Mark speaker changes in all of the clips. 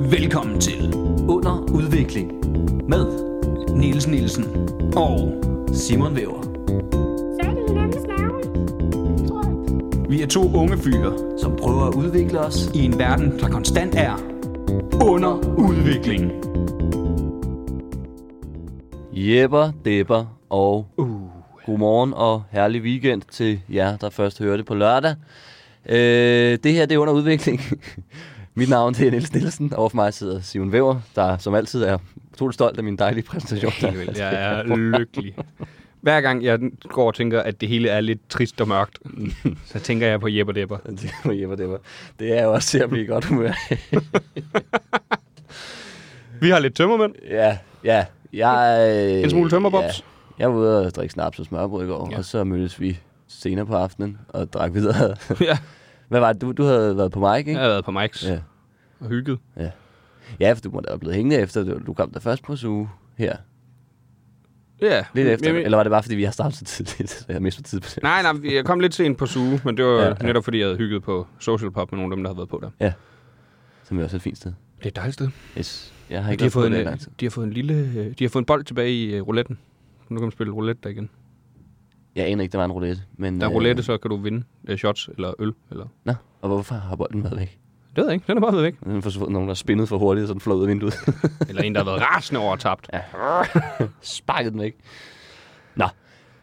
Speaker 1: Velkommen til
Speaker 2: Under udvikling med
Speaker 1: Niels Nielsen og
Speaker 2: Simon Væver,
Speaker 3: Sagde de hinandens navne? Jeg tror det.
Speaker 1: vi er to unge fyre
Speaker 2: som prøver at udvikle os.
Speaker 1: i en verden, der konstant er under udvikling.
Speaker 4: Jepper, depper og uh. godmorgen og herlig weekend til jer, der først hører det på lørdag. Øh, det her det er under udvikling. Mit navn det er Niels Nielsen, og for mig sidder Simon Væver, der som altid er utrolig stolt af min dejlige præsentation.
Speaker 5: Helt vildt. Jeg er lykkelig. Hver gang jeg går og tænker, at det hele er lidt trist og mørkt, så tænker jeg på Jeppe Depper.
Speaker 4: Det var Jepper, depper. Det er jo også til at blive i godt humør.
Speaker 5: Vi har lidt tømmermænd.
Speaker 4: ja, ja. Jeg, øh,
Speaker 5: En smule tømmerbobs.
Speaker 4: Ja, jeg var ude og drikke snaps og smørbrød i går, ja. og så mødtes vi senere på aftenen og drak videre.
Speaker 5: ja.
Speaker 4: Hvad var det? Du, du havde været på Mike,
Speaker 5: Jeg
Speaker 4: ikke?
Speaker 5: har været på Mike's
Speaker 4: ja.
Speaker 5: og hygget.
Speaker 4: Ja, for du må da være blevet hængende efter, du, du kom der først på suge her.
Speaker 5: Ja.
Speaker 4: Lidt efter,
Speaker 5: Mm, Jamen,
Speaker 4: eller var det bare, fordi vi har startet så tidligt, så jeg mister tid på det?
Speaker 5: Nej, nej, jeg kom lidt sent på suge, men det var
Speaker 4: Ja,
Speaker 5: ja,
Speaker 4: ja.
Speaker 5: ja. netop fordi, jeg havde hygget på Social Pop med nogle af dem, der havde været på der.
Speaker 4: Som er også et fint sted.
Speaker 5: Det er et dejligt sted.
Speaker 4: Yes. Jeg har
Speaker 5: Og de,
Speaker 4: ikke
Speaker 5: har
Speaker 4: været på
Speaker 5: fået
Speaker 4: det i
Speaker 5: en,
Speaker 4: lang tid.
Speaker 5: de har fået en lille... øh, De har fået en bold tilbage i øh, rouletten. Nu kan man spille roulette der igen.
Speaker 4: Jeg aner ikke, der var en roulette. Men,
Speaker 5: Der er
Speaker 4: øh,
Speaker 5: roulette, så kan du vinde øh, shots eller øl. Eller...
Speaker 4: Nå, og hvorfor har bolden været væk?
Speaker 5: Det ved jeg ikke. Den er bare blevet væk.
Speaker 4: Den er forsvundet nogen, der har spinnet for hurtigt, så den flår ud af vinduet.
Speaker 5: Eller en, der har været rasende over og tabt.
Speaker 4: Sparket den væk. Nå,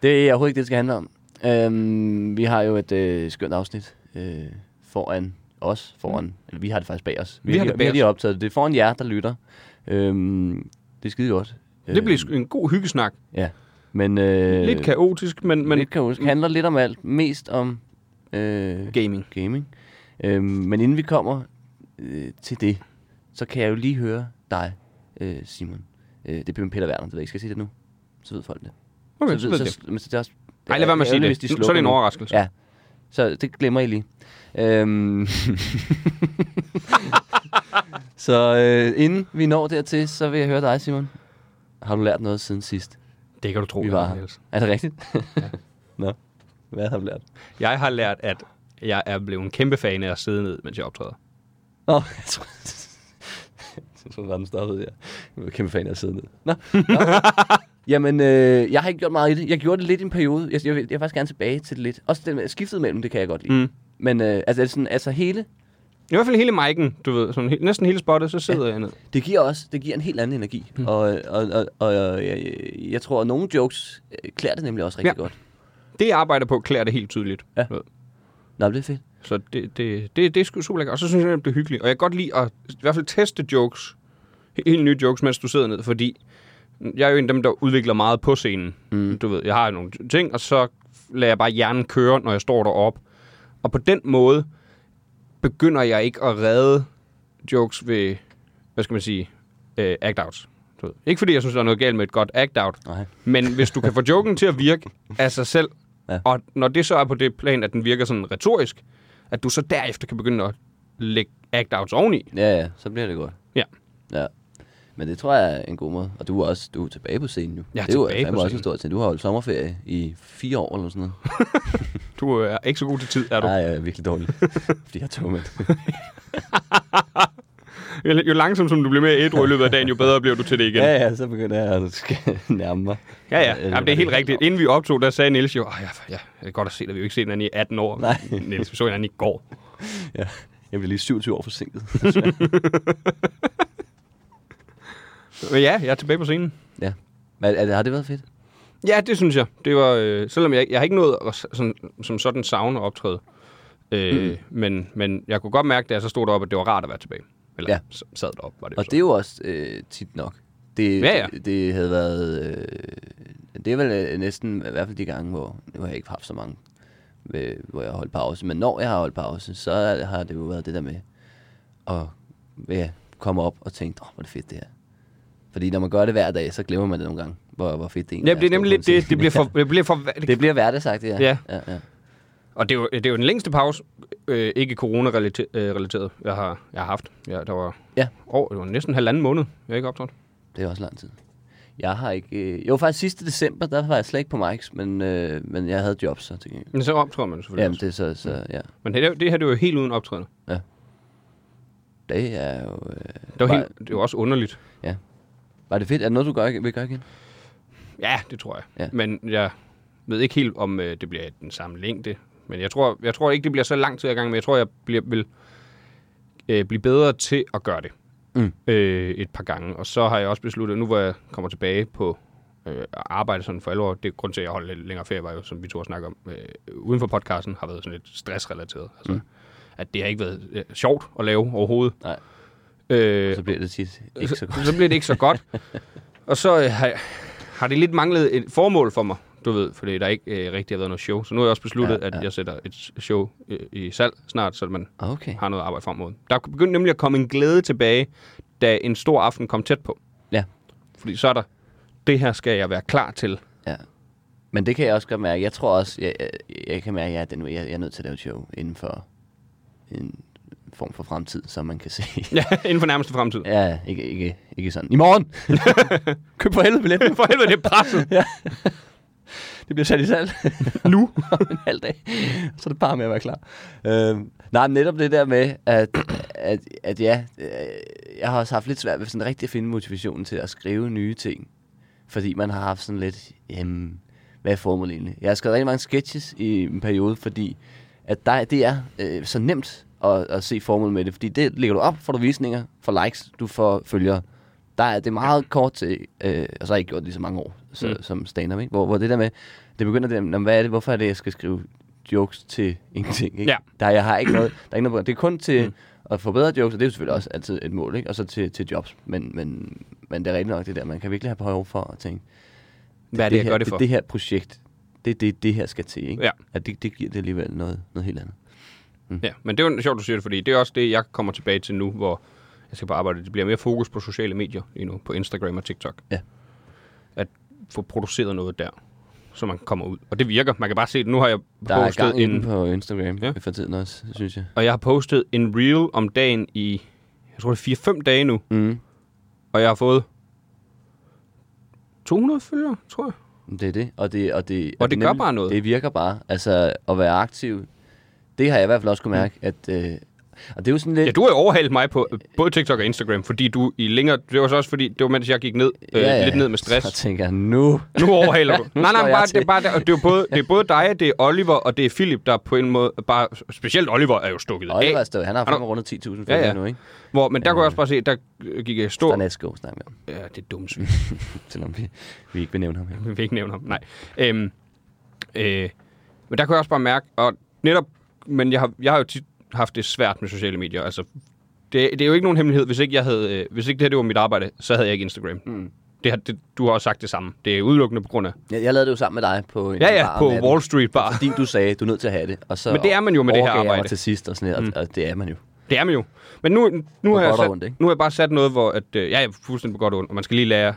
Speaker 4: det er overhovedet ikke det, det skal handle om. Øhm, vi har jo et øh, skønt afsnit øh, foran os. Foran, eller vi har det faktisk bag os.
Speaker 5: Mm. Vi har
Speaker 4: lige-
Speaker 5: det
Speaker 4: vi
Speaker 5: bag
Speaker 4: har
Speaker 5: os.
Speaker 4: lige optaget det. Det er foran jer, der lytter. Øhm, det er skide godt.
Speaker 5: Det bliver sgu en god hyggesnak.
Speaker 4: Ja. Men, øh,
Speaker 5: Lidt kaotisk, men,
Speaker 4: Men
Speaker 5: men
Speaker 4: lidt kaotisk. handler lidt om alt. Mest om øh,
Speaker 5: gaming.
Speaker 4: gaming. Øhm, men inden vi kommer øh, til det, så kan jeg jo lige høre dig, øh, Simon. Øh, det bliver Peter Werner, det ved jeg ikke. Skal jeg sige det nu? Så ved folk det.
Speaker 5: Okay,
Speaker 4: så
Speaker 5: så ved jeg det.
Speaker 4: Men så, det er også,
Speaker 5: Ej, lad være med at sige
Speaker 4: ærgerligt,
Speaker 5: det. Nu-
Speaker 4: hvis
Speaker 5: så er
Speaker 4: slukker
Speaker 5: det en
Speaker 4: nu.
Speaker 5: overraskelse.
Speaker 4: Ja. Så det glemmer I lige. Øhm, så øh, inden vi når dertil, så vil jeg høre dig, Simon. Har du lært noget siden sidst?
Speaker 5: Det kan du tro,
Speaker 4: vi
Speaker 5: jeg
Speaker 4: var
Speaker 5: har,
Speaker 4: her.
Speaker 5: Niels.
Speaker 4: Er det rigtigt? Nå, hvad har du lært?
Speaker 5: Jeg har lært, at jeg er blevet en kæmpe fan af at sidde ned, mens jeg optræder.
Speaker 4: Nå, jeg tror, jeg tror, verden startede der. Jeg var kæmpe fan af at sidde ned. Nå, nå. Jamen, øh, jeg har ikke gjort meget i det. Jeg gjorde det lidt i en periode. Jeg, jeg, vil- jeg vil faktisk gerne tilbage til det lidt. Også det med skiftet mellem, det kan jeg godt lide.
Speaker 5: Mm.
Speaker 4: Men øh, altså, er det sådan, altså hele,
Speaker 5: I hvert fald hele mic'en, du ved. Sådan, he- næsten hele spottet, så sidder ja. jeg ned.
Speaker 4: det giver også, det giver en helt anden energi. Mm. Og, og, og, og jeg, jeg, jeg tror, at nogle jokes øh, klæder det nemlig også rigtig
Speaker 5: Ja.
Speaker 4: ja. godt.
Speaker 5: Det, jeg arbejder på, klæder det helt tydeligt.
Speaker 4: Ja.
Speaker 5: Du ved.
Speaker 4: Nå, det er fedt.
Speaker 5: Så det, det, det, det er sgu super lækkert. Og så synes jeg, det bliver hyggeligt. Og jeg kan godt lide at i hvert fald teste jokes. he- Helt nye jokes, mens du sidder ned. Fordi jeg er jo en af dem, der udvikler meget på scenen. Mm. Du ved, jeg har nogle ting, og så lader jeg bare hjernen køre, når jeg står deroppe. Og på den måde begynder jeg ikke at redde jokes ved, hvad skal man sige, øh, act-outs. Du ved. Ikke fordi jeg synes, der er noget galt med et godt act-out,
Speaker 4: Nej.
Speaker 5: men hvis du kan få joken til at virke af sig selv,
Speaker 4: Ja.
Speaker 5: ja. og når det så er på det plan, at den virker sådan retorisk, at du så derefter kan begynde at lægge act-outs oveni.
Speaker 4: Ja, ja, så bliver det godt.
Speaker 5: Ja.
Speaker 4: Ja. Men det tror jeg er en god måde. Og du er også du er tilbage på scenen nu.
Speaker 5: Jeg er
Speaker 4: det er jo
Speaker 5: tilbage
Speaker 4: fandme
Speaker 5: på
Speaker 4: også en
Speaker 5: scenen.
Speaker 4: stor ting. Du har holdt sommerferie i fire år eller sådan noget.
Speaker 5: Du øh, er ikke så god til tid, er du?
Speaker 4: Nej, jeg er virkelig dårlig. Fordi jeg er togmand.
Speaker 5: Jo, jo langsomt som du bliver mere ædru i løbet af dagen, jo bedre bliver du til det igen.
Speaker 4: ja, ja, så begynder jeg at skal nærme mig.
Speaker 5: Ja, ja.
Speaker 4: Øh,
Speaker 5: Jamen, det er helt rigtigt. Inden vi optog, der sagde Niels jo, "Åh, ja, ja, jeg kan godt at se, at vi jo ikke set hinanden i 18 år.
Speaker 4: Nej.
Speaker 5: Niels, vi så hinanden i går.
Speaker 4: Ja. Jeg blev lige 27 år forsinket.
Speaker 5: Men ja, jeg er tilbage på scenen.
Speaker 4: ja. Men er det, har det været fedt?
Speaker 5: Ja, det synes jeg. Det var, øh, selvom jeg, jeg har ikke nået at, s- sådan, som sådan savne at optræde. Øh, mm. men, men jeg kunne godt mærke, da jeg så stod deroppe, at det var rart at være tilbage. Eller
Speaker 4: Ja.
Speaker 5: ja. sad deroppe, var det,
Speaker 4: Og det er jo også øh, tit nok. Det,
Speaker 5: Ja, ja.
Speaker 4: det, det havde været... Øh, det er vel øh, næsten, i hvert fald de gange, hvor, nu har jeg ikke haft så mange, øh, hvor jeg har holdt pause. Men når jeg har holdt pause, så er- har det jo været det der med at ja, komme op og tænke, åh, oh, hvor er det fedt det her. Fordi når man gør det hver dag, så glemmer man det nogle gange, hvor, hvor fedt det egentlig
Speaker 5: Ja, det er
Speaker 4: at stå
Speaker 5: nemlig
Speaker 4: på en
Speaker 5: lidt det.
Speaker 4: scene.
Speaker 5: Det bliver for... Det bliver for det,
Speaker 4: det bliver hverdagsagtigt, ja.
Speaker 5: Ja.
Speaker 4: ja, ja.
Speaker 5: og det er, jo, det er jo den længste pause, øh, ikke corona-relateret, jeg har, jeg har haft. Ja, der var,
Speaker 4: Ja.
Speaker 5: År, det var næsten halvanden måned, jeg ikke optrådte.
Speaker 4: Det er også lang tid. Jeg har ikke... Øh, jo, faktisk sidste december, der var jeg slet ikke på Mike's, men, øh, men jeg havde job så til gengæld.
Speaker 5: Men så optræder man selvfølgelig. Mm.
Speaker 4: Jamen,
Speaker 5: også.
Speaker 4: det er så, så ja.
Speaker 5: Men det, her- det her, det var jo helt uden optræden.
Speaker 4: Ja. Det er jo... Øh,
Speaker 5: Det var,
Speaker 4: bare-
Speaker 5: helt, det var også underligt.
Speaker 4: Var det fedt? Er det noget, du gør, vil gøre igen?
Speaker 5: Ja, det tror jeg.
Speaker 4: Ja.
Speaker 5: Ja. Men jeg ved ikke helt, om øh, det bliver den samme længde. Men jeg tror, jeg tror ikke, det bliver så lang tid ad gangen, men jeg tror, jeg bliver, vil øh, blive bedre til at gøre det
Speaker 4: Mm.
Speaker 5: øh, et par gange. Og så har jeg også besluttet, nu hvor jeg kommer tilbage på øh, at arbejde sådan for alvor, det er grund til, at jeg holdt lidt længere ferie, var jo, som vi to har snakket om, øh, uden for podcasten, har været sådan lidt stressrelateret. Altså, mm. At det har ikke været øh, sjovt at lave overhovedet.
Speaker 4: Nej. Altså,
Speaker 5: Øh,
Speaker 4: Så bliver det tit ikke så godt.
Speaker 5: så bliver det ikke så godt. og så øh, har, jeg- har det lidt manglet et formål for mig, du ved, fordi der ikke øh, rigtig har været noget show. Så nu har jeg også besluttet,
Speaker 4: Ja,
Speaker 5: ja, ja.
Speaker 4: ja.
Speaker 5: at jeg sætter et show øh, i salg snart, så man
Speaker 4: Ah, Okay.
Speaker 5: har noget at arbejde frem mod. Der begyndte nemlig at komme en glæde tilbage, da en stor aften kom tæt på.
Speaker 4: Ja.
Speaker 5: Fordi så er der, det her skal jeg være klar til.
Speaker 4: Ja. Men det kan jeg også godt mærke. Jeg tror også, jeg, jeg, jeg kan mærke, at jeg, er den, jeg, jeg er nødt til at lave et show inden for en form for fremtid, som man kan se.
Speaker 5: Ja, inden for nærmeste fremtid. Ja.
Speaker 4: Ja, ikke, ikke, ikke sådan. I morgen! Køb for helvede billetten.
Speaker 5: For helvede, det er presset.
Speaker 4: Det bliver sat i salg. nu? Om en halv dag. Så er det bare med at være klar. Øhm, nej, men netop det der med, at, at, at ja, øh, jeg har også haft lidt svært ved sådan rigtig at finde motivationen til at skrive nye ting. Fordi man har haft sådan lidt, jamen, hvad er formålet egentlig? Jeg har skrevet rigtig mange sketches i en periode, fordi at der, det er øh, så nemt at, at se formålet med det. Fordi det lægger du op, får du visninger, får likes, du får følgere. Der er det er meget kort til, øh, og så har jeg ikke gjort det i så mange år så, mm.
Speaker 5: Mm.
Speaker 4: som stand-up, ikke? Hvor, hvor det der med, det begynder det, jamen, hvad er det, hvorfor er det, jeg skal skrive jokes til ingenting, ikke?
Speaker 5: Ja.
Speaker 4: Der, jeg har ikke noget, der er ikke noget, det er kun til mm. at forbedre jokes, og det er jo selvfølgelig også altid et mål, ikke? Og så til, til jobs, men, men, men det er rigtigt nok det der, man kan virkelig have behov for at tænke,
Speaker 5: Hvad er det, jeg
Speaker 4: her,
Speaker 5: gør det for?
Speaker 4: Det her projekt, det er det, det her skal til, ikke?
Speaker 5: Ja.
Speaker 4: At det, det giver det alligevel noget, noget helt andet.
Speaker 5: Ja, men det er jo sjovt, du siger det, fordi det er også det, jeg kommer tilbage til nu, hvor jeg skal på arbejde. Det bliver mere fokus på sociale medier lige nu, på Instagram og TikTok.
Speaker 4: Ja.
Speaker 5: At få produceret noget der, så man kommer ud. Og det virker. Man kan bare se det. Nu har jeg
Speaker 4: Der er gang
Speaker 5: postet
Speaker 4: i den
Speaker 5: en,
Speaker 4: på Instagram ja.
Speaker 5: Ja.
Speaker 4: for tiden også, synes jeg.
Speaker 5: og jeg har postet en reel om dagen i, jeg tror det er 4-5 dage nu,
Speaker 4: Mm.
Speaker 5: og jeg har fået 200 følgere, tror jeg.
Speaker 4: Det er det, og det, og det,
Speaker 5: Og det gør bare noget.
Speaker 4: Det virker bare, altså at være aktiv, det har jeg i hvert fald også kunne mærke, at, øh, og det er jo sådan lidt,
Speaker 5: Mm. Ja, du har jo overhalet mig på øh, både TikTok og Instagram, fordi du i længere... Det var så også fordi, det var mens jeg gik ned, øh, ja, ja. lidt ned med stress.
Speaker 4: Så tænker jeg, nu,
Speaker 5: Nu overhaler du.
Speaker 4: Nu
Speaker 5: nej, nej,
Speaker 4: slår
Speaker 5: men
Speaker 4: jeg
Speaker 5: bare,
Speaker 4: til.
Speaker 5: det, er bare, det, er- det, er jo både, det er både dig, det er Oliver, og det er Philip, der på en måde... Bare, specielt Oliver er jo stukket
Speaker 4: Oliver er Øh,
Speaker 5: af.
Speaker 4: stået, han har
Speaker 5: Har du-
Speaker 4: fandme rundet 10.000 følgere
Speaker 5: Ja,
Speaker 4: ja,
Speaker 5: ja.
Speaker 4: ja. nu, ikke?
Speaker 5: Hvor, men der kunne jeg også bare se, der gik jeg
Speaker 4: Der er
Speaker 5: stor...
Speaker 4: Nasko, snakker vi om,
Speaker 5: Ja, det er dumt,
Speaker 4: selvom vi, vi ikke vil nævne ham her.
Speaker 5: vi vil ikke nævne ham. Nej. Øhm, øh, men der kunne jeg også bare mærke, og netop... Men jeg har, jeg har jo tit haft det svært med sociale medier. Altså, det, det er jo ikke nogen hemmelighed. Hvis ikke, jeg havde, øh, hvis ikke det her det var mit arbejde, så havde jeg ikke Instagram. Mm. Det, har- det, du har også sagt det samme. Det er udelukkende på grund af...
Speaker 4: Jeg, jeg lavede det jo sammen med dig på en
Speaker 5: Ja,
Speaker 4: bar
Speaker 5: ja,
Speaker 4: om
Speaker 5: på
Speaker 4: natten,
Speaker 5: Wall Street bare.
Speaker 4: Fordi du sagde, du er nødt til at have det, og så
Speaker 5: Men det er man jo med det her
Speaker 4: overgav jeg mig
Speaker 5: arbejde. Mm.
Speaker 4: til sidst, og, sådan her, og, og det er man jo.
Speaker 5: Det er man jo. Men nu, nu,
Speaker 4: På
Speaker 5: har, jeg
Speaker 4: godt og
Speaker 5: sat,
Speaker 4: ondt, ikke?
Speaker 5: nu har jeg bare sat noget, hvor at, øh, ja, jeg er fuldstændig på godt og ondt, og man skal lige lære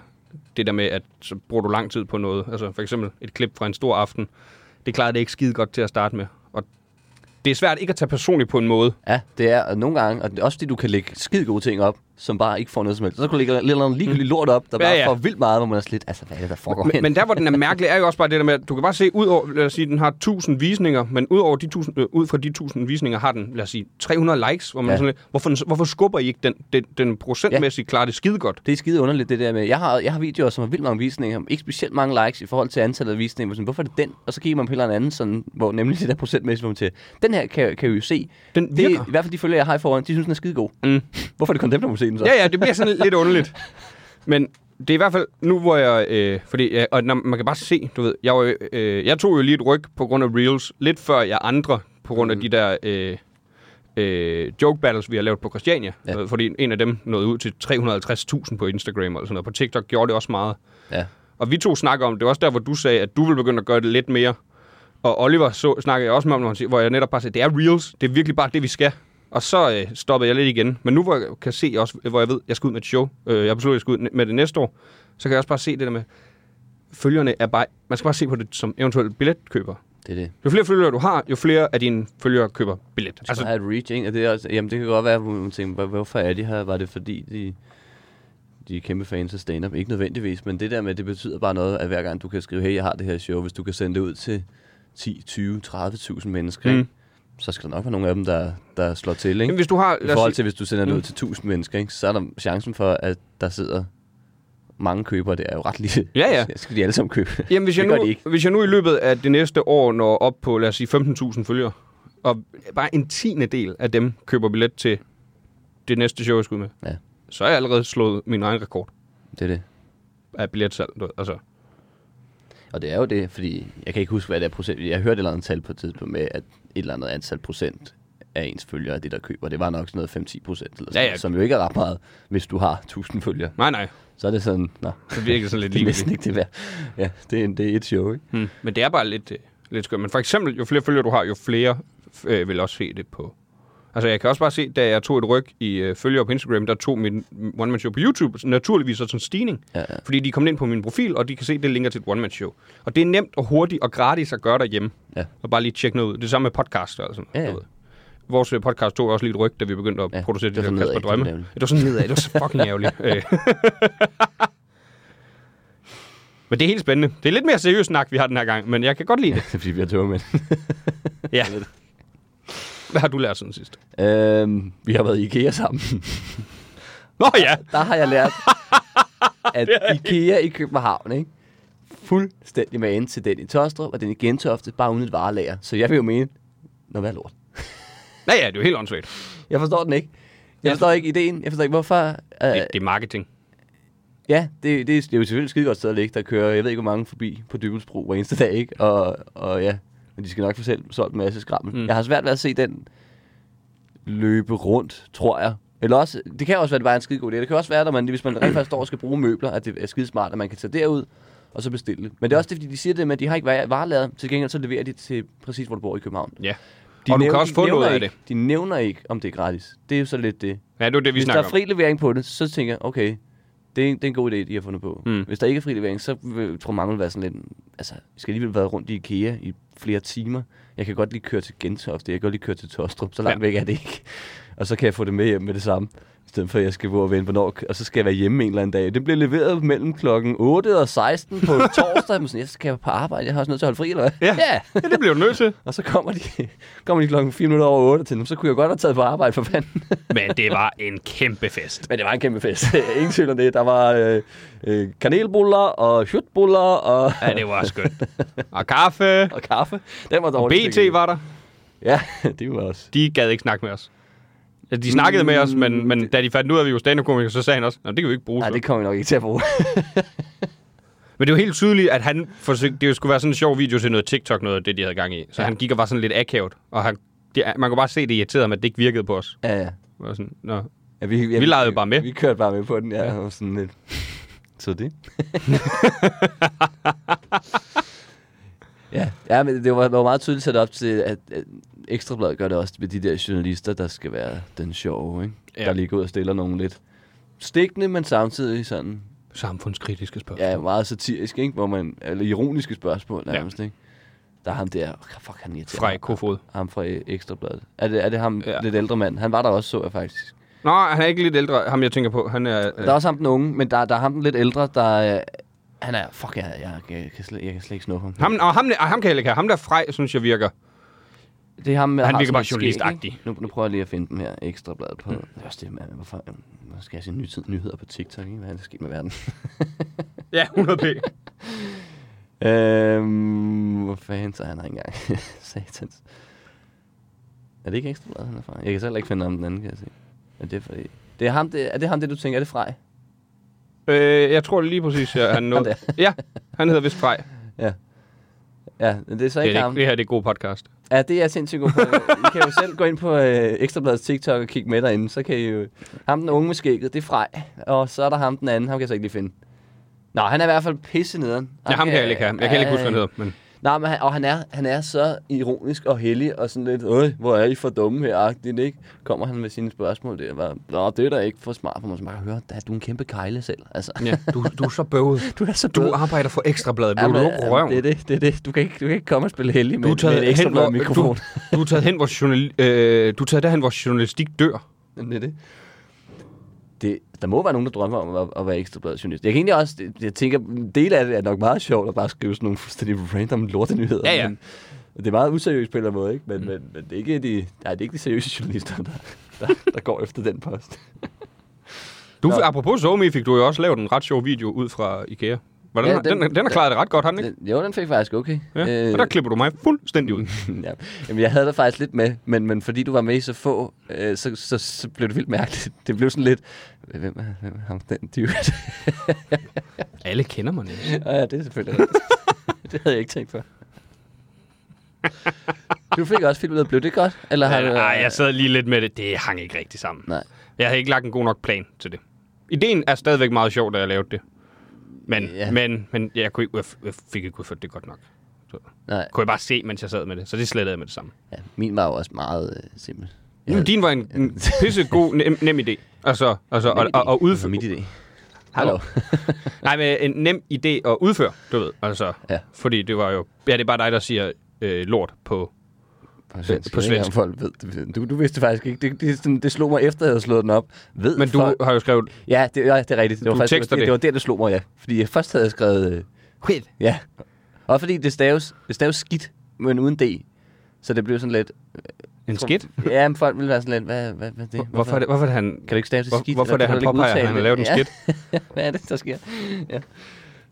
Speaker 5: det der med, at så bruger du lang tid på noget. Altså for eksempel et klip fra en stor aften. Det klarede det ikke skide godt til at starte med. Og det er svært ikke at tage personligt på en måde.
Speaker 4: Ja, det er og nogle gange, og det er også fordi, du kan lægge skide gode ting op, som bare ikke får noget som helst. Så kan du lægge lidt eller andet ligegyldigt lort op, der
Speaker 5: Ja,
Speaker 4: bare
Speaker 5: ja.
Speaker 4: får vildt meget, hvor man er sådan lidt, altså hvad er det, der foregår
Speaker 5: Men, men der, hvor den er mærkelig, er jo også bare det der med, at du kan bare se, ud over, lad os sige, den har 1000 visninger, men ud, over de 1000, øh, ud fra de 1000 visninger har den, lad os sige, 300 likes. Hvor man
Speaker 4: Ja.
Speaker 5: ja. sådan lidt, hvorfor, den- hvorfor skubber I ikke den, den, den procentmæssigt ja. klarer det skide godt?
Speaker 4: Det er skide underligt, det der med, jeg har, jeg har videoer, som har vildt mange visninger, ikke specielt mange likes i forhold til antallet af visninger, men sådan, hvorfor er det den? Og så kigger man på en eller anden, sådan, hvor nemlig det der procentmæssigt, hvor man til, den her kan, kan I jo se.
Speaker 5: Den
Speaker 4: det,
Speaker 5: virker.
Speaker 4: I hvert fald de følger, jeg har i forhånd, de synes, den er skide god.
Speaker 5: Mm.
Speaker 4: Hvorfor er det kun dem, der må se den så?
Speaker 5: Ja, ja, det bliver sådan lidt underligt. Men det er i hvert fald nu, hvor jeg... Øh, fordi, jeg, og når, man kan bare se, du ved, jeg, var, jo, øh, jeg tog jo lige et ryg på grund af Reels, lidt før jeg andre, på grund af de der øh, øh, joke battles, vi har lavet på Christiania.
Speaker 4: Ja.
Speaker 5: Ja. Fordi en af dem nåede ud til 350.000 på Instagram og sådan noget. På TikTok gjorde det også meget.
Speaker 4: ja.
Speaker 5: Og vi to snakker om, det var også der, hvor du sagde, at du ville begynde at gøre det lidt mere. Og Oliver så, snakkede jeg også med om, når han siger, hvor jeg netop bare sagde, det er reels, det er virkelig bare det, vi skal. Og så øh, stoppede jeg lidt igen. Men nu hvor jeg kan se også, hvor jeg ved, jeg skal ud med et show, øh, jeg har besluttet, at jeg skal ud med det næste år, så kan jeg også bare se det der med, følgerne er bare, man skal bare se på det som eventuelt billetkøber.
Speaker 4: Det er det.
Speaker 5: Jo flere følgere du har, jo flere af dine følgere køber billet.
Speaker 4: Altså, bare et reach, ikke? Og det, er også, jamen, det kan godt være, at man tænker, "Hvor- hvorfor er de her? Var det fordi, de, de er kæmpe fans af stand-up? Ikke nødvendigvis, men det der med, det betyder bare noget, at hver gang du kan skrive, hey, jeg har det her show, hvis du kan sende det ud til 10, 20, 30.000 mennesker, mm.
Speaker 5: Mm.
Speaker 4: ikke? så skal der nok være nogle af dem, der, der slår til, ikke?
Speaker 5: Jamen, hvis du har...
Speaker 4: I
Speaker 5: lad os Mm.
Speaker 4: forhold
Speaker 5: sige-
Speaker 4: til, hvis du sender det ud til 1000 mennesker, ikke? så er der chancen for, at der sidder mange købere. Det er jo ret lille.
Speaker 5: Ja, ja.
Speaker 4: Så skal de alle sammen købe.
Speaker 5: Jamen, hvis
Speaker 4: det
Speaker 5: jeg,
Speaker 4: gør de ikke.
Speaker 5: nu, hvis jeg nu i løbet af det næste år når op på, lad os sige, 15.000 følgere, og bare en tiende del af dem køber billet til det næste show, jeg skal ud med,
Speaker 4: Ja.
Speaker 5: så har jeg allerede slået min egen rekord
Speaker 4: Det er det.
Speaker 5: af billetsalg. Du ved. Altså,
Speaker 4: Og det er jo det, fordi jeg kan ikke huske, hvad det er procent. Jeg hørte et eller andet tal på et tidspunkt med, at et eller andet antal procent af ens følgere er det, der køber. Det var nok sådan noget 5-10 procent, eller sådan,
Speaker 5: Ja, ja.
Speaker 4: som jo ikke er ret meget, hvis du har 1000 følgere.
Speaker 5: nej, nej,
Speaker 4: Så er det sådan, nå,
Speaker 5: så virker det sådan lidt
Speaker 4: det er næsten
Speaker 5: ligegyldigt.
Speaker 4: ikke det værd. Ja, det er, en- det er et show, ikke?
Speaker 5: Hmm. Men det er bare lidt, øh, lidt skørt. Men for eksempel, jo flere følgere du har, jo flere øh, vil også se det på... Altså, jeg kan også bare se, da jeg tog et ryg i øh, følgere på Instagram, der tog min one-man-show på YouTube, så naturligvis sådan en stigning.
Speaker 4: Ja, ja.
Speaker 5: Fordi de er kommet ind på min profil, og de kan se, at det linker til et one-man-show. Og det er nemt og hurtigt og gratis at gøre derhjemme.
Speaker 4: Ja.
Speaker 5: Og bare lige tjekke noget ud. Det samme med podcast og sådan
Speaker 4: Ja, ja.
Speaker 5: du ved. Vores øh, podcast tog også lige et ryg, da vi begyndte at
Speaker 4: Ja,
Speaker 5: ja, producere
Speaker 4: det
Speaker 5: det,
Speaker 4: var
Speaker 5: det
Speaker 4: sådan
Speaker 5: der Kasper
Speaker 4: nedad,
Speaker 5: Drømme.
Speaker 4: det var
Speaker 5: Det
Speaker 4: ærgerligt.
Speaker 5: var sådan nedad. Det var så fucking ærgerligt. Øh. men det er helt spændende. Det er lidt mere seriøs snak, vi har den her gang, men jeg kan godt lide det.
Speaker 4: Det er fordi, vi er tømmermænd.
Speaker 5: Ja. Hvad har du lært siden sidst?
Speaker 4: øhm, vi har været i IKEA sammen.
Speaker 5: Nå ja!
Speaker 4: Der har jeg lært, at IKEA i København, ikke? Fuldstændig magen til den i Tostrup, og den i Gentofte, bare uden et varelager. Så jeg vil jo mene, når hvad er lort?
Speaker 5: Ja, ja, det er jo helt åndssvagt.
Speaker 4: Jeg forstår den ikke. Jeg forstår ikke ideen. Jeg forstår ikke, hvorfor... Uh,
Speaker 5: Det, det er marketing.
Speaker 4: ja, det, det, er- det er jo selvfølgelig et skidegodt sted at ligge. Der kører, jeg ved ikke, hvor mange forbi på Dybelsbro hver eneste dag, ikke? Og, og ja, men de skal nok få selv solgt en masse skrammel. Mm. Jeg har svært ved at se den løbe rundt, tror jeg. Eller også, det kan også være, at det bare er en skidegod idé. Det kan også være, at man, hvis man rent faktisk står og skal bruge møbler, at det er skidesmart, at man kan tage derud og så bestille det.
Speaker 5: Mm.
Speaker 4: Men det er også det, fordi de siger det med, at de har ikke vare- varelager. Til gengæld så leverer de til præcis, hvor du bor i København.
Speaker 5: Ja. og du
Speaker 4: nævner-
Speaker 5: kan også få
Speaker 4: nævner
Speaker 5: noget af
Speaker 4: ikke,
Speaker 5: det.
Speaker 4: De nævner ikke, om det er gratis. Det er jo så lidt det.
Speaker 5: Ja, det er jo det, vi
Speaker 4: Hvis der
Speaker 5: snakker
Speaker 4: er
Speaker 5: om.
Speaker 4: fri levering på det, så tænker jeg, okay, det er, en- det er en god idé, de har fundet på.
Speaker 5: Mm.
Speaker 4: Mm. Hvis der ikke er fri levering, så vil, tror mange vil være sådan lidt, altså, vi skal alligevel være rundt i IKEA i flere timer. Jeg kan godt lige køre til Gentofte, jeg kan godt lige køre til Tostrup, så langt
Speaker 5: Ja.
Speaker 4: ja. væk er det ikke. Og så kan jeg få det med hjem med det samme, i stedet for at jeg skal hvor og vende, hvornår, og så skal jeg være hjemme en eller anden dag. Det bliver leveret mellem klokken 8 og 16 på torsdag, men sådan, jeg skal på arbejde, jeg har også nødt til at holde fri, eller hvad?
Speaker 5: Ja. Ja, det bliver du nødt til.
Speaker 4: Og så kommer de, kommer de klokken 4 minutter over 8 til dem, så kunne jeg godt have taget på arbejde for fanden.
Speaker 5: Men det var en kæmpe fest.
Speaker 4: Men det var en kæmpe fest. Ingen tvivl om det. Der var øh, øh, kanelbuller og hytbuller og,
Speaker 5: Ja, det var skønt. Og kaffe.
Speaker 4: og kaffe. Den var
Speaker 5: Og
Speaker 4: dårlig.
Speaker 5: BT var der.
Speaker 4: Ja, det var også.
Speaker 5: De gad ikke snakke med os. Ja, De snakkede med os, men, men da de fandt ud af, at vi var stand så sagde han også, "Nå, det kan vi ikke bruge.
Speaker 4: Nej,
Speaker 5: så."
Speaker 4: Mm, det kommer vi nok ikke til at bruge.
Speaker 5: Men det var helt tydeligt, at han forsøgte, det skulle være sådan en sjov video til noget TikTok, noget af det, de havde gang i. Så
Speaker 4: Ja.
Speaker 5: han gik og var sådan lidt akavet, og han, det, man kunne bare se, det irriterede ham, at det ikke virkede på os.
Speaker 4: ja, ja.
Speaker 5: Og sådan, Nå.
Speaker 4: ja vi, ja,
Speaker 5: Vi legede jo bare med.
Speaker 4: Vi kørte bare med på den, ja. ja. Og sådan lidt. Så det. ja. ja, men det var, det var meget tydeligt sat op til, at, at Ekstrabladet gør det også med de der journalister, der skal være den sjove, ikke?
Speaker 5: Ja.
Speaker 4: Ja. Der lige går ud og stiller nogen lidt stikkende, men samtidig sådan
Speaker 5: Samfundskritiske spørgsmål.
Speaker 4: Ja, meget satirisk, ikke? Hvor man, eller ironiske spørgsmål nærmest, ja. ikke? Der er ham der, oh, fuck, han irriterer
Speaker 5: Fra
Speaker 4: mig.
Speaker 5: Kofod.
Speaker 4: Ham fra Ekstrabladet. Er det, er det ham,
Speaker 5: Ja.
Speaker 4: ja. lidt ældre mand? Han var der også, så jeg faktisk.
Speaker 5: Nå, han er ikke lidt ældre, ham jeg tænker på. Han er, øh,
Speaker 4: Der er også ham den unge, men der, der er ham den lidt ældre, der... øh, Han er, fuck, jeg, jeg, jeg, kan, slet, jeg kan slet ikke snuppe ham.
Speaker 5: ham, og ham, og ham kan jeg heller ikke have. Ham der Frej, synes jeg virker.
Speaker 4: det er ham, der
Speaker 5: han
Speaker 4: har
Speaker 5: virker
Speaker 4: sådan
Speaker 5: bare
Speaker 4: et skæg,
Speaker 5: journalistagtig.
Speaker 4: ikke? Nu, nu prøver jeg lige at finde dem her, Ekstrabladet på. Mm. Det er også det, man, hvorfor, hvorfor skal jeg se nytid, nyheder på TikTok, ikke? Hvad er der sket med verden?
Speaker 5: Ja, 100p.
Speaker 4: Øhm, hvor fanden så er han her ikke engang? Satans. Er det ikke ekstra blad, han er fra? Jeg kan så heller ikke finde om den anden, kan jeg se. Er det, fordi... det er, ham, det, er det ham, det du tænker? Er det Frej?
Speaker 5: øh, jeg tror lige præcis, at han nåede.
Speaker 4: der.
Speaker 5: ja, han hedder vist Frej.
Speaker 4: Ja, men det er så
Speaker 5: Det,
Speaker 4: ikke,
Speaker 5: er det,
Speaker 4: ham.
Speaker 5: ikke, det her det er god podcast.
Speaker 4: Ja, det er jeg sindssygt god på. I kan jo selv gå ind på øh, Ekstrabladets TikTok og kigge med derinde, så kan I jo... Ham den unge med skægget, det er Frej. Og så er der ham den anden, ham kan jeg så ikke lige finde. Nå, han er i hvert fald pisse nederen.
Speaker 5: Ja, ham kan jeg heller ikke have. Jeg kan heller ikke huske, hvad han hedder. Men...
Speaker 4: Nej, men han, og han er, han er så ironisk og heldig og sådan lidt, Øj, hvor er I for dumme her, agtigt, ikke? Kommer han med sine spørgsmål der, bare, Nå, det er da ikke for smart for mig, så man kan høre, der er du en kæmpe kejle selv, altså.
Speaker 5: Ja, du, du er så bøvet.
Speaker 4: Du er så
Speaker 5: Du arbejder for Ekstrabladet. Du er jo røven.
Speaker 4: det er det, det er det. Du kan ikke, du kan ikke komme og spille heldig
Speaker 5: Du er
Speaker 4: med, med et
Speaker 5: taget
Speaker 4: ekstra
Speaker 5: hen, hvor,
Speaker 4: blad mikrofon.
Speaker 5: du, du er taget hen, hvor, journal, øh, du er taget derhen, hvor journalistik dør.
Speaker 4: Jamen, Det er det. Det, der må være nogen, der drømmer om at, at være ekstrabladet journalist. Jeg kan egentlig også, jeg tænker, en del af det er nok meget sjovt at bare skrive sådan nogle fuldstændig random lortenyheder.
Speaker 5: Ja, ja.
Speaker 4: Men,
Speaker 6: Det er meget useriøst på en eller anden måde, ikke? Men, mm. men, men det, er ikke de, nej, det er ikke de seriøse journalister, der, der, der går efter den post.
Speaker 5: Du,
Speaker 6: Nå.
Speaker 5: apropos Zomi, fik du jo også lavet en ret sjov video ud fra Ikea. Hvordan,
Speaker 4: Ja,
Speaker 5: ja, den,
Speaker 4: den-
Speaker 5: den, den har klaret det ret godt, har den ikke?
Speaker 4: Den, øh, jo, den fik faktisk okay.
Speaker 5: Ja. Og der klipper du mig fuldstændig ud.
Speaker 4: ja. Jamen, jeg havde det faktisk lidt med, men, men fordi du var med i så få, øh, så, så, så blev det vildt mærkeligt. Det blev sådan lidt, hvem er, hvem er ham, den dude?
Speaker 5: Alle kender mig nemlig.
Speaker 4: Nå ja, det er selvfølgelig rigtigt. Det havde jeg ikke tænkt på. Du fik også filmet ud af, blev det godt? Eller har du,
Speaker 5: Nej, jeg sad lige lidt med det. Det hang ikke rigtig sammen.
Speaker 4: Nej.
Speaker 5: Jeg havde ikke lagt en god nok plan til det. Ideen er stadigvæk meget sjov, da jeg lavede det. Men,
Speaker 4: Ja.
Speaker 5: ja. men, men jeg, kunne ikke, jeg f- jeg fik ikke udført det godt nok. Så
Speaker 4: Nej,
Speaker 5: kunne jeg bare se, mens jeg sad med det. Så det slettede jeg med det samme.
Speaker 4: ja, min var jo også meget øh, simpel.
Speaker 5: Ja. Jamen, din var en, en pissegod, nem, nem idé. Altså, altså nem og, og, og udføre.
Speaker 4: Mit idé. Hallo.
Speaker 5: Nej, men en nem idé at udføre, du ved. Altså,
Speaker 4: Ja.
Speaker 5: ja. Fordi det var jo... Ja, det er bare dig, der siger øh, lort på...
Speaker 4: På svensk.
Speaker 5: På
Speaker 4: På svensk.
Speaker 5: svensk.
Speaker 4: Folk ved, det. du, du vidste faktisk ikke. Det, det, er sådan, det slog mig efter, jeg havde slået den op. Ved
Speaker 5: Men du
Speaker 4: folk,
Speaker 5: har jo skrevet...
Speaker 4: Ja, det, ja, det er rigtigt. Det var
Speaker 5: Du
Speaker 4: faktisk, det,
Speaker 5: tekster
Speaker 4: var- det.
Speaker 5: det.
Speaker 4: det var der, det slog mig, ja. Fordi jeg først havde jeg skrevet... Øh,
Speaker 5: Skid.
Speaker 4: ja. Og fordi det staves, det staves skidt, men uden D. Så det blev sådan lidt...
Speaker 5: En skidt?
Speaker 4: Ja, men folk ville være sådan lidt... Hvad, hvad, hvad er det?
Speaker 5: Hvorfor er det, hvorfor er det han...
Speaker 4: Kan du ikke stave til
Speaker 5: Hvor-
Speaker 4: skidt?
Speaker 5: hvorfor er det,
Speaker 4: Eller
Speaker 5: han
Speaker 4: kan du ikke
Speaker 5: påpeger, at han
Speaker 4: udtale
Speaker 5: har
Speaker 4: det?
Speaker 5: lavet en
Speaker 4: ja. Hvad er det, der sker? Ja.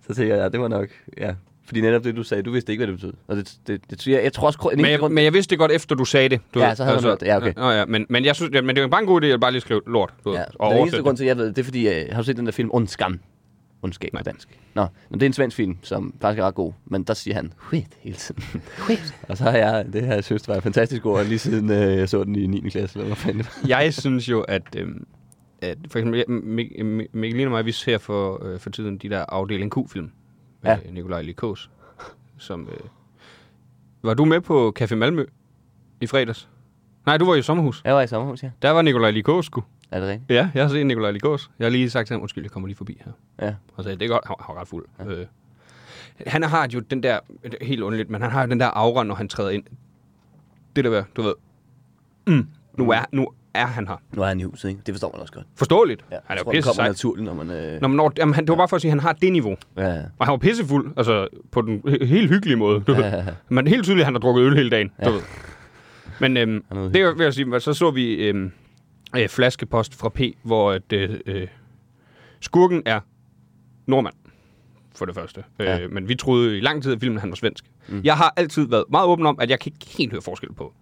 Speaker 4: Så tænker jeg, ja, det var nok... Ja. Fordi netop det, du sagde, du vidste ikke, hvad det betød. Og det, det, det, jeg, jeg tror også... en
Speaker 5: Men
Speaker 4: enkelt
Speaker 5: jeg,
Speaker 4: grund-
Speaker 5: men jeg vidste det godt, efter du sagde det. Du
Speaker 4: Ja, så havde man hørt det. Ja, okay.
Speaker 5: Nå, ja, men, men, jeg synes, ja, men det var bare en god idé at bare lige skrive lort. Du ved,
Speaker 4: Ja,
Speaker 5: og
Speaker 4: den eneste
Speaker 5: oversætte
Speaker 4: grund
Speaker 5: grund...
Speaker 4: til, at jeg ved det, det er fordi, øh, har du set den der film Undskam? Undskab på
Speaker 5: Nej.
Speaker 4: dansk. Nå, men det er en svensk film, som faktisk er ret god, men der siger han, wait, hele tiden. Wait. og så har jeg, det har jeg synes, det var et fantastisk ord, lige siden øh, jeg så den i 9. klasse, eller hvad fanden det var.
Speaker 5: Jeg synes jo, at... Øhm, at for eksempel, ja, Mik- Mik- Mikkeline og mig, vi ser for, øh, for tiden de der afdeling Q-film. Med
Speaker 4: Ja.
Speaker 5: ja. Nikolaj Likos. Som, øh... Var du med på Café Malmø i fredags? Nej, du var i sommerhus.
Speaker 4: Jeg var i sommerhus, ja.
Speaker 5: Der var Nikolaj Likos, sgu.
Speaker 4: Er det rigtigt?
Speaker 5: Ja, jeg har set Nikolaj Likos. Jeg har lige sagt til ham, undskyld, jeg kommer lige forbi her.
Speaker 4: Ja.
Speaker 5: Og sagde, det er godt, han var- han var ret fuld. Ja. Øh, han har jo den der, det er helt underligt, men han har jo den der aura, når han træder ind. Det der, ved, du ved, mm, nu, er, nu er han her.
Speaker 4: Nu er han i huset, ikke? Det forstår man også godt.
Speaker 5: Forståeligt.
Speaker 4: Ja,
Speaker 5: han er
Speaker 4: jeg
Speaker 5: jo
Speaker 4: tror, det
Speaker 5: pisse
Speaker 4: kommer
Speaker 5: sej.
Speaker 4: naturligt, når man... Øh,
Speaker 5: Nå, men når, jamen, han, det var bare for at sige, at han har det niveau.
Speaker 4: ja, ja.
Speaker 5: Og han var pissefuld, altså på den he- helt hyggelige måde. Du
Speaker 4: ja,
Speaker 5: ved.
Speaker 4: ja.
Speaker 5: Men helt tydeligt, at han har drukket øl hele dagen. Ja. Du ved. Men øhm,
Speaker 4: Han er ude
Speaker 5: det vil jeg sige, hvad så så vi øhm, øh, flaskepost fra P, hvor at, øh, øh, skurken er nordmand, for det første.
Speaker 4: Ja.
Speaker 5: Ja. Øh, men vi troede i lang tid, at filmen han var svensk. Mm. Jeg har altid været meget åben om, at jeg kan ikke helt høre forskel på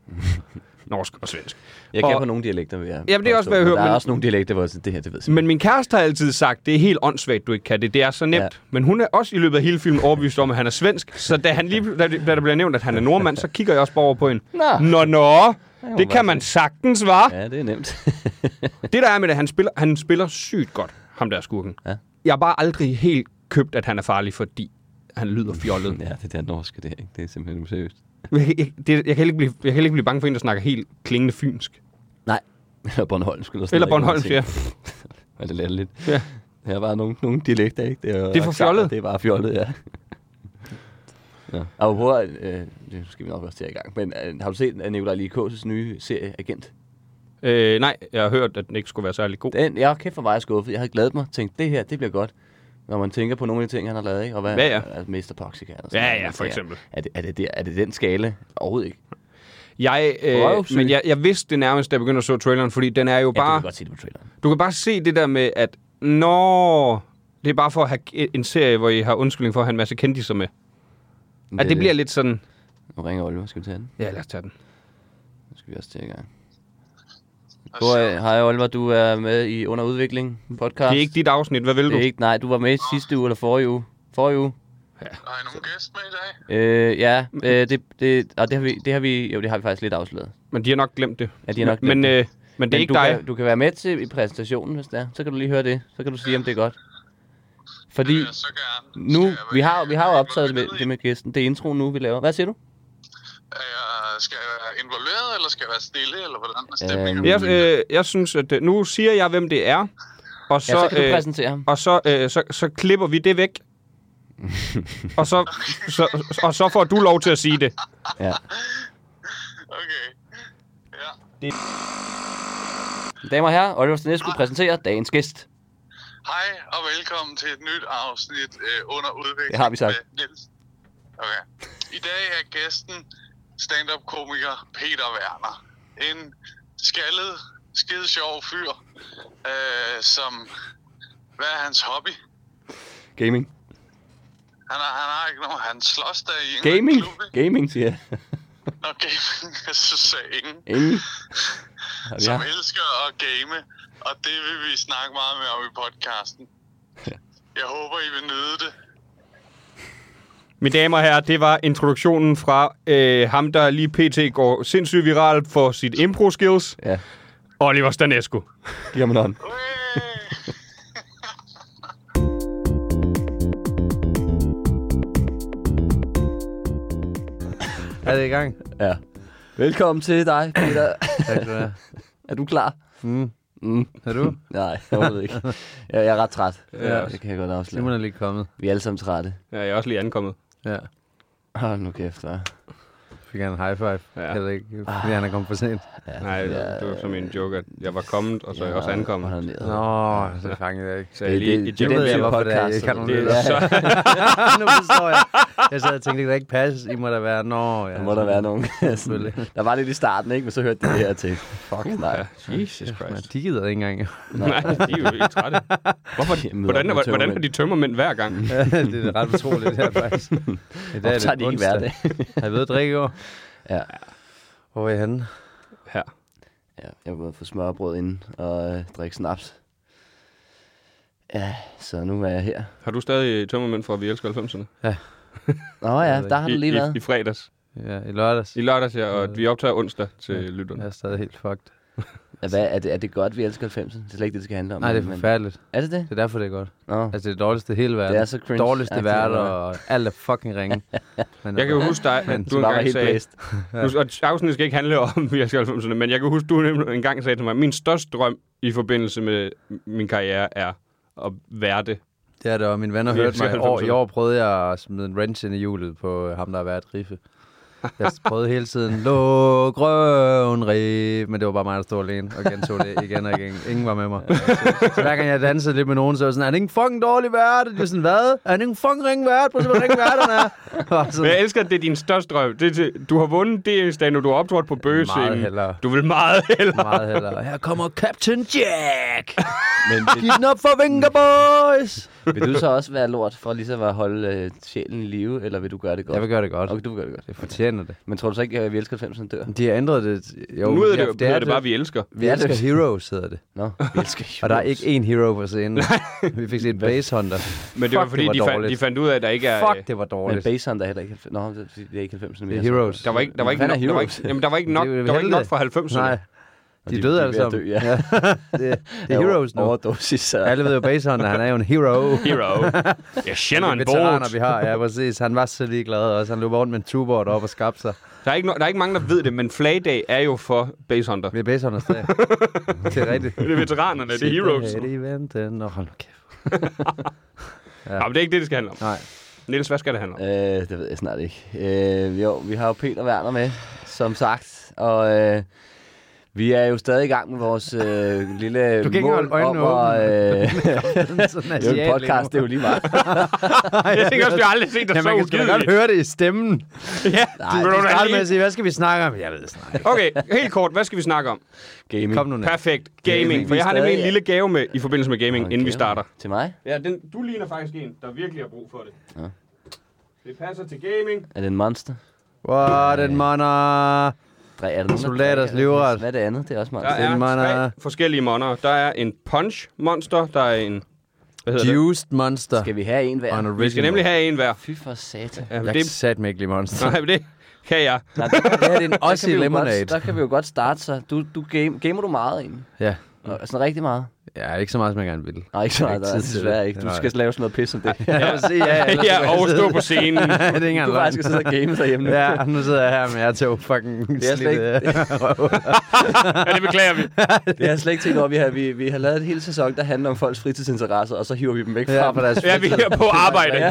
Speaker 5: norsk og svensk.
Speaker 4: Jeg kan
Speaker 5: Og-
Speaker 4: på nogle dialekter, vil jeg
Speaker 5: Jamen, det er også,
Speaker 4: påstå,
Speaker 5: hvad jeg
Speaker 4: men
Speaker 5: hører,
Speaker 4: Der er
Speaker 5: men-
Speaker 4: også nogle dialekter, hvor jeg siger, det her, det ved jeg
Speaker 5: Men min kæreste har altid sagt, det er helt åndssvagt, du ikke kan det. Det er så nemt.
Speaker 4: Ja.
Speaker 5: Ja. Men hun er også i løbet af hele filmen overbevist om, at han er svensk. Så da, han lige, da, da der bliver nævnt, at han er nordmand, så kigger jeg også bare over på hende.
Speaker 4: Nå.
Speaker 5: Nå, nå. Det
Speaker 4: bare
Speaker 5: kan man sagtens, var. Ja.
Speaker 4: Ja, det er nemt.
Speaker 5: Det der er med det, han spiller, han spiller sygt godt, ham der skurken.
Speaker 4: Ja.
Speaker 5: Jeg har bare aldrig helt købt, at han er farlig, fordi han lyder fjollet.
Speaker 4: ja, det der norske, det er, ikke? det er simpelthen useriøst.
Speaker 5: Jeg, jeg, det, jeg, kan heller ikke blive, jeg kan heller ikke blive bange for en, der snakker helt klingende fynsk.
Speaker 4: Nej. Eller Bornholm skulle
Speaker 5: Eller Bornholm, ja.
Speaker 4: Var det lidt.
Speaker 5: ja.
Speaker 4: Det er bare nogle, nogle dialekter, ikke? Det er,
Speaker 5: Det er for
Speaker 4: aksanter,
Speaker 5: fjollet.
Speaker 4: Det er bare fjollet, ja. ja. Og hvor, øh, det skal vi nok også til i gang, men øh, har du set øh, Nikolaj Likås' nye serie Agent?
Speaker 5: Øh, nej, jeg har hørt, at den ikke skulle være særlig god.
Speaker 4: Den, jeg er kæft for meget skuffet. Jeg havde glædet mig tænkt, det her, det bliver godt. Når man tænker på nogle af de ting, han har lavet, ikke? Og hvad,
Speaker 5: Ja, ja.
Speaker 4: Altså, Mr. Toxica. Eller
Speaker 5: Ja,
Speaker 4: noget,
Speaker 5: ja,
Speaker 4: man
Speaker 5: for
Speaker 4: tænker,
Speaker 5: eksempel.
Speaker 4: Er det, er, det der, er det den skala? Overhovedet ikke.
Speaker 5: Jeg, øh,
Speaker 4: Røvsyg.
Speaker 5: men jeg, jeg vidste det nærmest, da jeg begyndte at så traileren, fordi den er jo
Speaker 4: Ja, du
Speaker 5: bare...
Speaker 4: kan godt se det på traileren.
Speaker 5: du kan bare se det der med, at nå, det er bare for at have en serie, hvor I har undskyldning for at have en masse kendiser med.
Speaker 4: Men
Speaker 5: At det
Speaker 4: er
Speaker 5: bliver lidt sådan...
Speaker 4: Nu ringer Oliver, skal vi tage den?
Speaker 5: Ja, lad os tage den.
Speaker 4: Nu skal vi også til i gang. Hvor, øh, Hej Oliver, du er med i Under Udvikling podcast.
Speaker 5: Det er ikke dit afsnit, hvad vil
Speaker 4: Det
Speaker 5: du?
Speaker 4: er ikke, nej, du var med sidste uge eller forrige uge. Forrige uge.
Speaker 7: Der er nogen gæst med i dag.
Speaker 4: Øh, ja,
Speaker 5: Mm.
Speaker 4: øh, det, det, og det har, vi, det har vi, jo, det har vi faktisk lidt afsløret.
Speaker 5: Men de har nok glemt det.
Speaker 4: Ja, de har nok glemt
Speaker 5: men,
Speaker 4: det.
Speaker 5: Øh, men det er ikke
Speaker 4: du
Speaker 5: dig.
Speaker 4: Kan, du kan være med til i præsentationen, hvis det er. Så kan du lige høre det. Så kan du sige, om det er godt. Fordi
Speaker 7: Ja, Øh, så gerne.
Speaker 4: nu,
Speaker 7: Skal jeg-
Speaker 4: vi har, vi har jo
Speaker 7: jeg
Speaker 4: optaget det med,
Speaker 7: involveret i-
Speaker 4: det med gæsten. Det er introen nu, vi laver. Hvad siger du?
Speaker 7: Er jeg, skal jeg være involveret, eller skal jeg være stille, eller hvordan er stemningen?
Speaker 4: Øhm,
Speaker 5: Jeg, øh, jeg synes, at øh, nu siger jeg, hvem det er, og så,
Speaker 4: Ja, så kan du
Speaker 5: øh,
Speaker 4: præsentere ham.
Speaker 5: og så, øh, så, så klipper vi det væk. og, så, så, og så får du lov til at sige det.
Speaker 4: Ja.
Speaker 7: Okay. Ja.
Speaker 4: Damer og herrer, Oliver Stenes skulle præsentere dagens gæst.
Speaker 7: Hej, og velkommen til et nyt afsnit øh, under udvikling
Speaker 4: Det har vi sagt.
Speaker 7: med Niels. Okay. I dag er gæsten stand-up-komiker Peter Werner. En skaldet, skide sjov fyr, øh, som... Hvad er hans hobby?
Speaker 4: Gaming.
Speaker 7: Han har, han har ikke nogen... Han slås der i en
Speaker 4: Gaming?
Speaker 7: klub, ikke?
Speaker 4: Gaming, siger jeg.
Speaker 7: Nå, gaming, jeg synes jeg ingen.
Speaker 4: Ingen.
Speaker 7: som
Speaker 4: Ja.
Speaker 7: elsker at game, og det vil vi snakke meget mere om i podcasten. Jeg håber, I vil nyde det.
Speaker 5: Mine damer og herrer, det var introduktionen fra øh, ham, der lige pt. går sindssygt viral for sit impro-skills,
Speaker 4: ja.
Speaker 5: Oliver Stanescu.
Speaker 4: Giv mig noget.
Speaker 7: Hey!
Speaker 8: Er det i gang?
Speaker 4: Ja. Velkommen til dig, Peter.
Speaker 8: Tak
Speaker 4: Altså,
Speaker 8: skal du have.
Speaker 4: er du klar?
Speaker 8: Mm.
Speaker 4: Mm.
Speaker 8: Er du?
Speaker 4: Nej, jeg ved ikke. Jeg, jeg er ret træt.
Speaker 8: Ja.
Speaker 4: Det kan jeg godt afsløre.
Speaker 8: Simon er lige kommet.
Speaker 4: Vi er alle sammen trætte.
Speaker 5: Ja, jeg er også lige ankommet.
Speaker 8: Ja.
Speaker 4: Hold nu kæft, hva'?
Speaker 8: Fik han en high five.
Speaker 5: Ja.
Speaker 8: Ja. Heller ikke, fordi han er kommet for sent.
Speaker 4: Ja,
Speaker 5: Nej,
Speaker 4: ja,
Speaker 5: det var som en joke, at jeg var kommet, og så er jeg også
Speaker 4: ja,
Speaker 5: ankommet.
Speaker 4: hold ned.
Speaker 8: Nå, det fangede jeg ikke.
Speaker 5: Så jeg Øh, lige det,
Speaker 4: det- det
Speaker 5: det,
Speaker 4: er
Speaker 8: Nu
Speaker 4: den
Speaker 8: ved jeg,
Speaker 4: type
Speaker 8: hvorfor det er.
Speaker 4: podcast,
Speaker 8: Jeg kalder
Speaker 5: det,
Speaker 8: det.
Speaker 5: det,
Speaker 8: Det.
Speaker 5: er så,
Speaker 8: nu forstår jeg. Jeg sad og tænkte, det kan da ikke passe. I må da være... Nå, ja.
Speaker 4: Der må der være nogen.
Speaker 8: Selvfølgelig.
Speaker 4: der var lidt i starten, ikke? Men så hørte de det her til. Fuck, nej.
Speaker 5: Jesus
Speaker 8: Men
Speaker 5: Christ.
Speaker 8: de gider ikke engang.
Speaker 5: Nej, de er jo ikke trætte. Hvorfor,
Speaker 4: Kæmpe
Speaker 5: hvordan,
Speaker 4: op med
Speaker 5: hvordan, hvordan er de tømmermænd hver gang?
Speaker 8: Ja, det er ret utroligt, det her faktisk. I dag
Speaker 4: Det er de ikke hver
Speaker 8: onsdag.
Speaker 4: dag.
Speaker 8: Har I været at drikke i år?
Speaker 4: Ja.
Speaker 8: Hvor er I henne?
Speaker 5: Her.
Speaker 4: ja, jeg var få smørbrød inden og øh, drikke snaps. Ja, så nu er jeg her.
Speaker 5: Har du stadig tømmermænd fra Vi Elsker 90'erne?
Speaker 4: Nå ja, der har
Speaker 5: I,
Speaker 4: du lige
Speaker 5: i, I
Speaker 4: været.
Speaker 5: fredags.
Speaker 8: Ja, i lørdags.
Speaker 5: I lørdags, ja, og vi optager onsdag til lytterne.
Speaker 8: Jeg er stadig helt fucked.
Speaker 4: Hvad, er, det, er det godt, vi elsker 90'erne? Det er slet ikke det, det skal handle om.
Speaker 8: Nej, det er
Speaker 4: Mm, men-
Speaker 8: forfærdeligt.
Speaker 4: Er det det?
Speaker 8: Det er derfor, det er godt.
Speaker 4: Nå,
Speaker 8: Altså, det er det dårligste i hele verden.
Speaker 4: Det er så cringe.
Speaker 8: Dårligste
Speaker 4: Ja,
Speaker 8: værter,
Speaker 4: det er
Speaker 8: og alt er fucking ringe. Men,
Speaker 5: Jeg kan jo huske dig, at du
Speaker 4: så var jeg
Speaker 5: engang
Speaker 4: helt
Speaker 5: sagde...
Speaker 4: blæst.
Speaker 5: Nu, og afsnittet skal ikke handle om Vi Elsker 90'erne, men jeg kan huske, du nemlig engang sagde til mig, at min største drøm i forbindelse med min karriere er at være det.
Speaker 8: Det er det, og mine venner
Speaker 5: Vi
Speaker 8: hørte mig. i
Speaker 5: elsker
Speaker 8: År,
Speaker 5: 90'erne.
Speaker 8: I år prøvede jeg at smide en wrench ind i hjulet på øh, ham, der har været riffe. Jeg prøvede hele tiden, luk røven, rif, men det var bare mig, der stod alene og gentog det igen og igen. Ingen var med mig. Så hver gang jeg dansede lidt med nogen, så var jeg sådan, er han ikke en fucking dårlig vært? Og De var sådan, hvad? Er han ikke en fucking ring vært? Prøv at se, hvor ring vært han er. Og
Speaker 5: Men jeg
Speaker 8: sådan,
Speaker 5: elsker, at det er din største drøm. Det, er til- du har vundet det stand, og du har optrådt på
Speaker 8: meget
Speaker 5: bøgescenen.
Speaker 8: hellere.
Speaker 5: Du vil meget hellere.
Speaker 8: Meget hellere. Her kommer Captain Jack! Men Giv den op for Vinker Boys!
Speaker 4: Vil du så også være lort for ligesom at holde øh, sjælen i live, eller vil du gøre det godt?
Speaker 8: Jeg vil gøre det godt.
Speaker 4: Okay, du vil gøre det godt.
Speaker 8: Det fortjener det.
Speaker 4: Men tror du så ikke, at vi elsker 90'erne dør?
Speaker 8: De har ændret det. Jo,
Speaker 5: Nu hedder
Speaker 8: ja,
Speaker 5: det,
Speaker 8: er
Speaker 5: det, er det bare, vi elsker.
Speaker 8: Vi
Speaker 4: Ja, det-
Speaker 8: elsker Heroes, hedder det.
Speaker 4: Nå, vi elsker
Speaker 8: Og der er ikke én hero på scenen. Vi fik set Base Hunter.
Speaker 5: Men det var
Speaker 8: Fuck,
Speaker 5: fordi,
Speaker 8: det var
Speaker 5: de, fandt,
Speaker 8: dårligt.
Speaker 5: de fandt ud af, at der ikke er... øh,
Speaker 8: Fuck, det var
Speaker 4: Men
Speaker 8: dårligt. Det
Speaker 4: Basehunt er heller ikke 90'erne. Nå, det er fordi, det er ikke 90'erne
Speaker 8: er
Speaker 4: mere.
Speaker 8: Heroes.
Speaker 5: Der var ikke, der var ikke,
Speaker 4: Hvad
Speaker 5: nok,
Speaker 4: fanden er
Speaker 5: der var
Speaker 4: Heroes?
Speaker 5: ikke, jamen, der var ikke nok,
Speaker 8: Det er jo
Speaker 5: der var ikke nok
Speaker 8: helvede.
Speaker 5: for 90'erne.
Speaker 8: Nej, de,
Speaker 4: de-
Speaker 8: døde
Speaker 4: de er
Speaker 8: alle
Speaker 4: ved at
Speaker 8: sammen.
Speaker 4: dø, ja.
Speaker 8: det, det er Heroes nu.
Speaker 4: Overdosis. Ja.
Speaker 8: Alle ved jo Base Hunter, han er jo en hero.
Speaker 5: Hero. Jeg kender en
Speaker 8: veteraner, vi
Speaker 5: båd.
Speaker 8: har. Ja, præcis. Han var så ligeglad også. Han løb rundt med en tubord op og skabte sig.
Speaker 5: Der er, ikke, no- der er ikke mange, der ved det, men flagdag er jo for basehunter.
Speaker 8: Vi er Base Hunters dag. Det er rigtigt.
Speaker 5: Det er veteranerne, det er heroes.
Speaker 8: Det er det i venten. Nå, hold nu kæft.
Speaker 5: Ja, men det er ikke det, det skal handle om.
Speaker 8: Nej.
Speaker 5: Niels, hvad skal det handle om?
Speaker 4: Øh, det ved jeg snart ikke. Øh, jo, vi har jo Peter Werner med, som sagt. Og øh, vi er jo stadig i gang med vores øh, lille
Speaker 8: Du kan ikke
Speaker 4: mål
Speaker 8: holde øjnene
Speaker 4: om at... Øh,
Speaker 8: Sådan
Speaker 4: det er jo en podcast, det er jo lige meget.
Speaker 5: Jeg tænker også, vi har aldrig set dig
Speaker 8: Ja,
Speaker 5: så
Speaker 8: man kan sgu da
Speaker 5: ugidelig.
Speaker 8: godt høre det i stemmen.
Speaker 5: Ja,
Speaker 4: Nej,
Speaker 5: du
Speaker 8: Du
Speaker 5: kan da
Speaker 8: starter med at
Speaker 5: lige...
Speaker 8: sige, hvad skal vi snakke om? Jeg ved det snart ikke.
Speaker 5: Okay, helt kort, hvad skal vi snakke om?
Speaker 4: Gaming.
Speaker 8: Kom nu, Nat.
Speaker 5: Perfekt,
Speaker 4: Gaming,
Speaker 5: gaming. For jeg har
Speaker 4: vi er
Speaker 5: nemlig en
Speaker 4: stadig-
Speaker 5: lille gave med i forbindelse med gaming, inden vi
Speaker 4: Okay.
Speaker 5: starter.
Speaker 4: Til mig?
Speaker 5: Ja, den, du ligner faktisk en, der virkelig har brug for det.
Speaker 4: Ja.
Speaker 5: Det passer til gaming.
Speaker 4: Er det en monster?
Speaker 8: What den monner.
Speaker 4: Dre, er det nogen, der
Speaker 8: Soldaters
Speaker 4: drikker?
Speaker 8: livret.
Speaker 4: Hvad er det andet? Det er også
Speaker 5: Der
Speaker 4: monster.
Speaker 5: er tre
Speaker 8: monster.
Speaker 5: forskellige monster. Der er en punch-monster, der er en... Hvad hedder det?
Speaker 8: Juiced Monster.
Speaker 4: Skal vi have en hver?
Speaker 8: Og en original.
Speaker 5: Vi skal nemlig have en hver.
Speaker 4: Fy for satan.
Speaker 5: Ja, men
Speaker 8: Jeg det...
Speaker 5: det,
Speaker 8: sat mig ikke lige Monster.
Speaker 5: nej, men det kan jeg.
Speaker 4: Nej, det,
Speaker 8: Det her det er en
Speaker 4: der,
Speaker 8: Aussie
Speaker 4: kan vi jo
Speaker 8: Lemonade.
Speaker 4: godt, der kan vi jo godt starte så. Du, du game, gamer du meget egentlig?
Speaker 8: Ja.
Speaker 4: Nå, sådan rigtig meget?
Speaker 8: ja, ikke så meget, som jeg gerne ville.
Speaker 4: Nej, ikke så
Speaker 8: Jeg har
Speaker 4: meget.
Speaker 8: ikke
Speaker 4: Der,
Speaker 8: tid
Speaker 4: er
Speaker 8: til
Speaker 4: desværre
Speaker 8: det.
Speaker 4: ikke. Du
Speaker 8: Nej.
Speaker 4: skal lave sådan noget pis som det.
Speaker 8: Ja, ja. Sige, ja, ellers så kan
Speaker 5: Ja,
Speaker 8: jeg
Speaker 5: overstå
Speaker 8: sidde-
Speaker 5: på scenen.
Speaker 8: Ja, det er ikke
Speaker 4: Du
Speaker 8: engang
Speaker 4: bare
Speaker 8: løgn.
Speaker 4: skal sidde og game sig hjemme. Ja.
Speaker 8: Ja, nu sidder jeg her, men jeg er til fucking
Speaker 4: Det er slet
Speaker 8: slidt,
Speaker 4: ikke-
Speaker 8: øh, røv.
Speaker 5: Ja, det beklager vi.
Speaker 4: Det har jeg slet ikke tænkt over. Vi har, vi, vi har lavet en hel sæson, der handler om folks fritidsinteresser, og så hiver vi dem væk
Speaker 8: Ja,
Speaker 4: fra
Speaker 8: for
Speaker 4: dem.
Speaker 8: deres
Speaker 5: Ja, vi er på arbejde.
Speaker 4: Ja.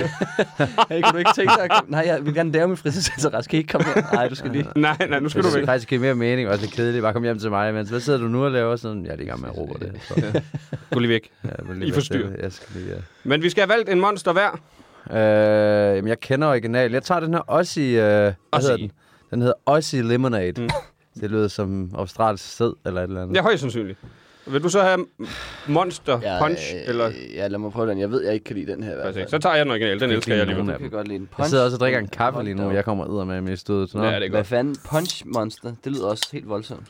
Speaker 4: Hey, kan du ikke tænke dig? at- Nej, jeg vil gerne lave min fritidsinteresse. Kan I ikke komme her? Nej, du skal lige.
Speaker 5: Nej, nej, nu skal
Speaker 8: Det
Speaker 5: du
Speaker 8: er
Speaker 5: væk.
Speaker 8: faktisk giver mere mening, også lidt kedeligt. Bare kom hjem til mig, men hvad sidder du nu og laver sådan? Jeg er lige i gang med at råbe det. Så,
Speaker 5: Gå lige væk.
Speaker 8: ja, jeg vil lige
Speaker 5: I
Speaker 8: være
Speaker 5: forstyrrer.
Speaker 8: stille. Jeg skal lige, ja.
Speaker 5: Men vi skal have valgt en monster hver.
Speaker 8: Øh, jamen, jeg kender original. Jeg tager den her også i... Øh, hvad
Speaker 5: Aussie.
Speaker 8: hedder den? Den hedder Aussie Lemonade. Mm. Det lyder som australsk sæd eller et eller andet.
Speaker 5: Ja, højst sandsynligt. Vil du så have Monster ja, Punch? Øh, eller?
Speaker 4: Ja, lad mig prøve den. Jeg ved, jeg ikke kan lide den her. i hvert fald.
Speaker 5: Perfekt. Så tager jeg den originale. Den elsker jeg
Speaker 4: Nogen
Speaker 5: alligevel.
Speaker 4: af dem. Jeg kan godt lide en punch.
Speaker 8: Jeg sidder også og drikker en kaffe lige nu.
Speaker 4: Hold da
Speaker 8: Jeg kommer ud med i stødet. Nå.
Speaker 5: Ja, det er
Speaker 4: Hvad
Speaker 5: godt.
Speaker 4: fanden? Punch Monster? Det lyder også helt voldsomt.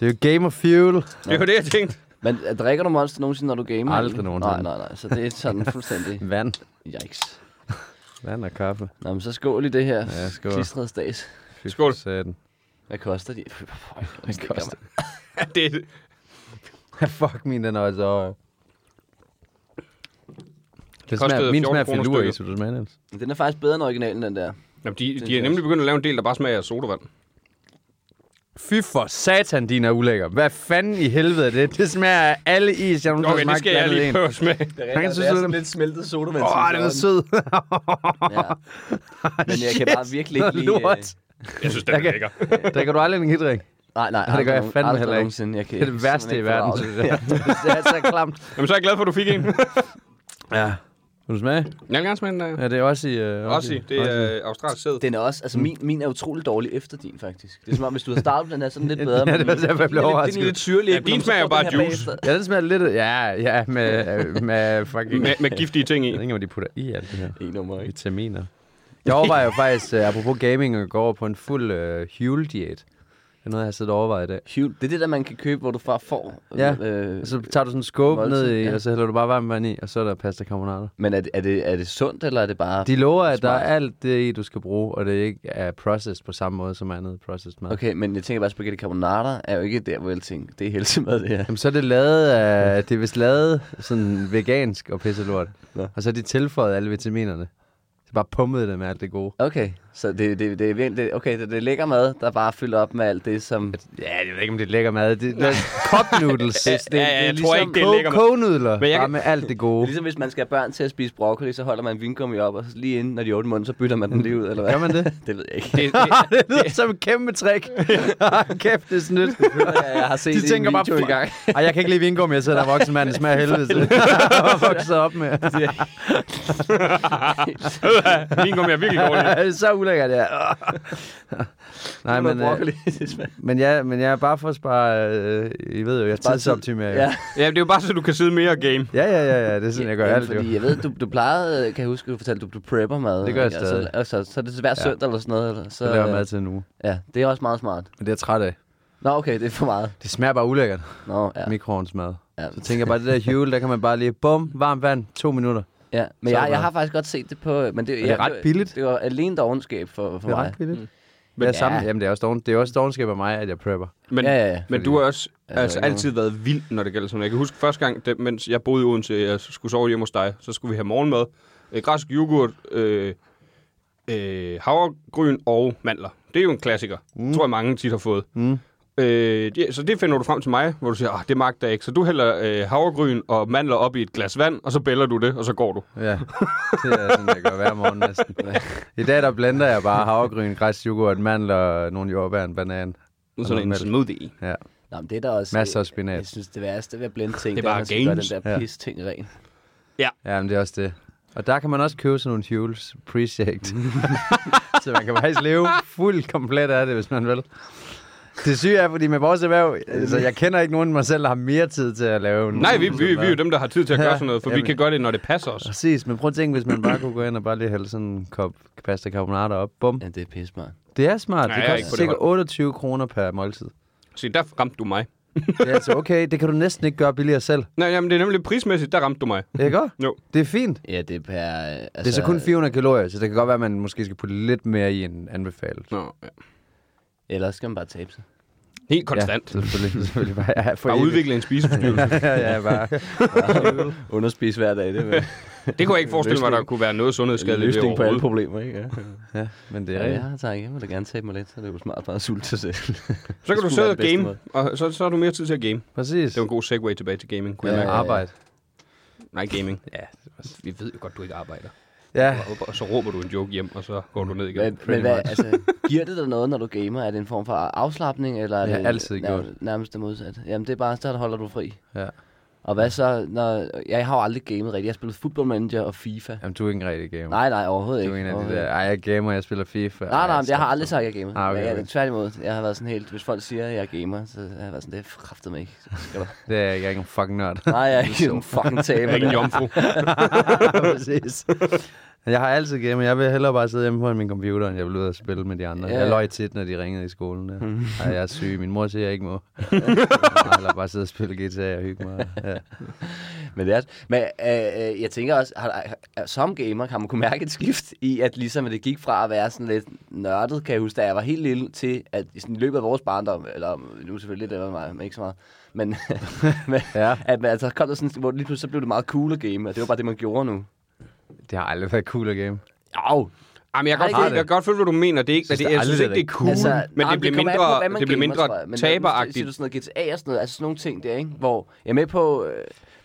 Speaker 8: Det er jo Game of Fuel.
Speaker 5: Det var det, jeg tænkte.
Speaker 4: Men øh, drikker du Monster nogensinde, når du gamer?
Speaker 8: Aldrig
Speaker 4: egentlig? Nej,
Speaker 8: nogensinde.
Speaker 4: nej, nej. Så det er sådan fuldstændig...
Speaker 8: Vand.
Speaker 4: Yikes.
Speaker 8: Vand og kaffe.
Speaker 4: Nå, men så skål i det her
Speaker 8: Ja, skål.
Speaker 4: klistrede stas.
Speaker 8: Fy
Speaker 5: Skål.
Speaker 8: Satan.
Speaker 4: Hvad koster de? Hvad
Speaker 8: koster-
Speaker 5: Det er det.
Speaker 8: Fuck min, den er altså høj. Det
Speaker 5: kostede
Speaker 8: smager, min
Speaker 5: 14
Speaker 8: smager
Speaker 5: kroner
Speaker 8: filur i,
Speaker 5: stykket.
Speaker 8: så du smager den.
Speaker 4: Den er faktisk bedre end originalen, den der.
Speaker 5: Jamen, de, de
Speaker 4: synes
Speaker 5: er
Speaker 4: jeg
Speaker 5: nemlig begyndt at lave en del, der bare smager af sodavand.
Speaker 8: Fy for satan, din er ulækker. Hvad fanden i helvede er det? Det smager af alle is, jeg nogensinde
Speaker 5: Okay, det
Speaker 8: smagt
Speaker 5: skal jeg
Speaker 8: blandet
Speaker 5: lige
Speaker 8: en.
Speaker 5: prøve at smage.
Speaker 8: Han kan synes, det
Speaker 6: lidt smeltet sodavand.
Speaker 8: Åh, den er sød.
Speaker 4: Ja. Men jeg kan bare virkelig ikke
Speaker 8: Shit,
Speaker 4: lide... øh,
Speaker 8: lort.
Speaker 5: Jeg synes, den er
Speaker 8: Okay.
Speaker 5: lækker.
Speaker 8: Drikker du aldrig en hildrik?
Speaker 4: Nej, nej.
Speaker 8: det gør jeg
Speaker 4: aldrig-
Speaker 8: fandme
Speaker 4: aldrig
Speaker 8: heller ikke.
Speaker 4: nogensinde. Jeg kan,
Speaker 8: Det er det værste i verden, synes jeg.
Speaker 4: det er så klamt.
Speaker 5: Jamen, så er jeg glad for, at du fik en.
Speaker 8: Ja. Vil du smage?
Speaker 5: Jeg vil gerne smage den der.
Speaker 8: Ja, det er også i... Uh,
Speaker 5: Også det er øh, australsk sæd.
Speaker 4: Den er også, altså min, min er utrolig dårlig efter din, faktisk. Det er som om, hvis du havde startet den her sådan lidt
Speaker 8: Ja,
Speaker 4: bedre.
Speaker 8: det er
Speaker 4: men-
Speaker 8: også derfor, jeg blev
Speaker 4: Den er lidt- Den
Speaker 8: overrasket.
Speaker 4: er lidt syrlig.
Speaker 5: Ja,
Speaker 4: men
Speaker 5: din
Speaker 4: så
Speaker 5: smager
Speaker 4: får
Speaker 5: bare
Speaker 4: den her
Speaker 5: juice.
Speaker 4: bagefter.
Speaker 8: Ja, den smager lidt... Ja, ja, med, øh, med fucking...
Speaker 5: Med, med giftige ting i.
Speaker 8: Jeg ved ikke, hvad de putter i alt det her.
Speaker 4: En nummer, ikke?
Speaker 8: Vitaminer. Jeg overvejer jo faktisk, uh, apropos gaming, at gå over på en fuld uh, Huel-diæt. Det er noget, jeg har siddet og overvejet i dag.
Speaker 4: Hul. Det er det der, man kan købe, hvor du bare får.
Speaker 8: Ja.
Speaker 4: Øh,
Speaker 8: Så tager du sådan en skåbe
Speaker 4: Voldsomt,
Speaker 8: ned i,
Speaker 4: ja.
Speaker 8: og så hælder du bare varmt vand i, og så er der pasta carbonara.
Speaker 4: men er det, er, det, er det sundt, eller er det bare...
Speaker 8: De lover, at der
Speaker 4: Smart.
Speaker 8: er alt det i, du skal bruge, og det ikke er processed på samme måde som andet processed mad. Okay.
Speaker 4: Okay, men jeg tænker bare, spaghetti carbonara er jo ikke der, hvor jeg tænker, det er helsemad, det her.
Speaker 8: Jamen, så er det lavet af, det er vist lavet sådan vegansk og pisse lort.
Speaker 4: Nå.
Speaker 8: Og så er de tilføjet alle vitaminerne. Så bare pumpede det med alt det gode.
Speaker 4: Okay, så det, det, det, er virkelig- det, okay, det, det er lækker mad, der bare er fyldt op med alt det, som...
Speaker 8: Ja, jeg ved ikke, om det er lækker mad. Det, det er cup noodles. det, det,
Speaker 5: ja, jeg tror ikke, det er lækker mad.
Speaker 8: Kognudler,
Speaker 5: Men jeg
Speaker 8: bare
Speaker 5: kan-
Speaker 8: med alt det gode.
Speaker 4: Ligesom hvis man skal have børn til at spise broccoli, så holder man vingummi op, og så lige inden, når de er otte måneder, så bytter man den lige ud, eller hvad?
Speaker 8: Gør man det?
Speaker 4: det ved jeg ikke.
Speaker 5: Det, det,
Speaker 8: det lyder som et kæmpe trick. Kæft, det er snydt.
Speaker 4: jeg, jeg har set
Speaker 8: De
Speaker 4: det i
Speaker 8: tænker
Speaker 4: en
Speaker 8: bare,
Speaker 4: video
Speaker 8: "Fuck."
Speaker 4: engang.
Speaker 8: Ej, jeg kan ikke lide vingummi, jeg sidder der voksen mand, det smager af helvede. til. Jeg har vokset op med.
Speaker 5: min kom jeg er virkelig dårlig.
Speaker 8: Det er så ulækkert, ja. Nej, men, øh, men, ja, men jeg er bare for at spare, øh, I ved jo, jeg tidsoptimerer.
Speaker 4: Ja,
Speaker 8: Ja.
Speaker 5: Ja, det er jo bare så, du kan sidde mere og game.
Speaker 8: ja, ja, ja, ja, det er sådan, jeg gør
Speaker 4: Jamen,
Speaker 8: alt jo.
Speaker 4: fordi jeg ved, du, du plejede, øh, kan jeg huske, du fortalte, du, du prepper mad.
Speaker 8: Det gør jeg
Speaker 4: ikke? Og
Speaker 8: stadig.
Speaker 4: Så, og så, så er det hver søndag eller sådan noget. Eller, så,
Speaker 8: Jeg laver
Speaker 4: øh,
Speaker 8: mad til en uge.
Speaker 4: Ja, det er også meget smart.
Speaker 8: Men det er jeg træt af.
Speaker 4: Nå, okay, det er for meget.
Speaker 8: Det smager bare ulækkert.
Speaker 4: Nå, ja.
Speaker 8: Ja. Mikroovnsmad.
Speaker 4: Ja.
Speaker 8: Så tænker jeg bare, det der hjul, der kan man bare lige, bum, varmt vand, to minutter.
Speaker 4: Ja, men
Speaker 8: Så
Speaker 4: jeg,
Speaker 8: meget.
Speaker 4: jeg har faktisk godt set det på... øh, Men det,
Speaker 8: det
Speaker 4: ja,
Speaker 8: ret
Speaker 4: var-
Speaker 8: billigt?
Speaker 4: Det var alene dogenskab for, for
Speaker 8: Det er
Speaker 4: mig.
Speaker 8: ret billigt. Mm. Men ja. sammen,
Speaker 4: ja.
Speaker 8: jamen, det er også, doven, det er også dovenskab af mig, at jeg prepper.
Speaker 5: Men,
Speaker 4: Ja, ja, ja.
Speaker 5: men du har også altså,
Speaker 4: ikke
Speaker 5: altid været vild, når det gælder sådan noget. Jeg kan huske første gang, det, mens jeg boede i Odense, jeg skulle sove hjemme hos dig, så skulle vi have morgenmad. Øh, græsk yoghurt, øh, øh, havregryn og mandler. Det er jo en klassiker. Mm. tror jeg, mange tit har fået. Mm. Øh, ja, så det finder du frem til mig, hvor du siger, at det magter jeg ikke. Så du hælder øh, havregryn og mandler op i et glas vand, og så bæller du det, og så går du.
Speaker 8: Ja, det er sådan, jeg gør hver morgen næsten. I dag, der blender jeg bare havregryn, græs, yoghurt, mandler, nogle jordbær, en banan.
Speaker 5: Nu sådan en
Speaker 8: mælk.
Speaker 5: smoothie i.
Speaker 8: Ja.
Speaker 4: Nå, men det er der også...
Speaker 8: Masser af
Speaker 4: Jeg, jeg
Speaker 8: spinat.
Speaker 4: synes, det værste ved at blende ting,
Speaker 5: Det er
Speaker 4: det er,
Speaker 5: bare
Speaker 4: at man skal gøre den
Speaker 5: gains.
Speaker 4: der
Speaker 8: Ja.
Speaker 4: pis-ting ren.
Speaker 8: Ja, men det er også det. Og der kan man også købe sådan nogle Hules Preject. så man kan faktisk leve fuldt komplet af det, hvis man vil. Det syge er, fordi med vores erhverv, altså, jeg kender ikke nogen mig selv, der har mere tid til at lave en
Speaker 5: Nej, vi, vi, vi er jo dem, der har tid til at gøre
Speaker 8: Ja,
Speaker 5: sådan noget, for vi
Speaker 8: jamen.
Speaker 5: kan gøre det, når det passer os.
Speaker 8: Præcis, men prøv at tænke, hvis man bare kunne gå ind og bare lige hælde sådan en kop pasta carbonara op. Bum.
Speaker 4: Ja, det er pis, man.
Speaker 8: Det er smart.
Speaker 5: Nej,
Speaker 8: det
Speaker 5: jeg er ikke på
Speaker 8: koster
Speaker 5: det
Speaker 8: cirka
Speaker 5: hold.
Speaker 8: 28 kroner per måltid.
Speaker 5: Se, der ramte du mig.
Speaker 8: Det er altså okay. Det kan du næsten ikke gøre billigere selv.
Speaker 5: Nej, jamen, det er nemlig prismæssigt, der ramte du mig.
Speaker 8: Det er godt.
Speaker 5: Jo.
Speaker 8: Det er fint.
Speaker 4: Ja, det er per... øh, Altså,
Speaker 8: Det er så kun 400 kalorier, så det kan godt være, at man måske skal putte lidt mere i en anbefalet.
Speaker 5: Nå, ja.
Speaker 4: Ellers skal man bare tabe sig.
Speaker 5: Helt konstant.
Speaker 8: Ja,
Speaker 5: Ja,
Speaker 8: selvfølgelig. selvfølgelig bare, ja, for
Speaker 5: bare
Speaker 8: evigt.
Speaker 5: udvikle en spiseforstyrrelse.
Speaker 8: ja, ja, bare.
Speaker 4: Underspise hver dag, det er
Speaker 5: det kunne jeg ikke forestille mig, der kunne være noget
Speaker 4: en
Speaker 5: sundhedsskadeligt ved
Speaker 4: løsning på alle
Speaker 5: overhovedet.
Speaker 4: problemer, ikke? Ja,
Speaker 8: Ja, men det er
Speaker 4: ja,
Speaker 8: rigtigt.
Speaker 4: ja tak. Jeg vil da gerne tabe mig lidt, så det er jo smart bare at sulte sig selv.
Speaker 5: Så kan du
Speaker 4: skulle
Speaker 5: sidde
Speaker 4: være
Speaker 5: og
Speaker 4: den bedste
Speaker 5: game, og så, så har du mere tid til at game.
Speaker 8: Præcis.
Speaker 5: Det var en god segue tilbage til gaming. Kunne
Speaker 8: Ja,
Speaker 5: jeg mærke.
Speaker 8: arbejde.
Speaker 5: Nej, gaming. Ja, vi ved jo godt, du ikke arbejder.
Speaker 8: Ja,
Speaker 5: Og- Og så råber du en joke hjem, og så går du ned igen.
Speaker 4: Men, men hvad, altså, giver det dig noget, når du gamer? Er det en form for afslappning, eller er
Speaker 8: Det har
Speaker 4: det
Speaker 8: altid gjort.
Speaker 4: nær, nærmest det modsatte? Jamen, det er bare, så holder du fri.
Speaker 8: ja.
Speaker 4: Og hvad så, når... Jeg har jo aldrig gamet rigtigt. Jeg har spillet Football Manager og FIFA.
Speaker 8: Jamen, du er ikke en rigtig gamer.
Speaker 4: Nej, nej, overhovedet
Speaker 8: Du
Speaker 4: ikke.
Speaker 8: er en af de
Speaker 4: overhovedet
Speaker 8: der,
Speaker 4: ikke.
Speaker 8: ej, jeg gamer, jeg spiller FIFA.
Speaker 4: Nej, nej,
Speaker 8: Ej,
Speaker 4: men jeg har
Speaker 8: stop,
Speaker 4: aldrig
Speaker 8: stop.
Speaker 4: sagt, at jeg gamer.
Speaker 8: Ah, okay,
Speaker 4: jeg,
Speaker 8: okay.
Speaker 4: tværtimod, jeg har været sådan helt... Hvis folk siger, at jeg er gamer, så har jeg været sådan, det er kraftet mig ikke. Skal du-
Speaker 8: Det er jeg ikke. Jeg er ikke en fucking nørd.
Speaker 4: Nej, jeg er ikke en fucking taber.
Speaker 5: Jeg er ikke en jomfru.
Speaker 8: Præcis. Jeg har altid gamet. Jeg vil hellere bare sidde hjemme foran min computer, end jeg vil ud og spille med de andre.
Speaker 4: Ja, Mm.
Speaker 8: Jeg
Speaker 4: ja.
Speaker 8: løj tit, når de ringede i skolen. Der. Ej, jeg er syg. Min mor siger, jeg ikke må. Jeg vil bare sidde og spille guitar og hygge mig. Ja.
Speaker 4: Men, det er, men øh, øh, jeg tænker også, har, har, som gamer kan man kunne mærke et skift i, at ligesom at det gik fra at være sådan lidt nørdet, kan jeg huske, da jeg var helt lille, til at i sådan, i løbet af vores barndom, eller nu er det selvfølgelig lidt af mig, men ikke så meget, men, men ja.
Speaker 8: Ja.
Speaker 4: at man, altså, kom der sådan, hvor lige pludselig så blev det meget cool at game, og det var bare det, man gjorde nu.
Speaker 8: Det har aldrig været cool at game.
Speaker 4: Jo,
Speaker 5: Jamen, jeg kan
Speaker 4: Nej,
Speaker 5: godt,
Speaker 4: det-
Speaker 5: følge- jeg kan godt følge, hvad du mener. Det er ikke, synes,
Speaker 8: Synes det
Speaker 5: det, jeg
Speaker 8: aldrig,
Speaker 5: synes ikke,
Speaker 8: det
Speaker 5: det
Speaker 8: er
Speaker 5: er cool, altså, men
Speaker 4: nej,
Speaker 5: det bliver
Speaker 4: kommer an
Speaker 5: mindre,
Speaker 4: hvad man
Speaker 5: det bliver
Speaker 4: gamer,
Speaker 5: mindre
Speaker 4: tror jeg. Men Nu siger
Speaker 5: taberagtigt.
Speaker 4: du sådan noget GTA og sådan noget, altså sådan nogle ting der, ikke? Hvor jeg er med på, øh,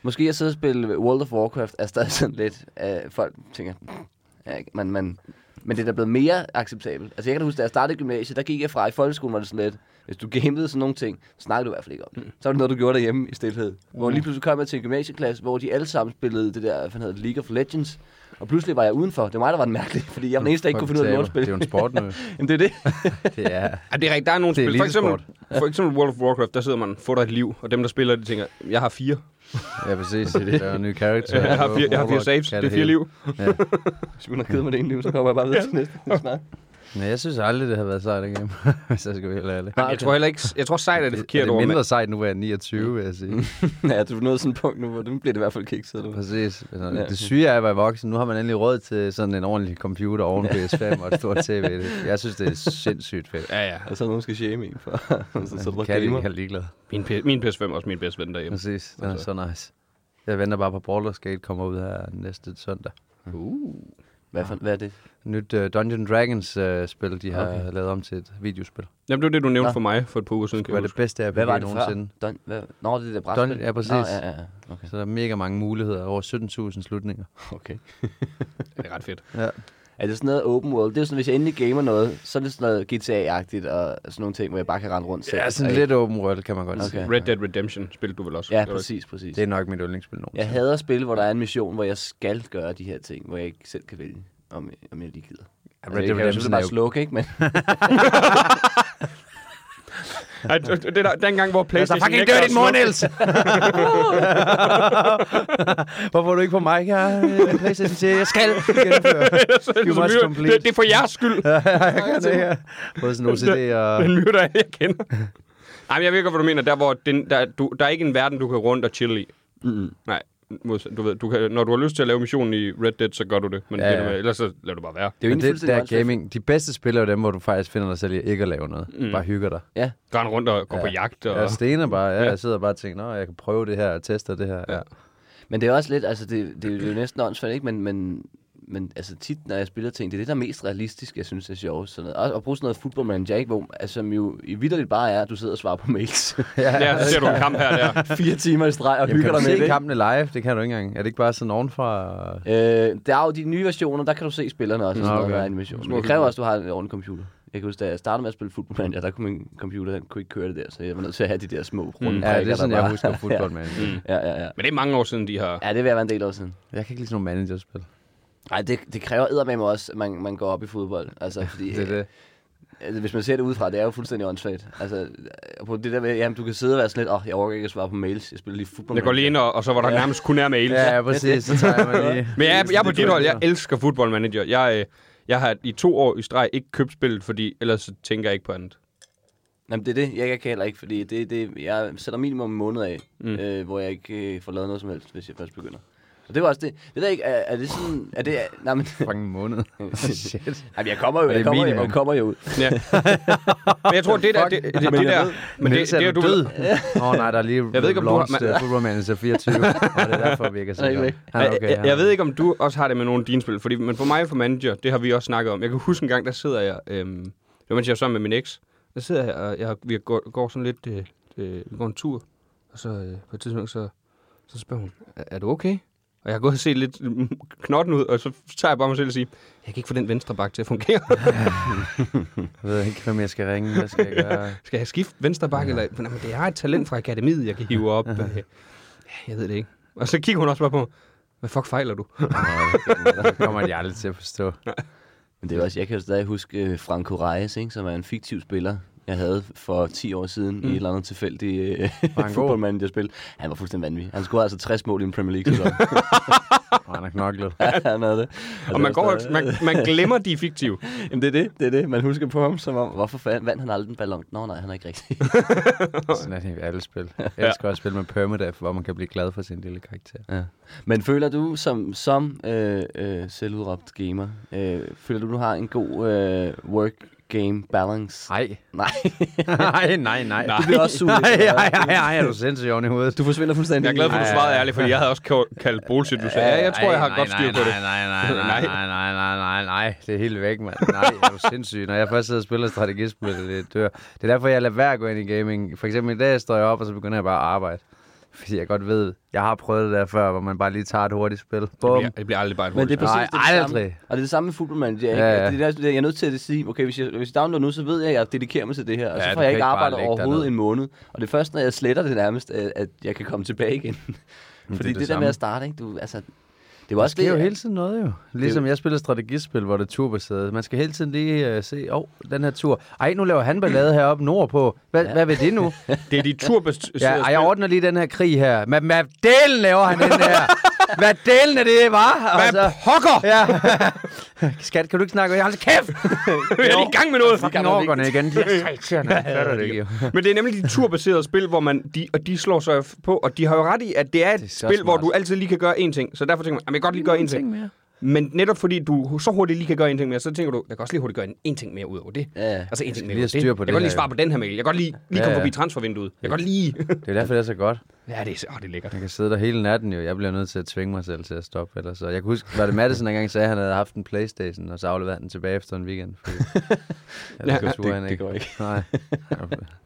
Speaker 4: måske at sidde og spille World of Warcraft er stadig sådan lidt, øh, folk tænker, ja, ikke? men, men, men det er da blevet mere acceptabelt. Altså jeg kan da huske, da jeg startede gymnasiet, der gik jeg fra, i folkeskolen var det sådan lidt, hvis du gamede sådan nogle ting, så snakkede du i hvert fald ikke om det. Så var det noget, du gjorde derhjemme i stilhed. Hvor lige pludselig kom jeg til en gymnasieklasse, hvor de alle sammen spillede det der, hvad fanden hedder det, League of Legends. Og pludselig var jeg udenfor. Det var mig, der var den mærkelige, fordi jeg var den eneste, der ikke kunne finde ud af
Speaker 8: Fucking
Speaker 4: lortespil.
Speaker 8: taber. Det er jo en sport nu.
Speaker 4: Jamen det er det.
Speaker 8: Det er...
Speaker 5: Ja, det er rigtigt. Der er nogle
Speaker 8: Det er
Speaker 5: spil. For eksempel,
Speaker 8: elitesport.
Speaker 5: for eksempel World of Warcraft, der sidder man, får dig et liv, og dem, der spiller, de tænker, jeg har fire.
Speaker 8: Ja, præcis. Det er jo en ny karakter.
Speaker 5: Jeg har fire, jeg har fire saves.
Speaker 8: Kan
Speaker 5: Det er fire
Speaker 8: hele.
Speaker 5: liv.
Speaker 4: Hvis man har kedet med det ene liv, så kommer jeg bare videre til næste. Det snak.
Speaker 8: Men jeg synes aldrig, det har været sejt at game. Hvis jeg skal være helt ærlig.
Speaker 5: Jeg tror heller ikke... Jeg tror sejt er det
Speaker 8: Er
Speaker 5: forkerte
Speaker 8: det
Speaker 5: ord,
Speaker 8: mindre
Speaker 5: men
Speaker 8: sejt nu, hvor jeg er 29, vil jeg sige.
Speaker 4: ja, du er nået sådan et punkt nu, hvor nu bliver det i hvert fald kikset. Du.
Speaker 8: Præcis. Altså,
Speaker 4: Ja.
Speaker 8: ja. Det syge er at være voksen. Nu har man endelig råd til sådan en ordentlig computer oven PS5 og et stort tv. Det- Jeg synes, det er sindssygt fedt.
Speaker 5: Ja, ja.
Speaker 4: Og så er der Altså, nogen, der skal shame en for. så, så er du bare
Speaker 8: Kan jeg
Speaker 4: gamer.
Speaker 8: ikke ligeglad.
Speaker 5: Min, P- min PS5 er også min bedste ven derhjemme.
Speaker 8: Præcis. Den er
Speaker 5: Altså.
Speaker 8: så nice. Jeg venter bare på Baldur's Gate kommer ud her næste søndag.
Speaker 4: Hvad, for, hvad er det?
Speaker 8: Nyt uh, Dungeon Dragons uh, spil, de har okay. lavet om til et videospil.
Speaker 5: Jamen, det var det, du nævnte
Speaker 4: Nå.
Speaker 5: for mig for et par uger siden.
Speaker 8: Det
Speaker 5: Kan
Speaker 8: var
Speaker 5: jeg
Speaker 8: det
Speaker 5: huske.
Speaker 8: bedste RPG
Speaker 4: Hvad var det
Speaker 8: nogensinde.
Speaker 4: før? Don, hvad? Nå, det er det brætspil.
Speaker 8: Don, ja, præcis.
Speaker 4: Nå, ja, ja, ja. Okay.
Speaker 8: Så der er mega mange muligheder. Over 17.000 slutninger.
Speaker 4: okay.
Speaker 5: det er ret fedt.
Speaker 8: Ja.
Speaker 4: Er det sådan noget open world? Det er jo sådan, hvis jeg endelig gamer noget, så er det sådan noget GTA-agtigt og sådan nogle ting, hvor jeg bare kan rende rundt selv.
Speaker 8: ja, sådan
Speaker 4: Og ikke-
Speaker 8: lidt open world, kan man godt okay. sige.
Speaker 4: Okay.
Speaker 5: Red Dead Redemption spilte du vel også?
Speaker 4: Ja,
Speaker 5: Det var-
Speaker 4: præcis, præcis.
Speaker 8: Det er nok mit yndlingsspil nogensinde.
Speaker 4: Jeg hader spil, hvor der er en mission, hvor jeg skal gøre de her ting, hvor jeg ikke selv kan vælge, om jeg, om jeg lige gider.
Speaker 8: Ja,
Speaker 4: Altså, jeg kan jo selvfølgelig
Speaker 8: er
Speaker 4: bare
Speaker 8: jo-
Speaker 4: slukke, ikke? Men
Speaker 5: Ej, det- det er den gang, hvor PlayStation...
Speaker 8: Altså, fucking
Speaker 5: nægter
Speaker 8: dør
Speaker 5: at
Speaker 8: dit mor,
Speaker 5: slukke.
Speaker 8: Niels! Hvorfor er du ikke på mig her? Øh, PlayStation siger, jeg skal gennemføre. You
Speaker 5: Så
Speaker 8: must
Speaker 5: myre-
Speaker 8: complete.
Speaker 5: Det, det er for jeres skyld.
Speaker 8: jeg kan det her. Både sådan OCD og...
Speaker 5: Den myre, der er, jeg kender. Ej, men jeg ved godt, hvad du mener. Der, hvor den, der, du, der er ikke en verden, du kan rundt og chille i. Mm. Nej, modsat. du ved, du kan, når du har lyst til at lave missionen i Red Dead, så gør du det. Men
Speaker 8: Ja,
Speaker 5: ja,
Speaker 8: ja.
Speaker 5: ja. ellers så lader du bare være.
Speaker 4: det er jo
Speaker 8: Men
Speaker 4: egentlig
Speaker 8: det der
Speaker 4: fuldstændig
Speaker 8: gaming, de bedste spil er jo dem, hvor du faktisk finder dig selv i ikke at lave noget. Mm. Bare hygger dig.
Speaker 4: Ja,
Speaker 5: Rende rundt og gå ja. på jagt. Og...
Speaker 8: Jeg stener bare. Ja, jeg sidder bare og tænker, nå, jeg kan prøve det her og teste det her. Ja.
Speaker 4: Men det er også lidt, altså det, det, er jo- det er jo næsten åndssvagt, ikke? Men, men, men altså tit, når jeg spiller ting, det er det, der er mest realistisk, jeg synes er sjovt. Sådan noget. Også at bruge sådan noget football manager, ikke? Hvor, altså, som jo i vidderligt bare er, at du sidder og svarer på mails.
Speaker 5: Ja, så ser du en kamp her og der.
Speaker 4: Fire timer i streg og
Speaker 8: Jamen,
Speaker 4: hygger
Speaker 8: kan du
Speaker 4: dig med det.
Speaker 8: se
Speaker 4: ikke?
Speaker 8: kampene live? Det kan du ikke engang. Er det ikke bare sådan ovenfra?
Speaker 4: Øh, der er jo de nye versioner, der kan du se spillerne også, og sådan
Speaker 8: okay.
Speaker 4: okay. noget med animation. Men det kræver også, at du har en ordentlig computer. Jeg kan huske, da jeg startede med at spille Football Manager, der kunne min computer, den kunne ikke køre det der, så jeg var nødt til at have de der små runde mm.
Speaker 8: Ja, det er sådan, jeg husker football, man. Mm.
Speaker 4: Ja, ja, ja.
Speaker 5: Men det er mange år siden, de har...
Speaker 4: Ja, det vil jeg være en del år siden.
Speaker 8: Jeg kan ikke lide sådan nogle managerspil.
Speaker 4: Nej, det, det kræver eddermame også, at man, man går op i fodbold. Altså, fordi,
Speaker 8: Det er det.
Speaker 4: Altså, hvis man ser det udefra, det er jo fuldstændig åndssvagt. Altså, og på det der med, jamen, du kan sidde og være sådan lidt, åh, oh, jeg overgår ikke at svare på mails, jeg spiller lige fodbold.
Speaker 5: Jeg går lige ind, og, og så var der nærmest kun er mails.
Speaker 8: Ja, ja, præcis. Så tager jeg mig lige.
Speaker 5: Men jeg, er- jeg er på
Speaker 8: Det
Speaker 5: dit
Speaker 8: kunne
Speaker 5: hold.
Speaker 8: jeg
Speaker 5: Jeg elsker Football Manager. Jeg, øh, jeg har i to år i streg ikke købt spillet, fordi ellers så tænker jeg ikke på andet.
Speaker 4: Jamen, det er det, jeg, jeg kan heller ikke, fordi det, det, jeg sætter minimum en måned af, mm. øh, hvor jeg ikke øh, får lavet noget som helst, hvis jeg først begynder. Og det var også det. Det der ikke, er, er det sådan, er det, nej, men,
Speaker 8: Fucking en måned. Shit.
Speaker 4: jamen, jeg kommer jo,
Speaker 8: det
Speaker 4: jeg kommer, jo,
Speaker 8: minimum?
Speaker 4: jeg kommer jo ud.
Speaker 5: Ja. Men jeg tror, det der... Det, det, det, det der
Speaker 8: Men det, det, er du død. Åh oh, nej, der er lige
Speaker 5: Jeg ved ikke, om du har-
Speaker 8: launched
Speaker 5: man-
Speaker 8: øh, Football Manager 24, og det er derfor, vi ikke er sådan
Speaker 4: Nej,
Speaker 8: godt.
Speaker 4: ikke.
Speaker 8: Han er Ah, okay,
Speaker 5: jeg,
Speaker 8: han
Speaker 5: jeg
Speaker 8: er
Speaker 5: ved ikke, om du også har det med nogle af dine spil, fordi, men for mig for manager, det har vi også snakket om. Jeg kan huske en gang, der sidder jeg, øhm, det var mens jeg var sammen med min eks, der sidder jeg, og jeg, vi går, går sådan lidt, øh, øh, vi går en tur, og så øh, på et tidspunkt, så, så spørger hun, er, er du okay? Og jeg har gået og set lidt mm, knotten ud, og så tager jeg bare mig selv og siger, jeg kan ikke få den venstre bak til at fungere.
Speaker 8: Jeg ved ikke, hvem jeg skal ringe. Hvad skal jeg gøre?
Speaker 5: Skal jeg skifte venstre bak? Ja. Eller, nej, men det er et talent fra akademiet, jeg kan hive op. Øh, jeg ved det ikke. Og så kigger hun også bare på mig. Hvad fuck fejler du?
Speaker 8: Det kommer de aldrig til at forstå.
Speaker 4: Men det er også, jeg kan jo stadig huske øh, Franco Reyes, ikke, som er en fiktiv spiller, jeg havde for 10 år siden mm. i et eller andet tilfældigt øh,
Speaker 8: god?
Speaker 4: fodboldmanagerspil. Han var fuldstændig vanvittig. Han scorede altså 60 mål i en Premier League. sæson.
Speaker 8: Og han har knoklet.
Speaker 4: han havde det.
Speaker 5: og man,
Speaker 4: det
Speaker 5: går,
Speaker 4: var
Speaker 5: jo- man, man glemmer, de er fiktive.
Speaker 4: stadig- Jamen, det er det, det er det. Man husker på ham som om, hvorfor fanden vandt han aldrig en ballon? Nå nej, han er ikke rigtig.
Speaker 8: Sådan er det i alle spil. Jeg elsker at spille med Permadef, hvor man kan blive glad for sin lille karakter.
Speaker 4: Men føler du som, som øh, øh, selvudråbt gamer, øh, føler du, du har en god øh, work-game balance?
Speaker 8: Nej.
Speaker 4: Nej.
Speaker 8: nej, nej, nej.
Speaker 4: Du bliver også suget.
Speaker 8: Nej, nej, nej, nej, er du sindssyg oven i hovedet?
Speaker 4: Du forsvinder fuldstændig.
Speaker 5: Jeg er glad for, at du
Speaker 4: Nej.
Speaker 5: svarede ærligt, fordi jeg havde også kaldt- kaldt bullshit, du sagde. Ja, jeg tror, jeg har
Speaker 8: Ej,
Speaker 5: godt
Speaker 8: nej,
Speaker 5: styr på det.
Speaker 8: Nej, nej, nej, nej, nej, nej, nej, nej, nej. Det er helt væk, mand. Nej, er du sindssyg. Når jeg først sidder og spiller strategispil, det er det dør. Det er derfor, jeg lader være at gå ind i gaming. For eksempel i dag står jeg op, og så begynder jeg bare at arbejde. Fordi jeg godt ved, jeg har prøvet det der før, hvor man bare lige tager et hurtigt spil. Bum.
Speaker 5: Ja, Det bliver aldrig bare et
Speaker 4: Men det
Speaker 5: hurtigt
Speaker 4: er præcis
Speaker 8: Nej,
Speaker 4: det, er det samme.
Speaker 8: aldrig.
Speaker 4: Og det er det samme med Football Manager. Ikke?
Speaker 8: Ja, ja.
Speaker 4: Ja, ja. Det er, der- jeg er nødt til at sige, okay, hvis jeg, hvis jeg downloader nu, så ved jeg, at jeg dedikerer mig til det her. Og
Speaker 8: Ja,
Speaker 4: så
Speaker 8: du
Speaker 4: får
Speaker 8: kan
Speaker 4: jeg
Speaker 8: ikke
Speaker 4: ikke
Speaker 8: bare
Speaker 4: arbejdet
Speaker 8: lægge dig
Speaker 4: overhovedet
Speaker 8: ned.
Speaker 4: en måned. Og det er først, når jeg sletter det nærmest, at at jeg kan komme tilbage igen. Fordi det,
Speaker 8: det
Speaker 4: det, det der
Speaker 8: samme.
Speaker 4: med at starte, ikke? Du, altså, det var
Speaker 8: Der
Speaker 4: også
Speaker 8: sker jo
Speaker 4: det,
Speaker 8: hele tiden noget jo. Ligesom jeg spiller strategispil, hvor det er turbaseret. Man skal hele tiden lige øh, se, åh, oh, den her tur. Ej, nu laver han ballade heroppe nordpå. Hvad, ja. hvad vil det nu?
Speaker 5: Det er de turbaserede
Speaker 8: Ja, og jeg ordner lige den her krig her. Men hvad delen laver han den her? Hvad delen er det, var? Altså,
Speaker 5: Hvad pokker?
Speaker 8: Ja. Skat, kan du ikke snakke? Jeg har altså kæft! Altså,
Speaker 5: Vi er lige i gang med noget.
Speaker 8: Fucking overgående igen. De er så irriterende. Jeg fatter det ikke, jo.
Speaker 5: Men det er nemlig de turbaserede spil, hvor man, de, og de slår sig på, og de har jo ret i, at det er et det er
Speaker 8: er så
Speaker 5: spil, smart. hvor
Speaker 8: smart.
Speaker 5: du altid lige kan gøre én ting. Så derfor tænker man, "Jamen, jeg kan godt lige gøre én ting.
Speaker 8: mere.
Speaker 5: Men netop fordi du så hurtigt lige kan gøre én ting mere, så tænker du, jeg kan også lige hurtigt gøre en, en ting mere ud over det.
Speaker 4: Ja, ja.
Speaker 5: Altså en ting mere
Speaker 8: lige
Speaker 5: ud over
Speaker 8: have styr på
Speaker 5: Jeg
Speaker 8: det
Speaker 5: kan godt
Speaker 8: her,
Speaker 5: lige svare
Speaker 8: jo.
Speaker 5: på den her mail. Jeg kan godt lige, lige
Speaker 8: Ja,
Speaker 5: komme
Speaker 8: ja.
Speaker 5: forbi transfervinduet. Jeg kan godt lige...
Speaker 8: Det er derfor, det er så godt.
Speaker 5: ja, det er, så- åh, det er lækkert.
Speaker 8: Jeg kan sidde der hele natten jo. Jeg bliver nødt til at tvinge mig selv til at stoppe. Eller så. Jeg kan huske, var det Madison engang sagde, at han havde haft en Playstation, og så afleverede han den tilbage efter en weekend. Fordi... ja, det, skulle han
Speaker 4: det går ikke.
Speaker 8: Nej.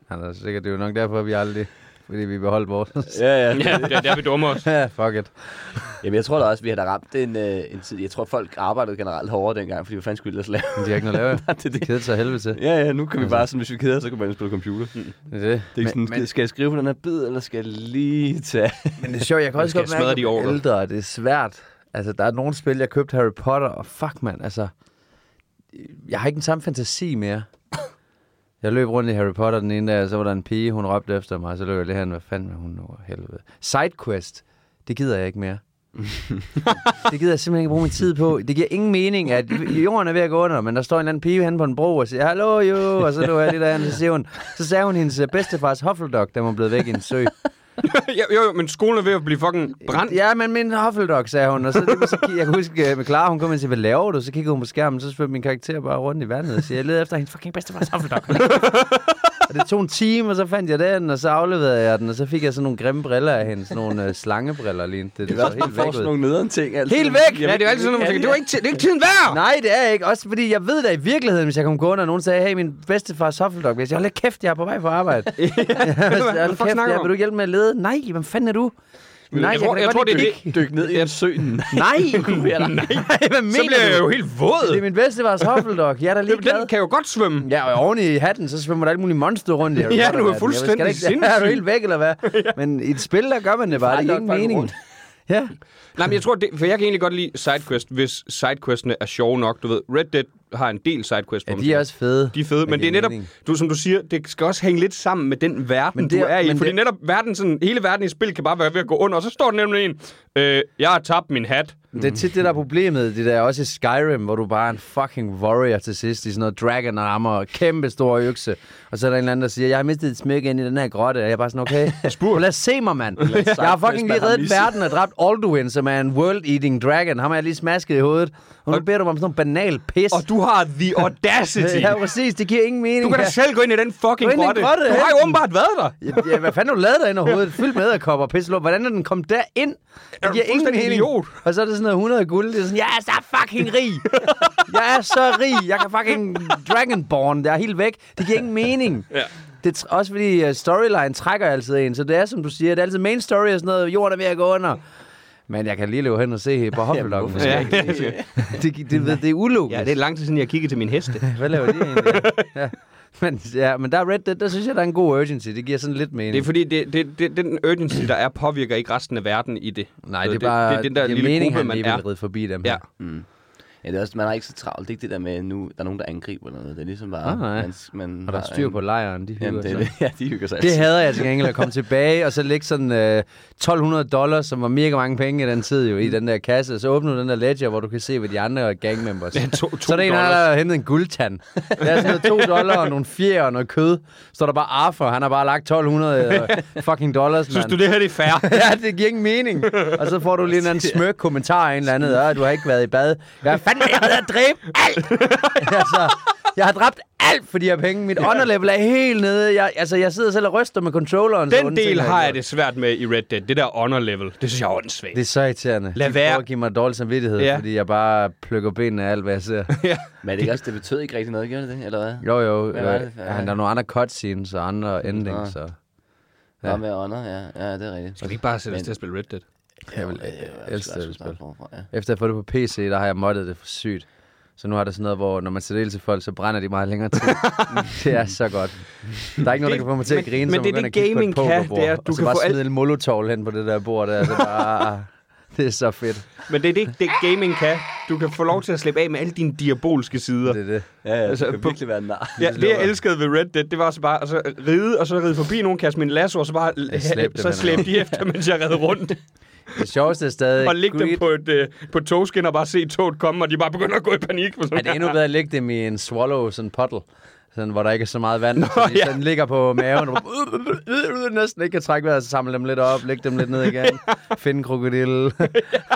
Speaker 8: Han er sikkert, det er jo nok derfor, vi aldrig... Fordi vi beholdt vores.
Speaker 4: Ja, ja.
Speaker 5: Ja, det er der, vi dummer os.
Speaker 8: ja, fuck it.
Speaker 4: Jamen, jeg tror da også, vi har da ramt en, øh, en tid. Jeg tror, folk arbejdede generelt hårdere dengang, fordi hvad fanden skulle vi ellers lave?
Speaker 8: Men de har ikke Altså. noget at lave.
Speaker 4: Nej, det er
Speaker 8: De
Speaker 4: det.
Speaker 8: keder sig af helvede til.
Speaker 4: Ja, ja, nu kan vi bare, sådan, hvis vi keder, så kan man spille computer.
Speaker 8: Det er det.
Speaker 4: Det er ikke sådan, men, skal jeg skrive på den her bid, eller skal jeg lige tage...
Speaker 8: Men det er sjovt, jeg kan også
Speaker 5: skal
Speaker 8: godt
Speaker 5: smadre de
Speaker 8: mærke, at jeg
Speaker 5: ordre.
Speaker 8: bliver ældre, det er svært. Altså, der er nogle spil, jeg købte Harry Potter, og fuck, mand, altså... Jeg har ikke den samme fantasi mere. Jeg løb rundt i Harry Potter den ene dag, og så var der en pige, hun råbte efter mig, og så løb jeg lige hen, hvad fanden er hun nu, helvede. Sidequest, det gider jeg ikke mere. det gider jeg simpelthen ikke bruge min tid på. Det giver ingen mening, at jorden er ved at gå under, men der står en eller anden pige henne på en bro og siger, hallo jo, og så løber jeg lige derhen, og så siger hun, så sagde hun hendes øh, bedstefars Hufflepuff, der var blevet væk i en sø.
Speaker 5: Ja, jo, jo, men skolen er ved at blive fucking brændt.
Speaker 8: Ja, men min Hufflepuff, sagde hun. Og så, så kig- jeg kan huske, øh, med Clara, hun kom ind og sagde, hvad laver du? Så kiggede hun på skærmen, så svømmede min karakter bare rundt i vandet og siger, jeg leder efter hendes fucking bedste Hufflepuff. og det tog en time, og så fandt jeg den, og så afleverede jeg den, og så fik jeg sådan nogle grimme briller af hende, sådan nogle øh, slangebriller lige. Det, det var helt væk ud.
Speaker 4: nogle nederen ting, altså.
Speaker 8: Helt væk!
Speaker 5: Ja, det er jo altid sådan, at man tænker, det er jo ikke, ti- det er ikke tiden værd!
Speaker 8: Nej, det er jeg ikke. Også fordi jeg ved da i virkeligheden, hvis jeg kom gående, og nogen sagde, hey, min bedstefars Hufflepuff, hvis jeg holder kæft, jeg er på vej på arbejde. ja,
Speaker 5: Hvad
Speaker 8: altså, hold
Speaker 5: fuck snakker
Speaker 8: kæft,
Speaker 5: du
Speaker 8: ja,
Speaker 5: om?
Speaker 8: vil du ikke hjælpe med at lede? Nej, hvem fanden er du? Nej,
Speaker 5: jeg tror,
Speaker 8: kan da
Speaker 5: jeg
Speaker 8: godt
Speaker 5: tror, det
Speaker 8: lide
Speaker 5: er
Speaker 8: dykke."
Speaker 5: det,
Speaker 4: Dyk ned i en sø. Nej.
Speaker 8: Nej,
Speaker 5: Nej,
Speaker 8: hvad mener
Speaker 5: så bliver jeg
Speaker 8: du?
Speaker 5: jo helt våd.
Speaker 8: Det er min bedstefars Hufflepuff. Jeg er da lige
Speaker 5: Den
Speaker 8: glad.
Speaker 5: kan jo godt svømme.
Speaker 8: Ja, og oven i hatten, så svømmer der alle mulige monster rundt. i Harry
Speaker 5: Ja,
Speaker 8: Potter-verdenen.
Speaker 5: du er
Speaker 8: Jeg ved
Speaker 5: fuldstændig
Speaker 8: sgu da ikke- Er du
Speaker 5: sindssyg.
Speaker 8: helt væk, eller hvad? Men i et spil, der gør man det bare. Det giver
Speaker 4: nok
Speaker 8: ingen
Speaker 4: bare
Speaker 8: mening.
Speaker 4: rundt.
Speaker 8: Ja.
Speaker 5: Nej, men jeg tror, det, for jeg kan egentlig godt lide sidequest, hvis sidequestene er sjove nok. Du ved, Red Dead har en del sidequests. hvor
Speaker 8: ja,
Speaker 5: man
Speaker 8: de er
Speaker 5: tænker,
Speaker 8: også fede.
Speaker 5: de er fede, men, det er
Speaker 8: giver
Speaker 5: netop,
Speaker 8: mening.
Speaker 5: du, som du siger, det skal også hænge lidt sammen med den verden,
Speaker 8: Men
Speaker 5: det,
Speaker 8: det
Speaker 5: du
Speaker 8: er-
Speaker 5: er i.
Speaker 8: men
Speaker 5: Fordi
Speaker 8: det-
Speaker 5: netop verden, sådan, hele verden i spil kan bare være ved at gå under, og så står der nemlig en, øh, jeg har tabt min hat.
Speaker 8: Det er tit det, der er problemet. Det der også i Skyrim, hvor du bare er en fucking warrior til sidst i sådan noget dragon armor og kæmpe store økse. Og så er der en eller anden, der siger, jeg har mistet et smykke ind i den her grotte. Og jeg er bare sådan, okay, Spur. lad os se mig, mand. jeg har fucking lige reddet verden og dræbt Alduin, som er en world-eating dragon. Ham har jeg lige smasket i hovedet. Og nu beder du mig om sådan noget banal pis.
Speaker 5: Og du har the audacity.
Speaker 8: Ja, præcis. Det giver ingen mening.
Speaker 5: Du kan da selv gå ind i den fucking
Speaker 8: Gå ind i den
Speaker 5: grotte.
Speaker 8: grotte,
Speaker 5: Du har
Speaker 8: ja.
Speaker 5: jo åbenbart været der.
Speaker 8: ja, hvad fanden har du lavet derinde overhovedet? Fyldt med æderkopper og pisselum. Hvordan er den kommet derind?
Speaker 5: du
Speaker 8: Det giver ingen
Speaker 5: fuldstændig
Speaker 8: mening.
Speaker 5: idiot?
Speaker 8: Og så er det sådan noget 100 guld. Det er sådan, jeg er så fucking rig. jeg er så rig. Jeg kan fucking Dragonborn. Jeg er helt væk. Det giver ingen mening.
Speaker 5: Ja.
Speaker 8: Det er tr- også fordi øh, storyline trækker altid en, så det er som du siger, det er altid main story og sådan noget, jorden er ved at gå under. Men jeg kan lige løbe hen og se øh, på hoppelokken.
Speaker 4: hvorfor
Speaker 5: Ja.
Speaker 8: det, det, det, det er ulogisk.
Speaker 5: ja, det er lang tid siden, jeg kiggede til min heste.
Speaker 8: Hvad laver de egentlig? Ja. men, ja, men der er Red Dead, der synes jeg, der er en god urgency. Det giver sådan lidt mening.
Speaker 5: Det er fordi, det, det, det, den urgency, der er, påvirker ikke resten af verden i det.
Speaker 8: Nej,
Speaker 5: Så
Speaker 8: det er bare
Speaker 5: det, det er den der lille
Speaker 8: mening,
Speaker 5: gruppe,
Speaker 8: han
Speaker 5: man
Speaker 8: lige vil
Speaker 5: er.
Speaker 8: ride forbi dem
Speaker 5: Ja.
Speaker 8: her.
Speaker 4: Ja, det er også, man har ikke så travlt. Det er ikke det der med, nu der er nogen, der angriber eller noget. Det er ligesom bare...
Speaker 8: Ah, nej.
Speaker 4: man, man
Speaker 8: Og der er
Speaker 4: har
Speaker 8: styr
Speaker 4: en-
Speaker 8: på lejren, de hygger
Speaker 4: Jamen, det, er
Speaker 8: sig.
Speaker 4: det, ja, de hygger sig.
Speaker 8: Det
Speaker 4: altid.
Speaker 8: hader jeg til gengæld at komme tilbage, og så lægge sådan øh, 1200 dollars, som var mega mange penge i den tid jo, i den der kasse. Og så åbner du den der ledger, hvor du kan se, hvad de andre gangmembers. Ja,
Speaker 5: to- to
Speaker 8: så er der en, her, der
Speaker 5: dollars.
Speaker 8: har hentet en guldtand. Der er sådan noget 2 dollar og nogle fjer og noget kød. Så står der bare Arthur, han har bare lagt 1200 øh, fucking dollars,
Speaker 5: Synes
Speaker 8: mand.
Speaker 5: du, det her det er fair?
Speaker 8: Ja, det giver ingen mening. Og så får du lige en eller anden smøk kommentar af en eller anden. Øh, du har ikke været i bad. Hvad fanden jeg har dræbt alt? altså, jeg har dræbt alt for de her penge. Mit underlevel er helt nede. Jeg, altså, jeg sidder selv og ryster med controlleren. så
Speaker 5: Den
Speaker 8: onde ting,
Speaker 5: del har jeg
Speaker 8: gjort.
Speaker 5: det svært med i Red Dead. Det der honor level, det synes jeg er åndssvagt.
Speaker 8: Det er så irriterende.
Speaker 5: Lad
Speaker 8: De
Speaker 5: være.
Speaker 8: prøver at give mig dårlig samvittighed,
Speaker 5: Ja.
Speaker 8: ja. fordi jeg bare plukker benene af alt, hvad jeg ser.
Speaker 4: Men er det ikke også, det betød ikke rigtig noget, gjorde det det? Eller hvad?
Speaker 8: Jo, jo.
Speaker 4: Hvad var
Speaker 8: Øh,
Speaker 4: det for-
Speaker 8: ja, der er nogle andre cutscenes og andre endings. Og...
Speaker 4: Ja. med honor, ja. Ja, det er rigtigt.
Speaker 5: Skal vi ikke bare sætte os til at spille Red Dead?
Speaker 8: Jeg vil øh, elske det spil.
Speaker 4: Ja.
Speaker 8: Efter jeg har fået det på PC, der har jeg moddet det for sygt. Så nu har det sådan noget, hvor når man sætter ild til folk, så brænder de meget længere tid. det er så godt. Der er ikke noget, der kan få mig til at
Speaker 5: men-
Speaker 8: grine,
Speaker 5: men
Speaker 8: så
Speaker 5: det er det,
Speaker 8: man begynder at kigge
Speaker 5: gaming
Speaker 8: på et
Speaker 5: kan,
Speaker 8: pokerbord,
Speaker 5: det er, at
Speaker 8: og
Speaker 5: du
Speaker 8: så
Speaker 5: kan
Speaker 8: bare
Speaker 5: få alt-
Speaker 8: smide en molotov hen på det der bord der. Så bare, det er så fedt.
Speaker 5: Men det er det, det gaming kan. Du kan få lov til at slippe af med alle dine diabolske sider.
Speaker 8: Det er det.
Speaker 6: Ja, ja,
Speaker 5: Altså,
Speaker 6: altså, det kan
Speaker 5: på-
Speaker 6: virkelig være en nar.
Speaker 5: Ja, det jeg elskede ved Red Dead, det var altså bare altså, ride, og så ride forbi nogen, kaste min lasso, og så bare
Speaker 8: Jeg slæbte
Speaker 5: så
Speaker 8: dem
Speaker 5: slæb de efter, mens jeg redde rundt.
Speaker 8: Det sjoveste er stadig...
Speaker 5: og lægge dem
Speaker 8: Greed-
Speaker 5: på et, øh, på et togskin og bare se toget komme, og de bare begynder at gå i panik. Og sådan.
Speaker 8: Ej, det er endnu bedre at lægge dem i en swallow, sådan en puddle. Sådan, hvor der ikke er så meget vand. Nå,
Speaker 5: ja.
Speaker 8: ja. Den ligger på maven, og du næsten ikke kan trække vejret, så samle dem lidt op, lægge dem lidt ned igen, finde en krokodille,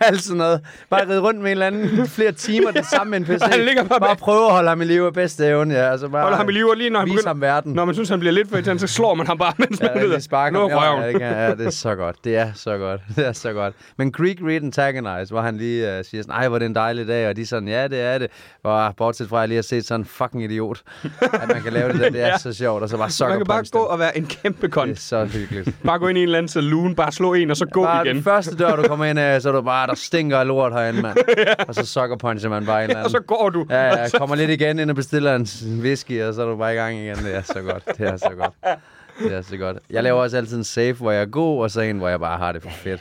Speaker 8: alt sådan noget. Bare ride rundt med en eller anden flere timer, den samme NPC.
Speaker 5: Og han ligger bare
Speaker 8: bare
Speaker 5: bag-
Speaker 8: prøve at holde ham i live af bedste evne, ja. Altså bare
Speaker 5: Holder ham i live, og lige når han
Speaker 8: vise
Speaker 5: begynder-
Speaker 8: ham verden.
Speaker 5: Når man synes, han bliver lidt for irriterende, så slår man ham bare, mens man
Speaker 8: Ja, det er spark.
Speaker 5: Nu er
Speaker 8: ja, ja,
Speaker 5: røven.
Speaker 8: det kan, ja, det er så godt. Det er så godt. Det er så godt. Men Greek Read Antagonize, hvor han lige uh, siger sådan, ej, hvor er det en dejlig dag, og de er sådan, ja, det er det. Og bortset fra, at jeg lige har set sådan en fucking idiot, at man kan lave det der, det er
Speaker 5: Ja.
Speaker 8: så sjovt, og så bare
Speaker 5: Man
Speaker 8: sucker
Speaker 5: kan bare
Speaker 8: punch dem.
Speaker 5: gå og være en kæmpe
Speaker 8: Det er
Speaker 5: kont.
Speaker 8: så hyggeligt.
Speaker 5: Bare gå ind i en eller anden saloon, bare slå en, og så gå
Speaker 8: Bare
Speaker 5: igen.
Speaker 8: den første dør, du kommer ind af, så er du bare, der stinker af lort herinde, mand. Og så sucker puncher man bare en eller
Speaker 5: Og så
Speaker 8: anden.
Speaker 5: går du.
Speaker 8: Ja, ja,
Speaker 5: og så-
Speaker 8: kommer lidt igen ind og bestiller en whisky, og så er du bare i gang igen. Det er så godt. Det er så godt. Det er så godt. Jeg laver også altid en save, hvor jeg er god, og så en, hvor jeg bare har det for fedt.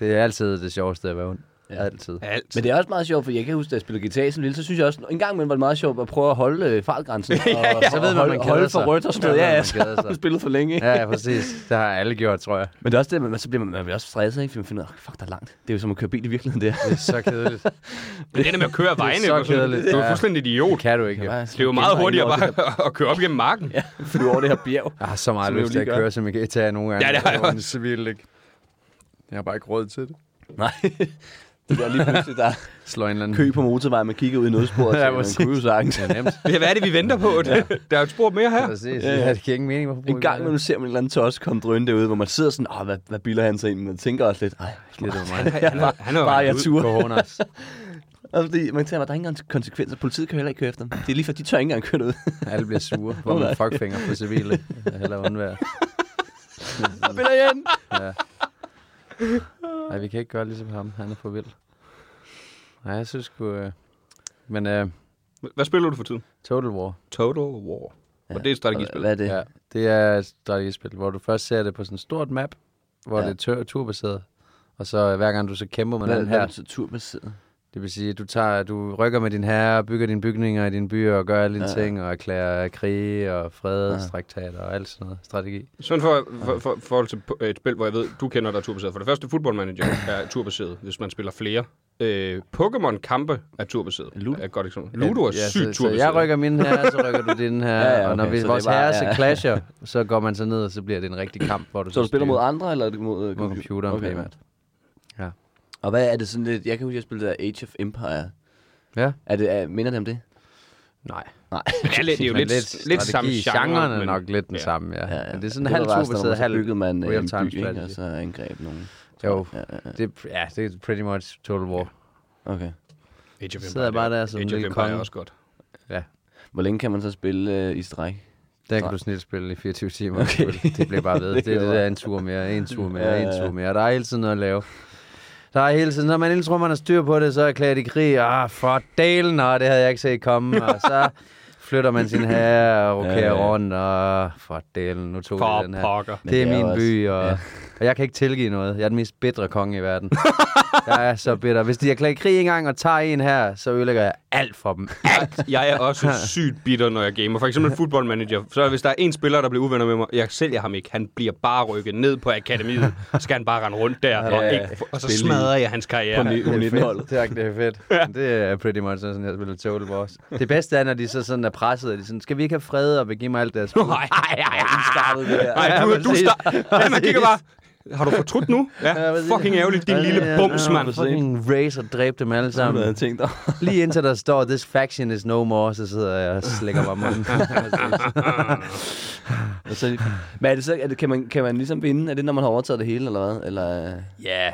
Speaker 8: Det er altid det sjoveste at være ond. Ja. Altid.
Speaker 5: Alt.
Speaker 4: Men det er også meget sjovt, for jeg kan huske, da jeg spillede guitar som lille, så synes jeg også, en gang imellem var det meget sjovt at prøve at holde øh, fartgrænsen. ja, ja. Og,
Speaker 8: Så ved
Speaker 4: og
Speaker 8: man,
Speaker 4: holde,
Speaker 8: man keder
Speaker 4: holde for
Speaker 8: sig.
Speaker 4: rødt og sådan noget.
Speaker 8: Så ved
Speaker 4: Ja, ja, så
Speaker 8: man, man keder
Speaker 4: har
Speaker 8: sig.
Speaker 4: man spillet for længe. ikke?
Speaker 8: Ja, ja, præcis. Det har alle gjort, tror jeg.
Speaker 4: Men det er også det, man, så bliver man, man bliver også stresset, ikke? Fordi man finder, ud af, fuck, der er langt. Det er jo som at køre bil i virkeligheden, det her.
Speaker 8: Det er så kedeligt.
Speaker 5: Men det der med at køre af vejene,
Speaker 8: så
Speaker 5: du er sådan-
Speaker 8: kedeligt.
Speaker 5: du er
Speaker 8: Ja.
Speaker 5: fuldstændig idiot.
Speaker 8: Det kan du ikke. jo.
Speaker 5: Det er jo meget hurtigere bare at køre op gennem marken.
Speaker 4: at flyve over det her bjerg.
Speaker 8: Jeg har så meget
Speaker 4: Som jeg
Speaker 8: lyst
Speaker 4: jo
Speaker 8: til
Speaker 4: lige
Speaker 8: at
Speaker 4: gør.
Speaker 8: køre, som jeg kan tage nogle gange.
Speaker 5: Ja, det har jeg
Speaker 8: var
Speaker 5: også.
Speaker 8: en civil, ikke? Jeg har bare ikke råd til det.
Speaker 4: Nej. Det der lige pludselig, der er
Speaker 8: Slå en eller anden
Speaker 4: kø på motorvejen, man kigger ud i nødsporet,
Speaker 8: Ja,
Speaker 4: ja, man
Speaker 8: præcis.
Speaker 4: kunne jo sagtens.
Speaker 8: Ja, nemt.
Speaker 5: Ja, hvad er det, vi venter på? Det, der er jo et spor mere her.
Speaker 8: Præcis. Ja, det giver ingen mening. Hvorfor bruger
Speaker 4: En
Speaker 8: vi
Speaker 4: gang,
Speaker 8: det?
Speaker 4: når du ser man en eller anden tos komme drønende derude, hvor man sidder sådan, åh, hvad, hvad bilder han sig ind? Man tænker også lidt, ej,
Speaker 8: Giv det mig.
Speaker 5: Han, han, er- han er jo
Speaker 4: bare jeg
Speaker 5: ud.
Speaker 4: tur.
Speaker 8: Coronas.
Speaker 4: Og fordi man tænker, at der er ikke engang konsekvenser. Politiet kan heller ikke køre efter dem. Det er lige for, de tør ikke engang køre ud.
Speaker 8: Alle bliver sure. Hvor man fuckfinger på civile. Jeg vil hellere undvære.
Speaker 4: Der binder jeg ind.
Speaker 8: Nej, vi kan ikke gøre ligesom ham. Han er for vild. Nej, jeg synes sgu... Øh... Men øh,
Speaker 5: Hvad spiller du for tiden?
Speaker 8: Total War,
Speaker 5: Total War. Og det er et strategispil.
Speaker 4: Hvad er det?
Speaker 8: ja. det er et strategispil, hvor du først ser det på sådan et stort map, hvor
Speaker 4: Ja.
Speaker 8: ja. det er tur- turbaseret. Og så øh, hver gang du så kæmper med
Speaker 4: Hvad
Speaker 8: den
Speaker 4: hvad er
Speaker 8: her,
Speaker 4: det, turbaseret?
Speaker 8: det vil sige, at du, tager, du rykker med din herre, bygger dine bygninger i dine byer, og gør alle dine ja. ting, og erklærer krige og fredstraktater og alt sådan noget. Strategi.
Speaker 5: Sådan for, for, for, forhold til p- et spil, hvor jeg ved, du kender, der er turbaseret. For det første, Football Manager er turbaseret, hvis man spiller flere. Øh, Pokémon-kampe er turbaseret. Ludo. Er et godt eksempel. Ludo er
Speaker 8: Ja,
Speaker 5: sygt
Speaker 8: så, så
Speaker 5: turbaseret.
Speaker 8: jeg rykker min her, så rykker du din
Speaker 4: Ja,
Speaker 8: her, ja,
Speaker 4: ja,
Speaker 8: ja, og når
Speaker 4: okay,
Speaker 8: vi,
Speaker 4: så
Speaker 8: vores
Speaker 4: det er bare-
Speaker 8: herrer
Speaker 4: ja,
Speaker 8: så
Speaker 4: ja.
Speaker 8: clasher, så går man så ned, og så bliver det en rigtig kamp, hvor du
Speaker 4: Så du spiller mod
Speaker 8: styrer
Speaker 4: andre, eller er det mod, uh,
Speaker 8: mod computeren okay. primært.
Speaker 4: Og hvad er det sådan lidt... Jeg kan huske, jeg spillede der Age of Empire.
Speaker 8: Ja.
Speaker 4: Er det, er, minder det om det?
Speaker 8: Nej.
Speaker 4: Nej.
Speaker 5: Det er lidt, det er jo
Speaker 8: Men
Speaker 5: lidt, lidt, lidt samme genre.
Speaker 8: Genren er
Speaker 5: men-
Speaker 8: nok lidt den
Speaker 5: ja.
Speaker 8: samme, ja.
Speaker 4: Ja, ja.
Speaker 8: Men det er sådan
Speaker 4: var
Speaker 8: halv
Speaker 4: bare
Speaker 8: turbaseret,
Speaker 4: og så
Speaker 8: halv
Speaker 4: byggede man øh, en
Speaker 8: real-time
Speaker 4: by, ikke? og
Speaker 8: strategy.
Speaker 4: så angreb nogen.
Speaker 8: Jo,
Speaker 4: Ja, ja, ja.
Speaker 8: det, ja, det er pretty much Total War.
Speaker 4: Okay.
Speaker 5: Age of Empire,
Speaker 8: Sidder bare
Speaker 5: det er-
Speaker 8: der som
Speaker 5: Age
Speaker 8: en
Speaker 5: of
Speaker 8: lille
Speaker 5: Empire er
Speaker 8: konge.
Speaker 5: også godt.
Speaker 4: Hvor længe kan man så spille uh, i stræk?
Speaker 8: Der kan
Speaker 4: Nej.
Speaker 8: du snilt spille i 24 timer.
Speaker 4: Okay.
Speaker 8: Det bliver bare ved.
Speaker 4: Det
Speaker 8: Det, det er
Speaker 4: bliver
Speaker 8: det der en tur mere, en tur mere,
Speaker 4: Ja,
Speaker 8: ja,
Speaker 4: ja,
Speaker 8: en
Speaker 4: ja.
Speaker 8: tur mere. Der er hele tiden noget at lave. Der er hele tiden, når man ah, egentlig tror, man har styr på det, så erklærer de krig. Ah, for dalen, og det havde jeg ikke set komme. Og så flytter man sin her og rokerer
Speaker 6: Ja, ja.
Speaker 8: rundt, og for delen, nu tog
Speaker 5: For
Speaker 8: jeg den her.
Speaker 5: pokker.
Speaker 8: Det er
Speaker 4: Men det er
Speaker 8: min
Speaker 4: også-
Speaker 8: by, og,
Speaker 4: ja.
Speaker 8: og jeg kan ikke tilgive noget. Jeg er den mest bitre konge i verden. jeg er så bitter. Hvis de erklærer krig engang og tager en her, så ødelægger jeg alt for dem.
Speaker 5: Jeg er også sygt bitter, når jeg gamer. For eksempel Football Manager. Så hvis der er en spiller, der bliver uvenner med mig, jeg sælger ham ikke. Han bliver bare rykket ned på akademiet. Så skal han bare rende rundt der, og, ikke, og så smadrer jeg hans karriere.
Speaker 6: På
Speaker 8: Det er
Speaker 6: indholdet.
Speaker 8: fedt. Tak, det er fedt. Det er pretty much sådan, jeg spiller Total Wars. Det bedste er, når de så sådan er presset, og de er sådan, skal vi ikke have fred og begive mig alt deres...
Speaker 5: Nej, nej, nej.
Speaker 6: startede det her.
Speaker 5: Nej,
Speaker 8: Ja,
Speaker 5: du, du
Speaker 8: præcis.
Speaker 5: starter. Ja, man kigger bare. Har du fortrudt nu? Ja,
Speaker 8: præcis.
Speaker 5: fucking ærgerligt, din lille bums, mand.
Speaker 8: Fucking Razer dræbte dem alle
Speaker 6: Hvad havde
Speaker 8: sammen.
Speaker 6: jeg tænkt dig?
Speaker 8: Lige indtil der står, this faction is no more, så sidder jeg og slækker mig munden.
Speaker 4: Og så, men er det så, er det, kan, man, kan man ligesom vinde? Er det, når man har overtaget det hele, eller hvad? Eller,
Speaker 8: Ja, yeah.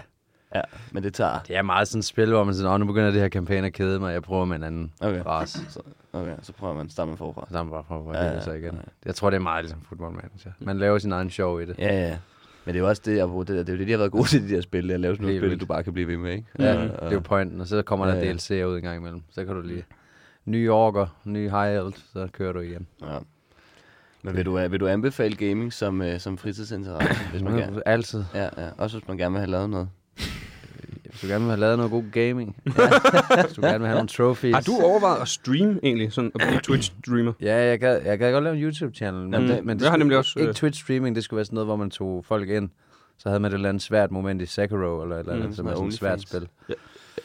Speaker 4: ja, men det tager.
Speaker 8: det er meget sådan et spil, hvor man sådan, åh, nu begynder det her kampagne at kede mig, jeg prøver med en anden
Speaker 4: Okay.
Speaker 8: ras.
Speaker 4: Så, okay, så prøver man at starte forfra.
Speaker 8: Så er man bare prøver
Speaker 4: Ja,
Speaker 8: at
Speaker 4: ja,
Speaker 8: ja, sig igen. Jeg tror, det er meget ligesom football manager. Man laver sin egen show i det.
Speaker 4: Ja, ja. Men det er jo også det, jeg bruger det der. Det er jo det, de har været gode til, de der spil. At lave sådan nogle
Speaker 8: Helt
Speaker 4: spil,
Speaker 8: vildt.
Speaker 4: du bare kan blive ved med, ikke?
Speaker 8: Ja, det er jo pointen. Og så kommer der
Speaker 4: Ja, ja.
Speaker 8: DLC ud en gang imellem. Så kan du lige... New Yorker, ny high alt, så kører du igen.
Speaker 4: ja. Men vil du, øh, vil du anbefale gaming som, øh, som fritidsinteresse, hvis man gerne?
Speaker 8: Altid.
Speaker 4: Ja, ja. Også hvis man gerne vil have lavet noget.
Speaker 8: Hvis du gerne vil have lavet noget god gaming. Hvis du gerne vil have nogle trophies.
Speaker 5: Har du overvejet at streame egentlig? Sådan at blive Twitch-streamer?
Speaker 8: Ja, jeg gad, jeg gad godt lave en YouTube-channel. Men,
Speaker 5: Mm.
Speaker 8: det, men det
Speaker 5: Jeg har
Speaker 8: skulle
Speaker 5: nemlig også,
Speaker 8: Ikke
Speaker 5: øh,
Speaker 8: Twitch-streaming, det skulle være sådan noget, hvor man tog folk ind. Så havde man et eller andet svært moment i Sekiro, eller et eller andet, mm, som er
Speaker 4: noget
Speaker 8: sådan et svært
Speaker 4: OnlyFans.
Speaker 8: spil.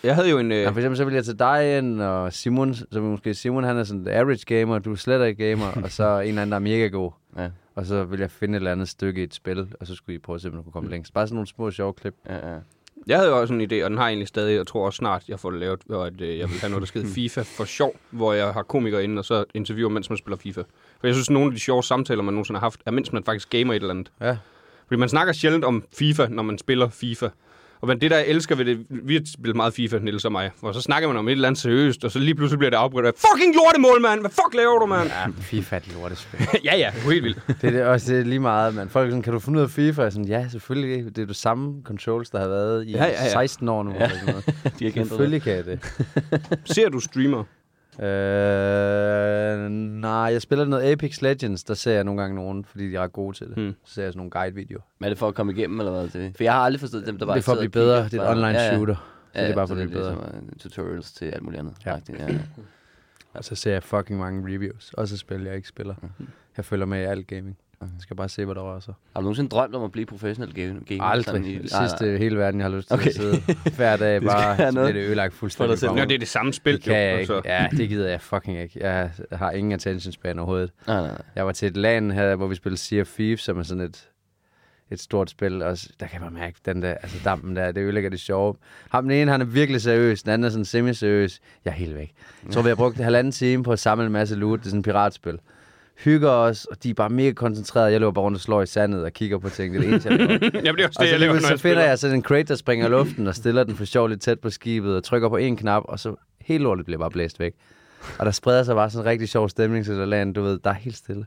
Speaker 5: Jeg havde jo en...
Speaker 8: Ja,
Speaker 5: Øh,
Speaker 8: for eksempel så vil jeg tage dig ind, og Simon, så vil måske Simon, han er sådan average gamer, du er slet ikke gamer, og så en eller anden, der er mega god.
Speaker 4: Ja.
Speaker 8: Og så vil jeg finde et eller andet stykke i et spil, og så skulle I prøve at se, om du kunne komme længst. Bare sådan nogle små sjove klip.
Speaker 4: Ja, ja.
Speaker 5: Jeg havde jo også en idé, og den har jeg egentlig stadig, og tror også snart, jeg får det lavet, og at øh, jeg vil have noget, der hedder FIFA for sjov, hvor jeg har komikere inde, og så interviewer, mens man spiller FIFA. For jeg synes, nogle af de sjove samtaler, man nogensinde har haft, er, mens man faktisk gamer et eller andet.
Speaker 8: Ja.
Speaker 5: Fordi man snakker sjældent om FIFA, når man spiller FIFA. Og men det, der jeg elsker ved det, vi har spillet meget FIFA, Niels og mig, og så snakker man om et eller andet seriøst, og så lige pludselig bliver det afbrudt af, fucking lortemål, mand! Hvad fuck laver du, mand?
Speaker 8: Ja, FIFA er et lortespil.
Speaker 5: ja, ja, det er jo helt vildt.
Speaker 8: det er det, også det er lige meget, mand. Folk er sådan, kan du finde ud af FIFA? Jeg er sådan, ja, selvfølgelig. Det er det samme controls, der har været i ja, ja, ja. 16 år nu. Ja. Eller sådan noget.
Speaker 6: De har ikke ændret det.
Speaker 8: selvfølgelig kan jeg det.
Speaker 5: Ser du streamer?
Speaker 8: Øh, nej, jeg spiller noget Apex Legends, der ser jeg nogle gange nogen, fordi de er ret gode til det.
Speaker 5: Hmm.
Speaker 8: Hmm. Så ser jeg sådan nogle guide-videoer.
Speaker 4: Men er det for at komme igennem, eller hvad? Det? For jeg har aldrig forstået dem, der bare
Speaker 8: Det er for at
Speaker 4: sidder
Speaker 8: blive
Speaker 4: og kigger
Speaker 8: bedre. Det er et
Speaker 4: bare.
Speaker 8: online
Speaker 4: Ja, ja.
Speaker 8: shooter. Så det er bare for at blive bedre.
Speaker 4: Ligesom, uh, tutorials til alt muligt andet.
Speaker 8: Ja.
Speaker 4: Ja. ja, ja.
Speaker 8: Og så ser jeg fucking mange reviews. Og så spiller jeg ikke spiller.
Speaker 4: Mhm.
Speaker 8: Jeg følger med i alt gaming. Jeg skal bare se, hvad der rører sig.
Speaker 4: Har du nogensinde drømt om at blive professionel ga- gamer?
Speaker 8: Aldrig. I, Sidste hele verden, jeg har lyst til okay.
Speaker 4: Okay.
Speaker 8: at sidde hver dag
Speaker 4: skal
Speaker 8: bare,
Speaker 4: have
Speaker 8: så bliver
Speaker 4: noget
Speaker 8: det ødelagt fuldstændig.
Speaker 6: selv.
Speaker 8: for
Speaker 5: Nå,
Speaker 8: mig.
Speaker 5: det er det samme spil,
Speaker 8: det kan jeg
Speaker 5: altså.
Speaker 8: ikke. Ja, det gider jeg fucking ikke. Jeg har ingen attention span overhovedet.
Speaker 4: Nej, nej, nej.
Speaker 8: Jeg var til et LAN her, hvor vi spillede Sea of Thieves, som er sådan et, et stort spil. Og s- der kan man mærke, den der, altså dampen der, det ødelægger det sjove. Ham den ene, han er virkelig seriøs, den anden er sådan semi-seriøs. Jeg er helt væk. Jeg tror, vi har brugt halvanden time på at samle en masse loot. Det er sådan et piratspil. Hygger os, og de er bare mega koncentrerede. Jeg løber bare rundt og slår i sandet og kigger på ting. Det er det eneste, jeg laver.
Speaker 5: Jamen, det er også det, jeg
Speaker 8: Og så, Altså, lige
Speaker 5: laver, når jeg
Speaker 8: pludselig så finder
Speaker 5: spiller.
Speaker 8: jeg sådan en crate, der springer i luften og stiller den for sjov lidt tæt på skibet og trykker på en knap, og så helt lortet bliver bare blæst væk. Og der spreder sig bare sådan en rigtig sjov stemning til det land, du ved, der er helt stille.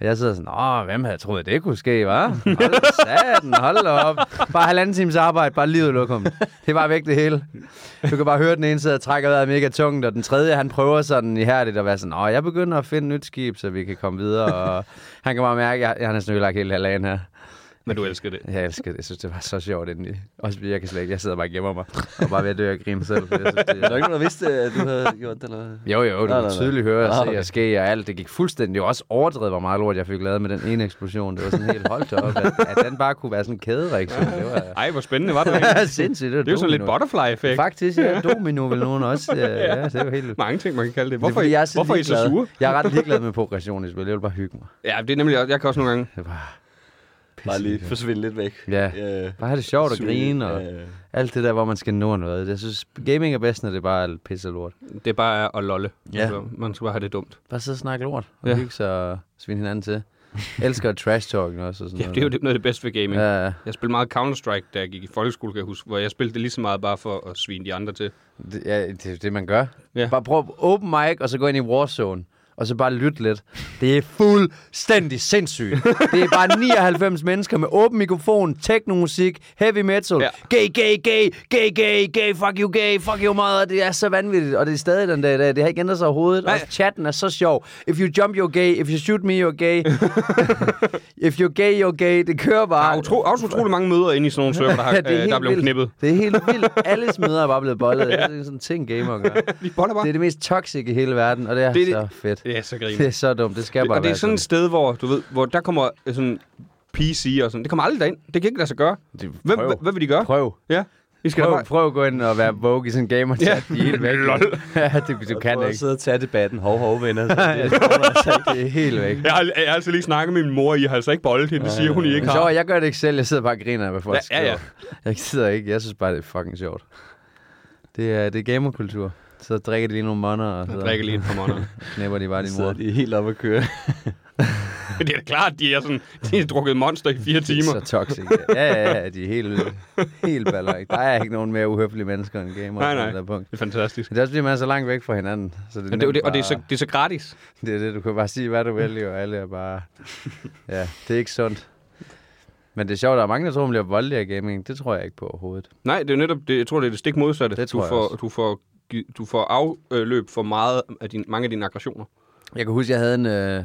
Speaker 8: Og jeg sidder sådan, åh, hvem havde troet, det kunne ske, hva'? Hold satan, hold da op. Bare halvanden times arbejde, bare livet lokum. Det var væk det hele. Du kan bare høre, den ene sidder og trækker vejret mega tungt, og den tredje, han prøver sådan ihærdigt at være sådan, åh, jeg begynder at finde et nyt skib, så vi kan komme videre. Og han kan bare mærke, at jeg, jeg har næsten ødelagt hele halvanden her.
Speaker 5: Men du elsker det.
Speaker 8: Jeg elsker det. Jeg synes, det var så sjovt endelig. Også fordi jeg kan slet ikke. Jeg sidder bare og gemmer mig. Og bare ved at dø og grine selv. fordi Jeg synes, det
Speaker 4: Er der
Speaker 8: er...
Speaker 4: ikke nogen, der vidste, at du havde gjort det, eller hvad?
Speaker 8: Jo, jo,
Speaker 4: Nå,
Speaker 8: du
Speaker 4: nå,
Speaker 8: kan
Speaker 4: nå.
Speaker 8: tydeligt høre,
Speaker 5: Ah,
Speaker 4: Nå,
Speaker 8: at
Speaker 4: okay.
Speaker 8: jeg ske og alt. Det gik fuldstændig. Det var også overdrevet, hvor meget lort jeg fik lavet med den ene eksplosion. Det var sådan helt holdt op, at, at den bare kunne være sådan en kædereaktion. Det var
Speaker 5: Ej, hvor spændende var det. egentlig?
Speaker 8: sindssygt.
Speaker 5: Det er jo sådan lidt butterfly-effekt.
Speaker 8: Faktisk, ja. Domino vil nogen også. Ja, ja det var helt... Det er,
Speaker 5: Mange ting, man kan kalde det. Hvorfor,
Speaker 8: fordi
Speaker 5: det er,
Speaker 8: jeg
Speaker 5: I,
Speaker 8: sådan
Speaker 5: hvorfor er I så
Speaker 8: ligeglad.
Speaker 5: sure?
Speaker 8: Jeg er ret ligeglad med progression i spil. Jeg vil bare hygge mig.
Speaker 5: Ja, det er nemlig også, jeg kan også nogle gange...
Speaker 8: Det var...
Speaker 6: Bare lige forsvinde lidt væk.
Speaker 8: Ja.
Speaker 6: Øh,
Speaker 8: Bare have det sjovt og
Speaker 6: suge-
Speaker 8: grine, og
Speaker 6: øh,
Speaker 8: alt det der, hvor man skal nå noget. Jeg synes, gaming er bedst, når det bare er pisse lort.
Speaker 5: Det er bare at lolle.
Speaker 8: Ja.
Speaker 5: Altså, man skal bare have det dumt.
Speaker 8: Bare sidde og snakke lort, og
Speaker 5: Ja.
Speaker 8: ja. hygge sig og svine hinanden til. Elsker trash talking også. Og sådan
Speaker 5: Ja,
Speaker 8: noget.
Speaker 5: det er jo det- noget af det bedste ved gaming. Ja.
Speaker 8: Ja, ja.
Speaker 5: Jeg spillede meget Counter-Strike, da jeg gik i folkeskole, kan jeg huske, hvor jeg spillede det lige så meget bare for at svine de andre til.
Speaker 8: Det, ja, det er det, man gør.
Speaker 5: Ja.
Speaker 8: Ja. Bare prøv at åbne mic, og så gå ind i Warzone. og så bare lytte lidt. Det er fuldstændig sindssygt. Det er bare 99 mennesker med åben mikrofon, teknomusik, heavy metal.
Speaker 5: Ja.
Speaker 8: Ja. Gay, gay, gay, gay, gay, gay, fuck you, gay, fuck you, mother. Det er så vanvittigt, og det er stadig den dag i dag. Det har ikke ændret sig overhovedet, og chatten er så sjov. If you jump, you're gay. If you shoot me, you're gay. If you're gay, you're gay. Det kører bare.
Speaker 5: Der er utro, også utrolig mange møder inde i sådan nogle server, der, har,
Speaker 8: Ja, det
Speaker 5: øh, der er
Speaker 8: helt
Speaker 5: blevet
Speaker 8: vildt.
Speaker 5: knippet.
Speaker 8: Det er helt vildt. Alle smeder er bare blevet bollet. ja. Det er sådan en ting, gamer gør.
Speaker 5: Vi boller bare.
Speaker 8: Det er det mest toxic i hele verden, og det er
Speaker 5: Det er
Speaker 8: det, så
Speaker 5: det-
Speaker 8: fedt.
Speaker 5: Ja, så griner.
Speaker 8: Det er så dumt. Det skal bare
Speaker 5: Og det er
Speaker 8: være
Speaker 5: sådan et sted, hvor, du ved, hvor der kommer øh, sådan PC og sådan. Det kommer aldrig derind. Det kan ikke lade sig gøre.
Speaker 8: Det-
Speaker 5: Hvem,
Speaker 8: prøv.
Speaker 5: hvad, hvad vil de gøre?
Speaker 8: Prøv.
Speaker 5: Ja. I skal da
Speaker 8: Prøv,
Speaker 5: bare...
Speaker 8: prøv at gå ind og være vogue i sådan en gamer chat.
Speaker 5: Ja.
Speaker 8: Ja. De er helt væk.
Speaker 5: Lol.
Speaker 8: ja, du, du kan
Speaker 6: Prøv at
Speaker 8: ikke.
Speaker 6: sidde og tage debatten. Hov, hov, venner. Så det,
Speaker 8: Det er helt væk.
Speaker 5: Jeg har, jeg har altså lige snakket med min mor, I har altså ikke boldet hende, det siger hun, I ikke
Speaker 8: Men så,
Speaker 5: har.
Speaker 8: jeg gør det ikke selv. Jeg sidder bare og griner af, hvad folk
Speaker 5: Ja, ja, ja.
Speaker 8: skriver. Jeg sidder ikke. Jeg synes bare, det er fucking sjovt. Det er, det er gamerkultur. Så drikker de lige nogle måneder, og så
Speaker 5: Drikke lige et par måneder.
Speaker 8: knæpper de bare din
Speaker 6: så
Speaker 8: mor.
Speaker 6: de er helt oppe at køre.
Speaker 5: Men det er da klart, de er sådan, de har drukket monster i fire timer.
Speaker 8: Så toxic. Ja, ja, ja, ja, de er helt, helt baller. Der er ikke nogen mere uhøflige mennesker end gamer
Speaker 5: Nej,
Speaker 8: på
Speaker 5: nej.
Speaker 8: det der punkt.
Speaker 5: Det er fantastisk.
Speaker 8: Men det er også fordi, man er så langt væk fra hinanden. Så det er
Speaker 5: Men det, er jo
Speaker 8: nemt
Speaker 5: det, og det er,
Speaker 8: bare-
Speaker 5: så, det er så gratis.
Speaker 8: det er det, du kan bare sige, hvad du vil, og alle er bare... Ja, det er ikke sundt. Men det er sjovt, der er mange, der tror, man bliver voldelig af gaming. Det tror jeg ikke på overhovedet.
Speaker 5: Nej, det er netop, det, jeg tror, det er det stik modsatte.
Speaker 8: Det
Speaker 5: du,
Speaker 8: tror jeg
Speaker 5: får,
Speaker 8: også.
Speaker 5: du, får, gi- du får afløb for meget af din, mange af dine aggressioner.
Speaker 8: Jeg kan huske, jeg havde en, øh,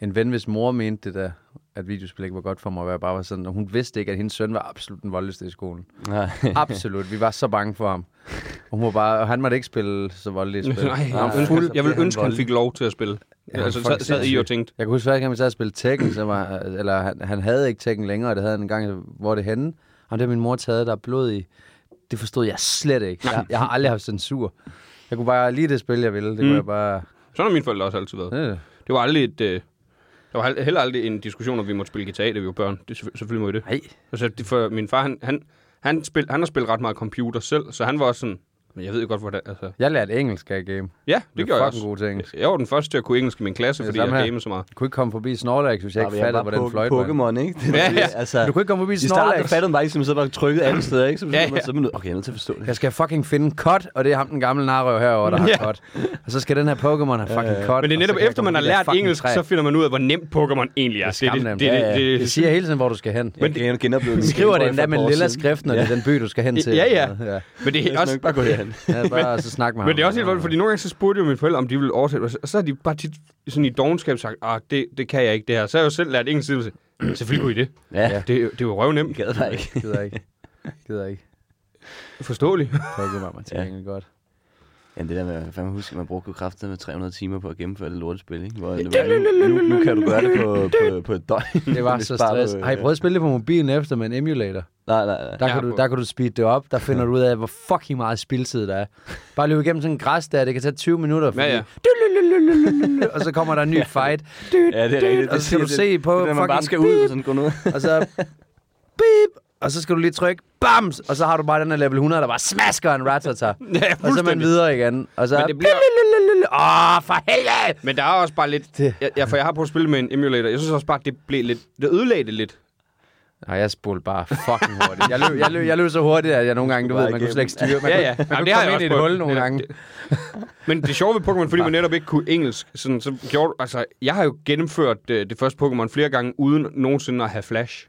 Speaker 8: en ven, hvis mor mente det der, at videospil ikke var godt for mig, og jeg bare var sådan, og hun vidste ikke, at hendes søn var absolut den voldeligste i skolen.
Speaker 4: Nej.
Speaker 8: Absolut. Vi var så bange for ham. Og hun var bare, og han måtte ikke spille så voldeligt spil.
Speaker 5: Nej, jeg,
Speaker 8: Han var
Speaker 5: ønsker, jeg ville
Speaker 8: blev
Speaker 5: ønske, han
Speaker 8: voldelig.
Speaker 5: fik lov til at spille. Ja,
Speaker 8: Ja,
Speaker 5: altså,
Speaker 8: fuck
Speaker 5: sad, sad I og
Speaker 8: sindssygt.
Speaker 5: tænkte,
Speaker 8: Jeg kunne huske, hver gang vi sad og spillede Tekken, så var, eller han, han havde ikke Tekken længere, og det havde han en gang, hvor er det henne. Og det har min mor taget, der er blod i. Det forstod jeg slet ikke. Jeg, jeg har aldrig haft censur. Jeg kunne bare lige det spil, jeg ville. Det
Speaker 5: Mm.
Speaker 8: kunne jeg bare...
Speaker 5: sådan har mine forældre også altid været.
Speaker 8: Øh.
Speaker 5: Det var aldrig et... Øh, der var hel- heller aldrig en diskussion, om vi måtte spille guitar, da vi var børn. Det, er selvfø- selvfølgelig må I det.
Speaker 8: Nej.
Speaker 5: Altså, det, for min far, han, han, han, spil, han har spillet ret meget computer selv, så han var også sådan... Men jeg ved jo godt, hvordan... Altså,
Speaker 8: Jeg lærte engelsk af game.
Speaker 5: ja, det,
Speaker 8: Det er
Speaker 5: gjorde jeg
Speaker 8: fucking
Speaker 5: også.
Speaker 8: gode ting.
Speaker 5: Jeg- Jeg var den første til at kunne engelsk i min klasse,
Speaker 8: Ja,
Speaker 5: fordi
Speaker 8: samme
Speaker 5: jeg
Speaker 8: her.
Speaker 5: gamede så meget.
Speaker 8: Jeg kunne ikke komme forbi Snorlax, hvis jeg ikke fattede, hvordan fløjt var.
Speaker 6: Pokémon, ikke? Det,
Speaker 5: Ja,
Speaker 6: ja,
Speaker 5: ja.
Speaker 6: ja. Altså,
Speaker 8: Du kunne ikke komme forbi
Speaker 6: I starten
Speaker 8: Snorlax.
Speaker 6: fattede man bare ikke, som så bare trykket alle steder, ikke? Så,
Speaker 5: Ja,
Speaker 6: ja,
Speaker 5: ja.
Speaker 6: ja. så er man nødt, okay, jeg er nødt til at forstå det.
Speaker 8: Jeg skal fucking finde cut, og det er ham den gamle narrøv herovre, der har
Speaker 5: Ja. Øh,
Speaker 8: cut. Og så skal den her Pokémon have fucking cut.
Speaker 5: Men det er
Speaker 8: og
Speaker 5: netop
Speaker 8: så kan jeg
Speaker 5: efter,
Speaker 8: komme
Speaker 5: man har
Speaker 8: forbi det her
Speaker 5: lært
Speaker 8: fucking
Speaker 5: engelsk,
Speaker 8: træ.
Speaker 5: så finder man ud af, hvor nemt Pokémon egentlig er.
Speaker 8: Det, det, det, det, det, det siger hele tiden, hvor du skal hen.
Speaker 6: Men jeg genoplevede
Speaker 8: Du
Speaker 6: min
Speaker 8: skriver det
Speaker 6: Gameboy for
Speaker 8: endda
Speaker 6: et
Speaker 8: med
Speaker 6: par år
Speaker 8: lilla
Speaker 6: siden.
Speaker 8: skrift, når det er den by, du skal hen til.
Speaker 5: Ja, ja.
Speaker 8: altså. ja.
Speaker 5: Men det er
Speaker 6: Jeg
Speaker 5: også...
Speaker 6: skal bare gå herhen.
Speaker 8: ja bare så snak med ham.
Speaker 5: Men det er også helt vildt, fordi nogle gange så spurgte jeg mine forældre, om de ville oversætte, og så- og så har de bare tit sådan i dogenskab sagt, ah, det, det kan jeg ikke det her. Så har jeg jo selv lært engelsk siden, og så- selvfølgelig kunne I det.
Speaker 4: Ja.
Speaker 5: Det, er jo- det er jo røvnemt.
Speaker 6: Gad dig ikke.
Speaker 8: Gider ikke. Gider ikke.
Speaker 5: Forståeligt.
Speaker 8: Pokémon var til
Speaker 4: Ja.
Speaker 8: gengæld godt.
Speaker 4: Ja, det der med, jeg fandme huske, man brugte jo kræfter med 300 timer på at gennemføre det lortespil, ikke? Hvor det var,
Speaker 6: Nu, nu kan du gøre det på, på, på et døgn.
Speaker 8: Det var
Speaker 6: Hvis
Speaker 8: så
Speaker 6: bare
Speaker 8: stress.
Speaker 6: du, øh,
Speaker 8: Har I prøvet at spille det på mobilen efter med en emulator?
Speaker 6: Nej, nej, nej.
Speaker 8: Der,
Speaker 5: Jeg
Speaker 8: kan
Speaker 5: har
Speaker 8: du,
Speaker 5: prøvet.
Speaker 8: der kan du speede det op. Der finder du ud af, hvor fucking meget spildtid der er. Bare løbe igennem sådan en græs der. Det kan tage 20 minutter. Fordi...
Speaker 5: Ja, ja.
Speaker 8: Og så kommer der en ny fight.
Speaker 6: Ja, det er rigtigt.
Speaker 8: Og så skal du se på
Speaker 6: det, er, når man bare
Speaker 8: fucking
Speaker 6: skal ud og sådan gå ud.
Speaker 8: Og så... Beep! Og så skal du lige trykke. Bams! Og så har du bare den her level 100, der bare smasker en ratata.
Speaker 5: Ja,
Speaker 8: og så er man
Speaker 5: fuldstændig.
Speaker 8: videre igen. Og så...
Speaker 5: Men
Speaker 8: Åh,
Speaker 5: det bliver-
Speaker 8: oh, for helvede!
Speaker 5: Men der er også bare lidt...
Speaker 8: Det-
Speaker 5: Jeg, jeg, for jeg har prøvet at spille med en emulator. Jeg synes også bare, det blev lidt... Det ødelagde det lidt.
Speaker 8: Nej, jeg spolte bare fucking hurtigt. Jeg løb, jeg, løb, jeg løb så hurtigt, at jeg nogle gange, du ved, man kunne slet ikke styre. Man
Speaker 5: Ja, ja.
Speaker 8: Kunne, man
Speaker 5: Jamen,
Speaker 8: kunne
Speaker 5: det har
Speaker 8: komme
Speaker 5: jeg
Speaker 8: ind i et
Speaker 5: også prøvet.
Speaker 8: hul nogle
Speaker 5: Ja,
Speaker 8: gange.
Speaker 5: Men det sjove ved Pokémon, fordi man netop ikke kunne engelsk, sådan, så gjorde, altså, jeg har jo gennemført uh, det første Pokémon flere gange, uden nogensinde at have Flash.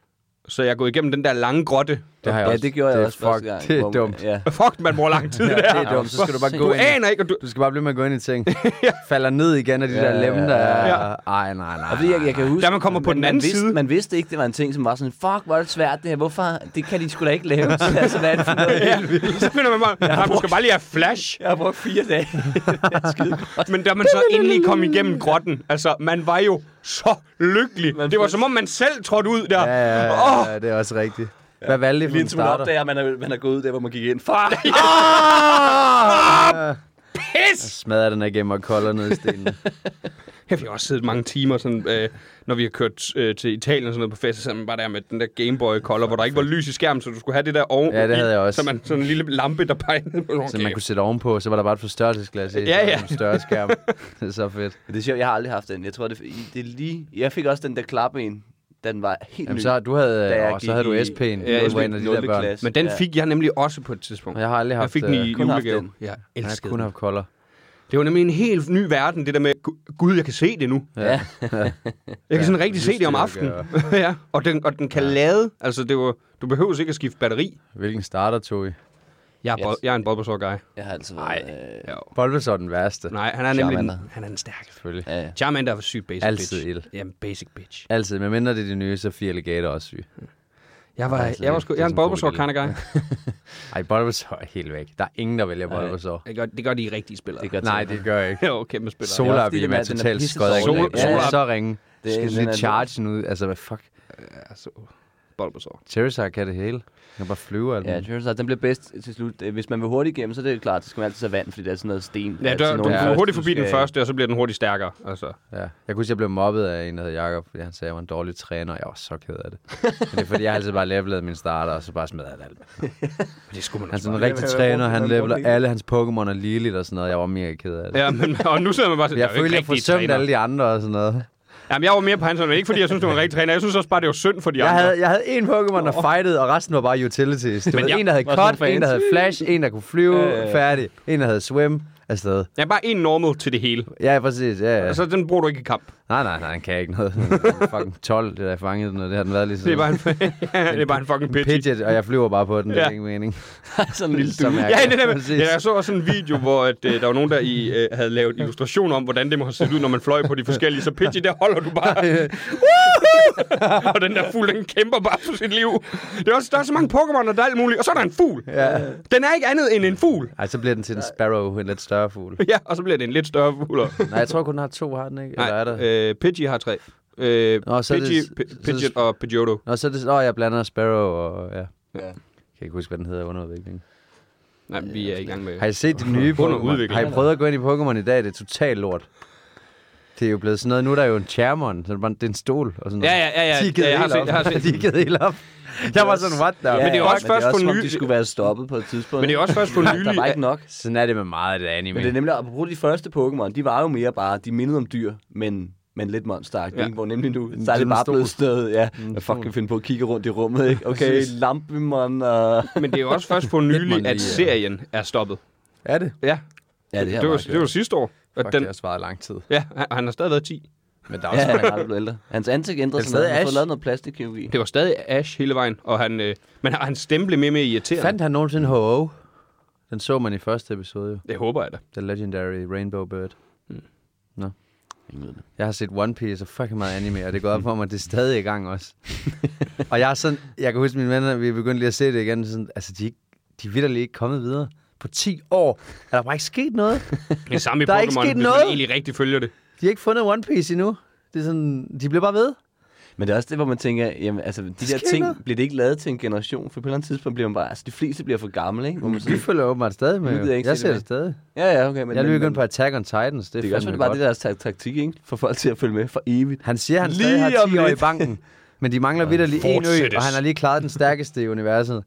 Speaker 5: Så jeg er gået igennem den der lange grotte.
Speaker 8: Det har jeg
Speaker 4: Ja,
Speaker 8: også.
Speaker 4: det gjorde jeg
Speaker 8: det er
Speaker 4: også første
Speaker 8: fuck-
Speaker 4: gang.
Speaker 8: Det er
Speaker 4: hvor-
Speaker 8: dumt.
Speaker 4: Ja.
Speaker 5: Fuck, man bruger lang tid der.
Speaker 8: Det er dumt. Så skal du bare gå
Speaker 5: Du
Speaker 8: ind.
Speaker 5: aner ikke, og du...
Speaker 8: Du skal bare blive med at gå ind i ting. Falder ned igen af de der lemme, der er...
Speaker 5: Ja.
Speaker 8: Ej, nej, nej,
Speaker 4: Og fordi
Speaker 8: nej.
Speaker 4: jeg, jeg kan huske,
Speaker 5: Da man kommer på den anden
Speaker 4: man vidste,
Speaker 5: side.
Speaker 4: Man vidste ikke, det var en ting, som var sådan, fuck, hvor er det svært det her, hvorfor, det kan de sgu da ikke lave. Så altså, hvad er det for noget?
Speaker 5: Ja, så finder man bare, "Nej, du skal bare lige have flash.
Speaker 4: Jeg har brugt fire dage.
Speaker 5: Men da man så endelig kom igennem grotten, altså, man var jo så lykkelig. Det var som om, man selv trådte ud der.
Speaker 8: Ja, ja,
Speaker 5: Åh,
Speaker 8: ja, ja, det er også rigtigt. Hvad valgte I for
Speaker 6: Lige
Speaker 8: en
Speaker 6: indtil man
Speaker 8: starter?
Speaker 6: opdager, at man er, man er gået ud der, hvor man gik ind. Far!
Speaker 5: pis!
Speaker 8: Smadrer den igennem og kolder ned i stenen.
Speaker 5: Her, vi har også siddet mange timer, sådan, øh, når vi har kørt øh, til Italien og sådan noget på fest, så sad man bare der med den der Gameboy-kolder, hvor der ikke var lys i skærmen, så du skulle have det der oven.
Speaker 8: Ja, det havde jeg også.
Speaker 5: Så man, sådan en lille lampe, der pegede på nogle
Speaker 8: Så man kunne sætte ovenpå, så var der bare et forstørrelsesglas i. så
Speaker 5: Ja,
Speaker 8: var der
Speaker 5: ja.
Speaker 8: en Større skærm. Det er så fedt.
Speaker 4: Det er sjovt, jeg har aldrig haft den. Jeg tror, det, det er lige... Jeg fik også den der klap en, da den var helt
Speaker 8: Jamen,
Speaker 4: ny.
Speaker 8: så har- du havde,
Speaker 4: Da jeg
Speaker 8: og så havde du
Speaker 4: gik i-
Speaker 8: SP'en.
Speaker 5: Ja,
Speaker 8: Ja, du var en af de der
Speaker 4: 0.
Speaker 8: børn.
Speaker 4: klasse.
Speaker 5: Men den
Speaker 4: Ja.
Speaker 5: fik jeg nemlig også på et tidspunkt.
Speaker 8: Og jeg har aldrig haft...
Speaker 5: jeg fik den i
Speaker 8: øh,
Speaker 4: kun haft
Speaker 5: julegave.
Speaker 4: den.
Speaker 5: Jeg
Speaker 8: Jeg har
Speaker 5: elskede
Speaker 8: kun
Speaker 5: den.
Speaker 8: haft kolder.
Speaker 5: Det var nemlig en helt ny verden, det der med, "Gu- gud, jeg kan se det nu.
Speaker 6: Ja.
Speaker 5: Jeg kan sådan rigtig se
Speaker 8: lyst
Speaker 5: det om
Speaker 8: til at
Speaker 5: aftenen. ja, og den, og den kan lade. Altså, det var, du behøver ikke at skifte batteri.
Speaker 8: Hvilken starter tog I?
Speaker 5: Jeg er, yes.
Speaker 4: Yes.
Speaker 5: jeg er en bobbesår guy.
Speaker 4: Jeg har altid
Speaker 5: Nej.
Speaker 4: været... Øh,
Speaker 5: Ja.
Speaker 8: Bolvesor er den værste.
Speaker 5: Nej, han er nemlig den,
Speaker 4: Charmander.
Speaker 5: han er den stærke.
Speaker 8: Selvfølgelig.
Speaker 4: ja, ja.
Speaker 5: Charmander er sygt basic
Speaker 8: Altid
Speaker 5: bitch.
Speaker 8: ild.
Speaker 5: Jamen, basic bitch.
Speaker 8: Altid, men mindre det er de nye, så er fire alligator også syg.
Speaker 5: Jeg var,
Speaker 4: slet
Speaker 5: jeg var
Speaker 4: ikke.
Speaker 5: sgu,
Speaker 4: Det
Speaker 5: jeg
Speaker 4: er
Speaker 5: er en
Speaker 4: sådan en god
Speaker 5: bobbesår
Speaker 4: idé.
Speaker 5: kind of guy.
Speaker 8: Ej, Bulbasaur er helt væk. Der er ingen, der vælger Bulbasaur.
Speaker 5: Det gør, det gør de rigtige spillere.
Speaker 4: Det gør
Speaker 8: Nej, det gør jeg ikke.
Speaker 5: jo, kæmpe spillere.
Speaker 4: Det er
Speaker 8: Solar
Speaker 4: også det der
Speaker 8: ville
Speaker 4: med,
Speaker 8: være
Speaker 4: at den er
Speaker 8: totalt
Speaker 4: pisse
Speaker 8: skød.
Speaker 5: dårlig.
Speaker 8: Sol,
Speaker 5: Sol-
Speaker 8: ja, så ringe.
Speaker 4: Det
Speaker 8: Det
Speaker 4: er-
Speaker 8: skal
Speaker 4: den er-
Speaker 8: lige charge den ud. Altså, hvad fuck?
Speaker 5: Altså, Bulbasaur.
Speaker 8: Charizard kan det hele. Den kan bare flyve og alt.
Speaker 4: Ja,
Speaker 8: muligt.
Speaker 4: Charizard, den bliver bedst til slut. Øh, Hvis man vil hurtigt igennem, så er det klart, så skal man altid have vand, fordi der er sådan noget sten.
Speaker 5: Ja,
Speaker 4: altid
Speaker 5: du, du
Speaker 4: nogen
Speaker 5: går
Speaker 4: først,
Speaker 5: hurtigt
Speaker 4: du
Speaker 5: forbi den
Speaker 4: skal-
Speaker 5: første, og så bliver den hurtigt stærkere. Altså.
Speaker 8: Ja. Jeg kunne huske, jeg blev mobbet af en, der hed Jacob, fordi han sagde, at jeg var en dårlig træner, og jeg var så ked af det. Men det er fordi, jeg altid bare levelede min starter, og så bare smed han alt.
Speaker 5: Det skulle man
Speaker 8: Han er
Speaker 5: altså.
Speaker 8: sådan en rigtig træner, han leveler alle hans Pokémon og Lilith og sådan noget. Jeg var mega ked af det.
Speaker 5: Ja, men, og nu sidder man bare sådan,
Speaker 8: Jeg
Speaker 5: "Der er jo
Speaker 8: følte,
Speaker 5: ikke
Speaker 8: jeg
Speaker 5: rigtige
Speaker 8: forsømte
Speaker 5: træner."
Speaker 8: alle de andre og sådan noget.
Speaker 5: Jamen, jeg var mere på hans hånd, men ikke fordi jeg synes, du var en rigtig træner. Jeg synes også bare, det var synd for de
Speaker 8: Jeg
Speaker 5: andre.
Speaker 8: havde, jeg havde én Pokémon, der fightede, og resten var bare utilities. Det var
Speaker 5: jeg
Speaker 8: en, der havde
Speaker 4: var sådan
Speaker 8: cut, en, der havde flash, en, der kunne flyve, færdig. En, der havde swim, afsted.
Speaker 5: Ja, bare en normal til det hele.
Speaker 8: Ja, præcis. Ja, ja.
Speaker 5: Og så den bruger du ikke i kamp.
Speaker 8: Nej, nej, nej, han kan ikke noget. Han er fucking 12, det der jeg fangede den, og det har den været lige
Speaker 5: Det er
Speaker 8: siden.
Speaker 5: bare en, ja, det er bare en fucking pitch.
Speaker 8: Pidget, og jeg flyver bare på den, det er
Speaker 5: Ja.
Speaker 8: ingen mening.
Speaker 4: sådan en lille
Speaker 8: Så mærker
Speaker 5: Ja,
Speaker 8: jeg.
Speaker 5: det der, med-
Speaker 8: Præcis.
Speaker 5: ja, jeg så også en video, hvor at, øh, der var nogen, der i, øh, havde lavet illustration om, hvordan det må have set ud, når man fløj på de forskellige. Så Pidgey, der holder du bare. Woohoo! og den der fugl, den kæmper bare for sit liv. Det er også, der er så mange Pokémon, og der er alt muligt. Og så er der en fugl. Ja. Den er ikke andet end en fugl.
Speaker 8: Ej, så bliver den til en sparrow, en lidt større fugl.
Speaker 5: Ja, og så bliver det en lidt større fugl.
Speaker 8: Nej, jeg tror kun, den har to, har den ikke? Eller er der?
Speaker 5: øh, Pidgey har tre. Øh,
Speaker 8: Nå, så er det-
Speaker 5: Pidgey,
Speaker 8: så er
Speaker 5: P-
Speaker 8: det-
Speaker 5: Pidget og Pidgeotto.
Speaker 8: Nå, så er det... Nå, jeg blander sparrow og... Ja. ja. Jeg kan ikke huske, hvad den hedder under udvikling.
Speaker 5: Nej, vi er i gang med.
Speaker 8: Har I set de nye
Speaker 5: Under
Speaker 8: Pokémon?
Speaker 5: udvikling.
Speaker 8: Har I prøvet at gå ind i Pokémon i dag? Det er totalt lort. Det er jo blevet sådan noget. Nu er der jo en Charmon, så det er bare- det er en stol og sådan noget.
Speaker 5: Ja, ja, ja, ja.
Speaker 8: De er givet
Speaker 5: Ja, jeg har
Speaker 8: helt
Speaker 5: set-
Speaker 8: op.
Speaker 5: jeg har set
Speaker 8: De er givet helt op. Jeg var sådan, what the...
Speaker 4: Ja,
Speaker 5: Men det er jo
Speaker 4: ja,
Speaker 5: også først
Speaker 4: men det er
Speaker 5: for
Speaker 4: som om,
Speaker 5: nylig-
Speaker 4: de skulle være stoppet på et tidspunkt.
Speaker 5: Men det er også først for
Speaker 4: Der- Der
Speaker 5: nylig,
Speaker 4: var
Speaker 5: at-
Speaker 4: ikke nok.
Speaker 8: Sådan er det med meget af det anime.
Speaker 4: Men det er nemlig, apropos de første Pokémon, de var jo mere bare, de mindede om dyr, men men lidt monsteragtigt,
Speaker 5: Ja.
Speaker 4: ja. hvor nemlig nu, så er
Speaker 8: sådan
Speaker 4: det
Speaker 8: en
Speaker 4: bare
Speaker 8: stol.
Speaker 4: blevet stød, ja,
Speaker 8: En
Speaker 4: hvad
Speaker 8: stol.
Speaker 4: fuck kan finde på at kigge rundt i rummet, ikke? Okay, lampemon og...
Speaker 5: Men det er jo også først for nylig,
Speaker 8: Hitmonlee,
Speaker 5: at
Speaker 8: ja.
Speaker 5: serien er stoppet.
Speaker 8: Er øh, det?
Speaker 5: Ja,
Speaker 4: Ja, det, her
Speaker 5: det var,
Speaker 4: var
Speaker 5: det var sidste år. Og
Speaker 8: øh, Fuck, den...
Speaker 5: den,
Speaker 8: det har svaret lang tid.
Speaker 5: ja, han- han har stadig været 10.
Speaker 8: Men der er
Speaker 4: Ja,
Speaker 8: også...
Speaker 4: han er aldrig blevet ældre. Hans ansigt ændrer
Speaker 8: Men
Speaker 4: sig, noget.
Speaker 8: stadig
Speaker 4: han har fået
Speaker 8: Ash.
Speaker 4: lavet noget plastikkirurgi.
Speaker 5: Det var stadig Ash hele vejen, og han, øh, men han- hans stemme blev mere og mere irriterende.
Speaker 8: Fandt han nogensinde Ho-Oh? Den så man i første episode jo.
Speaker 5: Det håber jeg da.
Speaker 8: The Legendary Rainbow Bird.
Speaker 4: Hmm. Ingen ved det.
Speaker 8: Jeg har set One Piece og fucking meget anime, og det går op for mig, at det er stadig i gang også. og jeg er sådan, jeg kan huske mine venner, vi begyndte lige at se det igen, sådan, altså de, er ikke- de er vidderligt ikke kommet videre. På 10 år er der bare ikke sket noget.
Speaker 5: Det samme i
Speaker 8: Der er ikke
Speaker 5: Pokémon,
Speaker 8: sket
Speaker 5: hvis man
Speaker 8: noget.
Speaker 5: egentlig rigtig følger det.
Speaker 8: De har ikke fundet One Piece endnu. Det er sådan, de bliver bare ved.
Speaker 4: Men det er også det, hvor man tænker, jamen, altså, de der
Speaker 8: sker
Speaker 4: ting,
Speaker 8: noget.
Speaker 4: bliver det ikke lavet til en generation? For på et eller andet tidspunkt bliver man bare, altså, de fleste bliver for gamle, ikke? Hvor man
Speaker 8: De
Speaker 4: sådan,
Speaker 8: følger åbenbart stadig med.
Speaker 4: Nu gider jeg
Speaker 8: Jeg,
Speaker 4: ikke
Speaker 8: jeg
Speaker 4: se
Speaker 8: ser
Speaker 4: det
Speaker 8: det stadig.
Speaker 4: ja, ja, okay. Men,
Speaker 8: Jeg er lige
Speaker 4: men-
Speaker 8: begyndt på
Speaker 4: men-
Speaker 8: Attack on Titans. Det,
Speaker 4: Det
Speaker 8: er
Speaker 4: kan også være,
Speaker 8: fandme
Speaker 4: det bare
Speaker 8: godt.
Speaker 4: det er deres tak- taktik, ikke? For folk til at følge med for evigt.
Speaker 8: Han siger, han stadig
Speaker 4: Lige
Speaker 8: har
Speaker 4: om
Speaker 8: 10 år i
Speaker 4: lidt.
Speaker 8: banken. Men de mangler vidderlig en ø, og
Speaker 5: fortsættes.
Speaker 8: han har lige klaret den stærkeste i universet.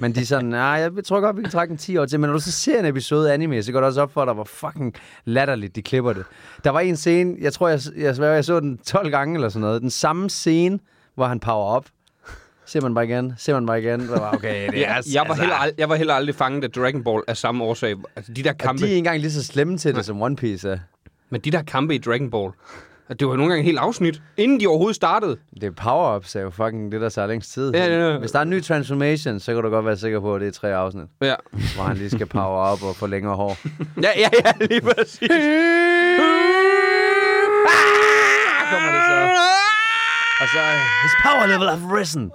Speaker 8: Men de er sådan, nej, jeg tror godt, vi kan trække en 10 år til. Men når du så ser en episode anime, så går det også op for dig, hvor fucking latterligt de klipper det. Der var en scene, jeg tror, jeg, jeg, jeg, jeg så den 12 gange eller sådan noget. Den samme scene, hvor han power op. Ser man bare igen, ser man bare igen. Så Var, okay, det er, altså,
Speaker 5: Ja, jeg, var heller ald- jeg var heller aldrig fanget af Dragon Ball af samme årsag. Altså, de der
Speaker 8: og
Speaker 5: kampe,
Speaker 8: de er ikke engang lige så slemme til det, som One Piece er.
Speaker 5: Men de der kampe i Dragon Ball, at det var jo nogle gange helt afsnit, inden de overhovedet startede.
Speaker 8: Det er power-ups, er jo fucking det, der tager længst tid.
Speaker 5: Ja, ja, ja.
Speaker 8: Hvis der er en ny transformation, så kan du godt være sikker på, at det er tre afsnit.
Speaker 5: Ja,
Speaker 8: hvor han lige skal power op og få længere hår.
Speaker 5: ja, ja, ja lige præcis.
Speaker 8: Ah! kommer det så. Og
Speaker 5: Altså,
Speaker 8: så, øh, his power level have risen.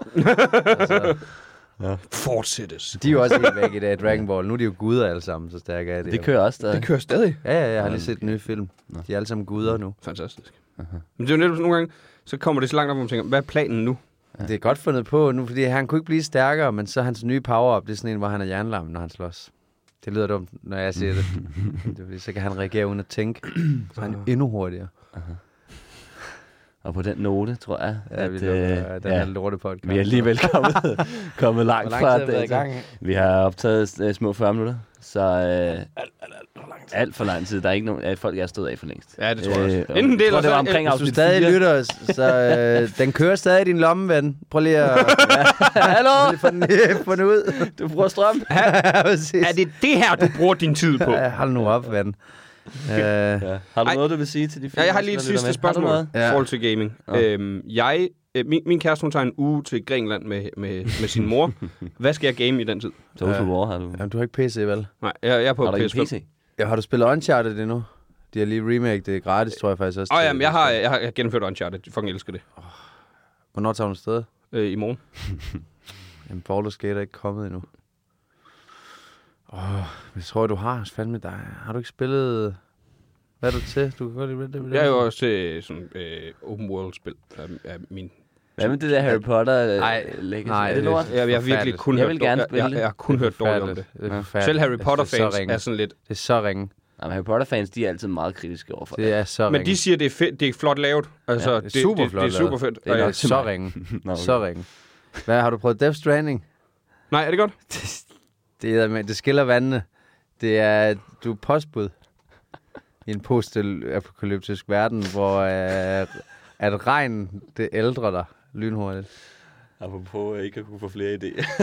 Speaker 5: Fortsættes.
Speaker 8: De er jo også helt væk i dag, Dragon Ball. Nu er de jo guder alle sammen, så stærke er de.
Speaker 4: Det kører også stadig.
Speaker 5: Det kører stadig.
Speaker 8: Ja, ja, jeg har lige set den nye film. De er alle sammen guder nu.
Speaker 5: Fantastisk. Men det er jo netop sådan nogle gange, så kommer det så langt op, hvor man tænker, hvad er planen nu?
Speaker 8: Det er godt fundet på nu, fordi han kunne ikke blive stærkere, men så hans nye power-up, det er sådan en, hvor han er jernlam, når han slås. Det lyder dumt, når jeg siger det. det er, fordi, så kan han reagere uden at tænke. Så er han endnu hurtigere.
Speaker 4: Og på den note, tror jeg,
Speaker 8: Ja, vi
Speaker 4: at
Speaker 8: lukker, øh, den
Speaker 4: ja,
Speaker 8: her lorte podcast.
Speaker 4: vi er alligevel kommet, kommet langt,
Speaker 8: Hvor lang tid
Speaker 4: fra
Speaker 8: har vi været i gang?
Speaker 4: Vi har optaget øh, små 40 minutter, så øh, alt, alt, alt for lang tid. Der er ikke nogen, at folk er stået af for længst. Øh,
Speaker 5: Ja, det tror jeg også.
Speaker 4: og
Speaker 5: Enten det,
Speaker 4: jeg tror,
Speaker 5: eller
Speaker 4: det var
Speaker 5: så-
Speaker 4: omkring
Speaker 8: Hvis du
Speaker 4: afsnit
Speaker 8: stadig
Speaker 4: 4.
Speaker 8: lytter, så øh, den kører stadig i din lomme, ven. Prøv lige at... Hallo? Få den, få den ud.
Speaker 4: Du bruger strøm.
Speaker 8: ja, præcis.
Speaker 5: Er det det her, du bruger din tid på?
Speaker 8: Ja, hold nu op, ven. Øh,
Speaker 4: Ja. Har du
Speaker 5: Ej.
Speaker 4: noget, du vil sige til de
Speaker 5: Ja,
Speaker 4: fire
Speaker 5: jeg har lige et
Speaker 4: mennesker, der lytter
Speaker 5: sidste
Speaker 4: med? Har
Speaker 5: spørgsmål
Speaker 4: du noget?
Speaker 5: i forhold til gaming. Øhm, jeg, øh, min, min kæreste, hun tager en uge til Grækenland med, med, med sin mor. Hvad skal jeg game i den tid?
Speaker 4: Tofu War har du.
Speaker 8: jamen, du har ikke PC, vel?
Speaker 5: Nej, jeg, jeg er på
Speaker 4: Har du ikke
Speaker 5: PS5.
Speaker 4: en PC?
Speaker 8: Ja, har du spillet Uncharted endnu? De har lige remake det gratis, tror jeg faktisk også.
Speaker 5: Åh,
Speaker 8: til-
Speaker 5: jamen, jeg har, jeg har jeg har gennemført Uncharted. Jeg fucking elsker det.
Speaker 8: Hvornår tager du afsted?
Speaker 5: Øh, I morgen.
Speaker 8: Jamen, Baldur's Gate er ikke kommet endnu. Åh, oh, jeg tror, du har fandme dig. Har du ikke spillet... Hvad er du til? Du kan godt lide Red Dead Redemption.
Speaker 5: Jeg er jo også øh, sådan øh, open world-spil af, af min...
Speaker 4: Hvad med det der Harry Potter? øh,
Speaker 8: Nej,
Speaker 4: legacy?
Speaker 8: nej,
Speaker 4: Er det
Speaker 8: det-
Speaker 4: lort?
Speaker 5: Jeg, jeg har virkelig
Speaker 8: Forfærdeligt.
Speaker 5: kun
Speaker 4: Jeg
Speaker 5: hørt,
Speaker 4: vil
Speaker 5: dår-
Speaker 4: gerne
Speaker 5: jeg,
Speaker 4: spille
Speaker 5: jeg,
Speaker 4: det.
Speaker 5: jeg har kun hørt dårligt om det.
Speaker 8: Forfærdeligt. Det er forfærdeligt.
Speaker 5: Selv Harry
Speaker 8: Altså,
Speaker 5: Potter-fans
Speaker 8: det er så ringe.
Speaker 5: er sådan lidt...
Speaker 8: Det er så ringe.
Speaker 4: Nej, men Harry Potter-fans, de er altid meget kritiske overfor det.
Speaker 8: Det er så
Speaker 5: Men
Speaker 8: ringe.
Speaker 5: de siger, det er, fedt, det er flot lavet. Altså,
Speaker 8: Ja, det er super
Speaker 5: det, det,
Speaker 8: flot
Speaker 5: det er super
Speaker 8: lavet.
Speaker 5: fedt.
Speaker 8: Det er
Speaker 5: Og
Speaker 8: nok
Speaker 5: jeg-
Speaker 8: så ringe.
Speaker 4: Nå, okay.
Speaker 8: Så ringe. Hvad, har du prøvet Death Stranding?
Speaker 5: Nej, er det godt?
Speaker 8: Det, er, det skiller vandene. Det er, du er postbud i en postapokalyptisk verden, hvor øh, at regn, det ældrer dig lynhurtigt.
Speaker 4: Apropos øh, ikke at kunne få flere idéer.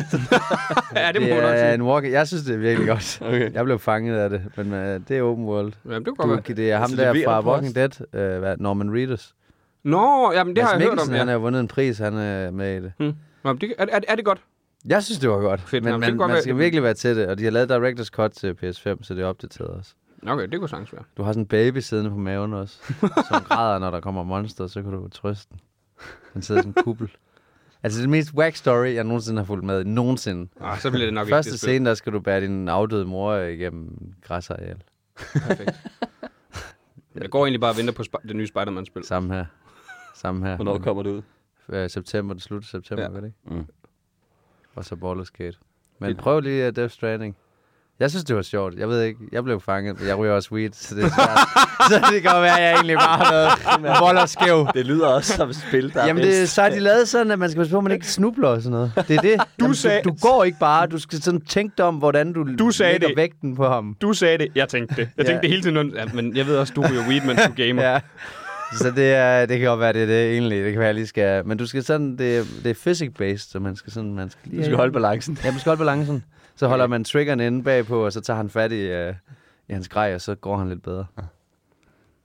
Speaker 5: Ja, det må
Speaker 8: Det
Speaker 5: man nok
Speaker 8: er
Speaker 5: sige.
Speaker 8: en walk Jeg synes, det er virkelig godt.
Speaker 4: Okay.
Speaker 8: Jeg blev fanget af det, men øh, det er open world.
Speaker 5: Ja, det kunne godt
Speaker 8: Du,
Speaker 5: være.
Speaker 8: det er ham
Speaker 4: Så
Speaker 8: der
Speaker 4: leverer
Speaker 8: fra
Speaker 4: du post?
Speaker 8: Walking Dead, øh, hvad, Norman Reedus.
Speaker 5: Nå, jamen, det har jeg hørt om,
Speaker 8: Mikkelsen, Han
Speaker 5: ja.
Speaker 8: har vundet en pris, han er med i det.
Speaker 5: Hmm. Nå, men det, er, er, er det godt?
Speaker 8: Jeg synes, det var godt.
Speaker 5: Fedt, jamen,
Speaker 8: men
Speaker 5: det
Speaker 8: man,
Speaker 5: kan godt
Speaker 8: man
Speaker 5: være-
Speaker 8: skal virkelig være til det. Og de har lavet Directors Cut til PS5, så det er opdateret også.
Speaker 5: Nå, Okay, det kunne sagtens være.
Speaker 8: Du har sådan en baby siddende på maven også, som græder, når der kommer monster, så kan du trøste den. Den sidder i sådan en kuppel. Altså det er den mest whack story, jeg nogensinde har fulgt med. i. Nogensinde.
Speaker 5: Nej, så bliver det nok
Speaker 8: Første
Speaker 5: ikke det
Speaker 8: scene, der skal du bære din afdøde mor igennem græsareal.
Speaker 5: spil. Jeg går egentlig bare og venter på sp- det nye Spider-Man-spil.
Speaker 8: Samme her. Samme her.
Speaker 4: Hvornår kommer det ud?
Speaker 8: Øh, september, det slutter september,
Speaker 5: Ja.
Speaker 8: ja. vel ikke?
Speaker 4: Mm.
Speaker 8: Og så Baldur's Gate. Men prøv lige uh, Death Stranding. Jeg synes, det var sjovt. Jeg ved ikke, jeg blev fanget. Jeg ryger også weed, så det er svært. så det kan godt være, at jeg egentlig bare har været bold og skæv.
Speaker 4: Det lyder også som et spil, der
Speaker 8: Jamen,
Speaker 4: er
Speaker 8: det,
Speaker 4: bedst.
Speaker 8: så har de lavet sådan, at man skal passe på, at man ikke snubler og sådan noget. Det er det. Du, Jamen,
Speaker 5: sagde-
Speaker 8: du, du går ikke bare. Du skal sådan tænke dig om, hvordan du,
Speaker 5: Du sagde
Speaker 8: lægger
Speaker 5: det.
Speaker 8: vægten på ham.
Speaker 5: Du sagde det, jeg tænkte det. Jeg
Speaker 8: Ja.
Speaker 5: tænkte det hele tiden. Ja, men jeg ved også, du ryger weed, mens du gamer.
Speaker 8: Ja. Så det, er, det kan godt være, det er det egentlig. Det kan være, jeg lige skal... Men du skal sådan... Det, det er physics-based, så man skal sådan... Man skal lige
Speaker 4: Du skal holde balancen.
Speaker 8: Ja, man skal holde balancen. Så holder man triggeren inde bagpå, og så tager han fat i, øh, i hans grej, og så går han lidt bedre.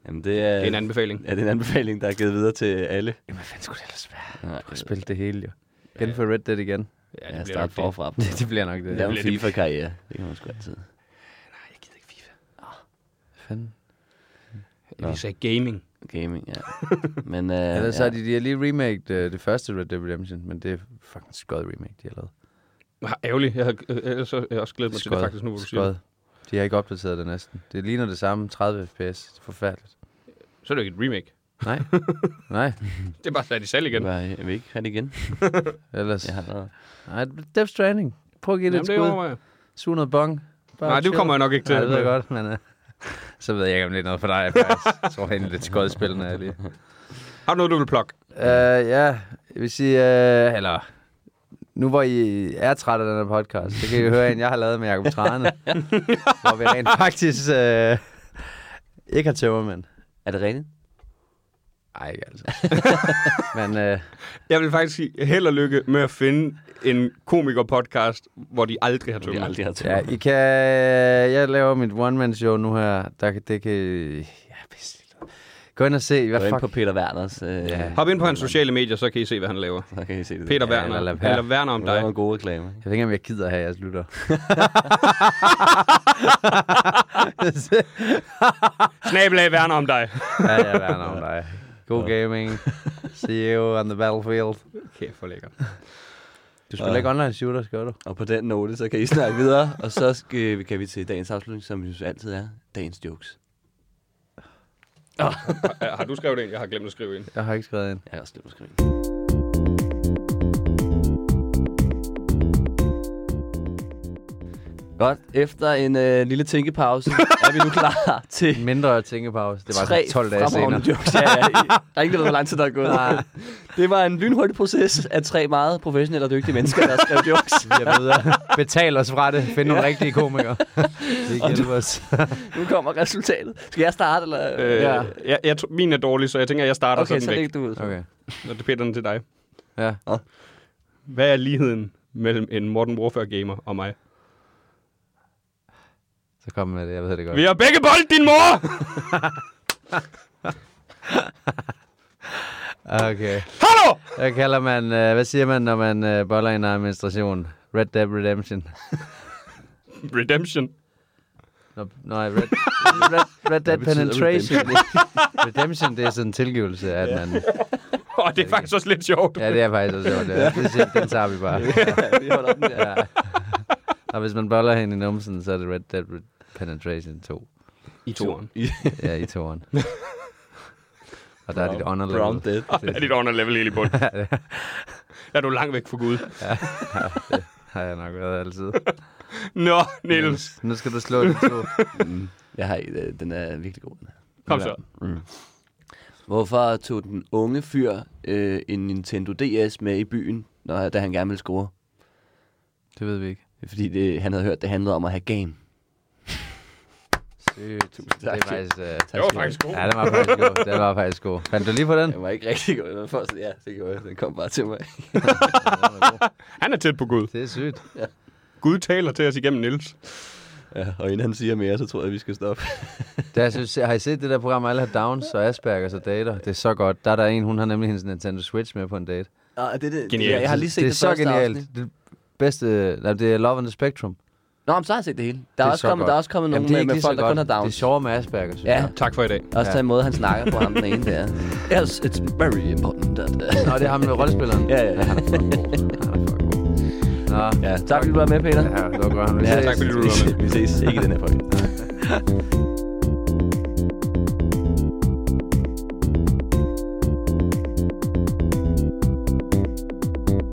Speaker 4: Jamen, det er,
Speaker 5: Det er en anbefaling.
Speaker 4: er det en anbefaling, der er givet videre til alle.
Speaker 8: Jamen, hvad fanden skulle det ellers være?
Speaker 4: Nej,
Speaker 8: Du har spillet det hele, jo. Genfør Red Dead igen.
Speaker 5: Ja,
Speaker 4: jeg
Speaker 5: bliver nok
Speaker 4: starter forfra.
Speaker 8: Det, det bliver nok
Speaker 4: Lav
Speaker 8: det. Ja.
Speaker 4: en
Speaker 5: bliver det.
Speaker 4: FIFA-karriere. Det kan man sgu altid.
Speaker 8: Fanden.
Speaker 5: det. Vi sagde gaming.
Speaker 4: Gaming, ja. Men, øh, ja,
Speaker 8: Eller så har de, de har lige remaked øh, det første Red Dead Redemption, men det er fucking skød remake, de har lavet.
Speaker 5: Ah, Ærgerligt. Jeg havde øh, ellers så- jeg har også glædet mig til det faktisk nu, hvor du siger det.
Speaker 8: Skød. De har ikke opdateret det næsten. Det ligner det samme, 30 fps. Det er forfærdeligt.
Speaker 5: Så er det jo ikke et remake.
Speaker 8: Nej. Nej.
Speaker 5: Det er bare sat i salg igen.
Speaker 4: Var, jeg vil ikke have det igen.
Speaker 8: Ellers.
Speaker 4: Jeg har været.
Speaker 8: Nej, Death Stranding. Prøv at give det
Speaker 5: Jamen,
Speaker 8: et
Speaker 5: det
Speaker 8: skud.
Speaker 5: overvejer jeg.
Speaker 8: Sug noget bong. Bare
Speaker 5: Nej, det
Speaker 8: chill.
Speaker 5: kommer jeg nok ikke til.
Speaker 8: Nej, det ved jeg godt, men... Uh, så ved jeg ikke, om det er noget for dig, faktisk. Jeg tror, det er lidt skodspillende, jeg lige.
Speaker 5: Har du noget, du vil plukke?
Speaker 8: Uh, ja, jeg vil sige... Uh, eller... Nu hvor I er trætte af den her podcast, så kan I høre en, jeg har lavet med Jacob Trane. hvor vi rent faktisk uh, ikke har tømmermænd.
Speaker 4: Er det rigtigt?
Speaker 8: Ej, ikke altså. men uh,
Speaker 5: Jeg vil faktisk sige held og lykke med at finde en komiker-podcast, hvor de aldrig har
Speaker 4: Vi
Speaker 5: tømt.
Speaker 4: har aldrig haft
Speaker 8: ja, I kan... Jeg laver mit one-man-show nu her. Der, kan- det kan... Ja, pisse ligeglad. Gå ind og se, hvad
Speaker 4: Gå ind
Speaker 8: fuck...
Speaker 4: på Peter Werners. Øh, ja.
Speaker 5: Hop ind på hans sociale medier, så kan I se, hvad han laver.
Speaker 4: Så kan I se det.
Speaker 5: Peter
Speaker 4: der.
Speaker 5: Werner.
Speaker 8: lad
Speaker 5: Eller,
Speaker 8: være.
Speaker 5: eller Werner om
Speaker 4: Ja, Det
Speaker 5: dig.
Speaker 4: var en god reklame.
Speaker 8: Jeg ved ikke, om jeg gider have jeres lytter.
Speaker 5: Snabelag Werner om dig.
Speaker 8: ja, jeg værner om dig. God gaming. See you on the battlefield.
Speaker 5: Kæft for lækkert.
Speaker 8: Du spiller ikke online shooters, gør du?
Speaker 4: Og på den note, så kan I snakke videre. og så skal, kan vi til dagens afslutning, som jo altid er dagens jokes.
Speaker 5: Har du skrevet en? Jeg har glemt at skrive en.
Speaker 8: Jeg har ikke skrevet ind.
Speaker 4: Jeg har også glemt at skrive. Godt. Efter en øh, lille tænkepause er vi nu klar til
Speaker 8: Mindre tænkepause. Det var
Speaker 4: tre
Speaker 8: sådan 12 dage senere.
Speaker 4: fremragende jokes. Ja, ja. Der er ikke noget, hvor lang tid der er gået. Nej. Det var en lynhurtig proces af tre meget professionelle og dygtige mennesker, der skrev jokes.
Speaker 8: Jeg ved, at betal os fra det. Find nogle rigtige komikere. Det
Speaker 4: Og
Speaker 8: hjælper os.
Speaker 4: Nu kommer resultatet. Skal jeg starte? Eller?
Speaker 5: Øh, ja. jeg, jeg, tror- min er dårlig, så jeg tænker, at jeg starter
Speaker 4: Okay,
Speaker 5: sådan
Speaker 4: så
Speaker 5: væk.
Speaker 4: læg du ud.
Speaker 8: Okay.
Speaker 5: Så det pætter den til dig.
Speaker 8: Ja.
Speaker 5: Hvad er ligheden mellem en Modern Warfare-gamer og mig?
Speaker 8: Så kom med det, jeg ved det godt.
Speaker 5: Vi har begge boldt din mor!
Speaker 8: Okay.
Speaker 5: Hallo!
Speaker 8: Hvad kalder man, øh, hvad siger man, når man øh, boller i en administration? Red Dead Redemption.
Speaker 5: Redemption.
Speaker 8: Nå, nej, Red, Red, Red Dead Penetration. Redemption, det er sådan en tilgivelse af den anden.
Speaker 5: Åh, det er faktisk også lidt sjovt.
Speaker 8: Ja, det er faktisk også sjovt. Ja. Det, siger- den tager vi bare.
Speaker 4: Ja, vi holder den der.
Speaker 8: Ja. Og hvis man boller hende i numsen, så er det Red Dead Red- Penetration 2.
Speaker 5: I toren.
Speaker 8: Ja, i toren. Og der er dit honor level.
Speaker 4: Brown Dead.
Speaker 5: Det er dit underlevel helt i bunden. Der er du langt væk fra Gud.
Speaker 8: Har jeg nok været altid.
Speaker 5: Nå, Niels.
Speaker 8: Nu skal du slå de to.
Speaker 4: Jeg har, ikke- øh, den er virkelig god. Den her.
Speaker 5: Kom så.
Speaker 4: Hvorfor tog den unge fyr øh, en Nintendo DS med i byen, når, da han gerne ville score?
Speaker 8: Det ved vi ikke.
Speaker 4: Det er Fordi det, han havde hørt, det handlede om at have game.
Speaker 8: Sygt. Det er
Speaker 4: tak.
Speaker 8: faktisk... Øh,
Speaker 5: Det var faktisk god.
Speaker 8: ja, den var faktisk god. Den var faktisk god. Fandt du lige på den?
Speaker 4: Den var ikke rigtig god. Den var først, ja, det gjorde jeg. Den kom bare til mig.
Speaker 5: Han er tæt på Gud.
Speaker 8: Det er sygt.
Speaker 5: Gud taler til os igennem Niels.
Speaker 4: Ja, og inden han siger mere, så tror jeg, vi skal stoppe.
Speaker 8: Det, jeg synes, har I set det der program, alle har Downs og Aspergers og dater? Det er så godt. Der er der en, hun har nemlig hendes Nintendo Switch med på en date.
Speaker 4: Ah, det, det,
Speaker 5: Genialt.
Speaker 4: Ja, jeg har lige set
Speaker 8: det er
Speaker 4: det,
Speaker 8: så
Speaker 4: første
Speaker 8: genialt.
Speaker 4: afsnit.
Speaker 8: Det bedste... Nej, det er Love on the Spectrum.
Speaker 4: Nå, men så har jeg set det hele. Der
Speaker 8: Det
Speaker 4: er,
Speaker 8: er
Speaker 4: også
Speaker 8: så
Speaker 4: kommet,
Speaker 8: godt.
Speaker 4: der er også kommet
Speaker 8: Jamen,
Speaker 4: nogle
Speaker 8: det er
Speaker 4: med,
Speaker 8: ikke
Speaker 4: med
Speaker 8: lige så
Speaker 4: folk, der
Speaker 8: godt.
Speaker 4: kun har
Speaker 8: Det er
Speaker 4: Downs.
Speaker 8: sjovere med Asperger, synes
Speaker 4: Ja,
Speaker 8: jeg.
Speaker 5: Tak for i dag.
Speaker 4: også den måde, han snakker på ham, den ene der. Yes, it's very important. That,
Speaker 8: Nå, det er ham med rollespilleren. Ah,
Speaker 4: Ja, ja, ja.
Speaker 8: Han er fucking god. Han er fucking god. Nå,
Speaker 4: ja, tak fordi du var med, Peter.
Speaker 8: ja, det var godt. Vi
Speaker 4: Ja,
Speaker 8: ses.
Speaker 5: Tak fordi du var med.
Speaker 4: Vi ses ikke i den her podcast.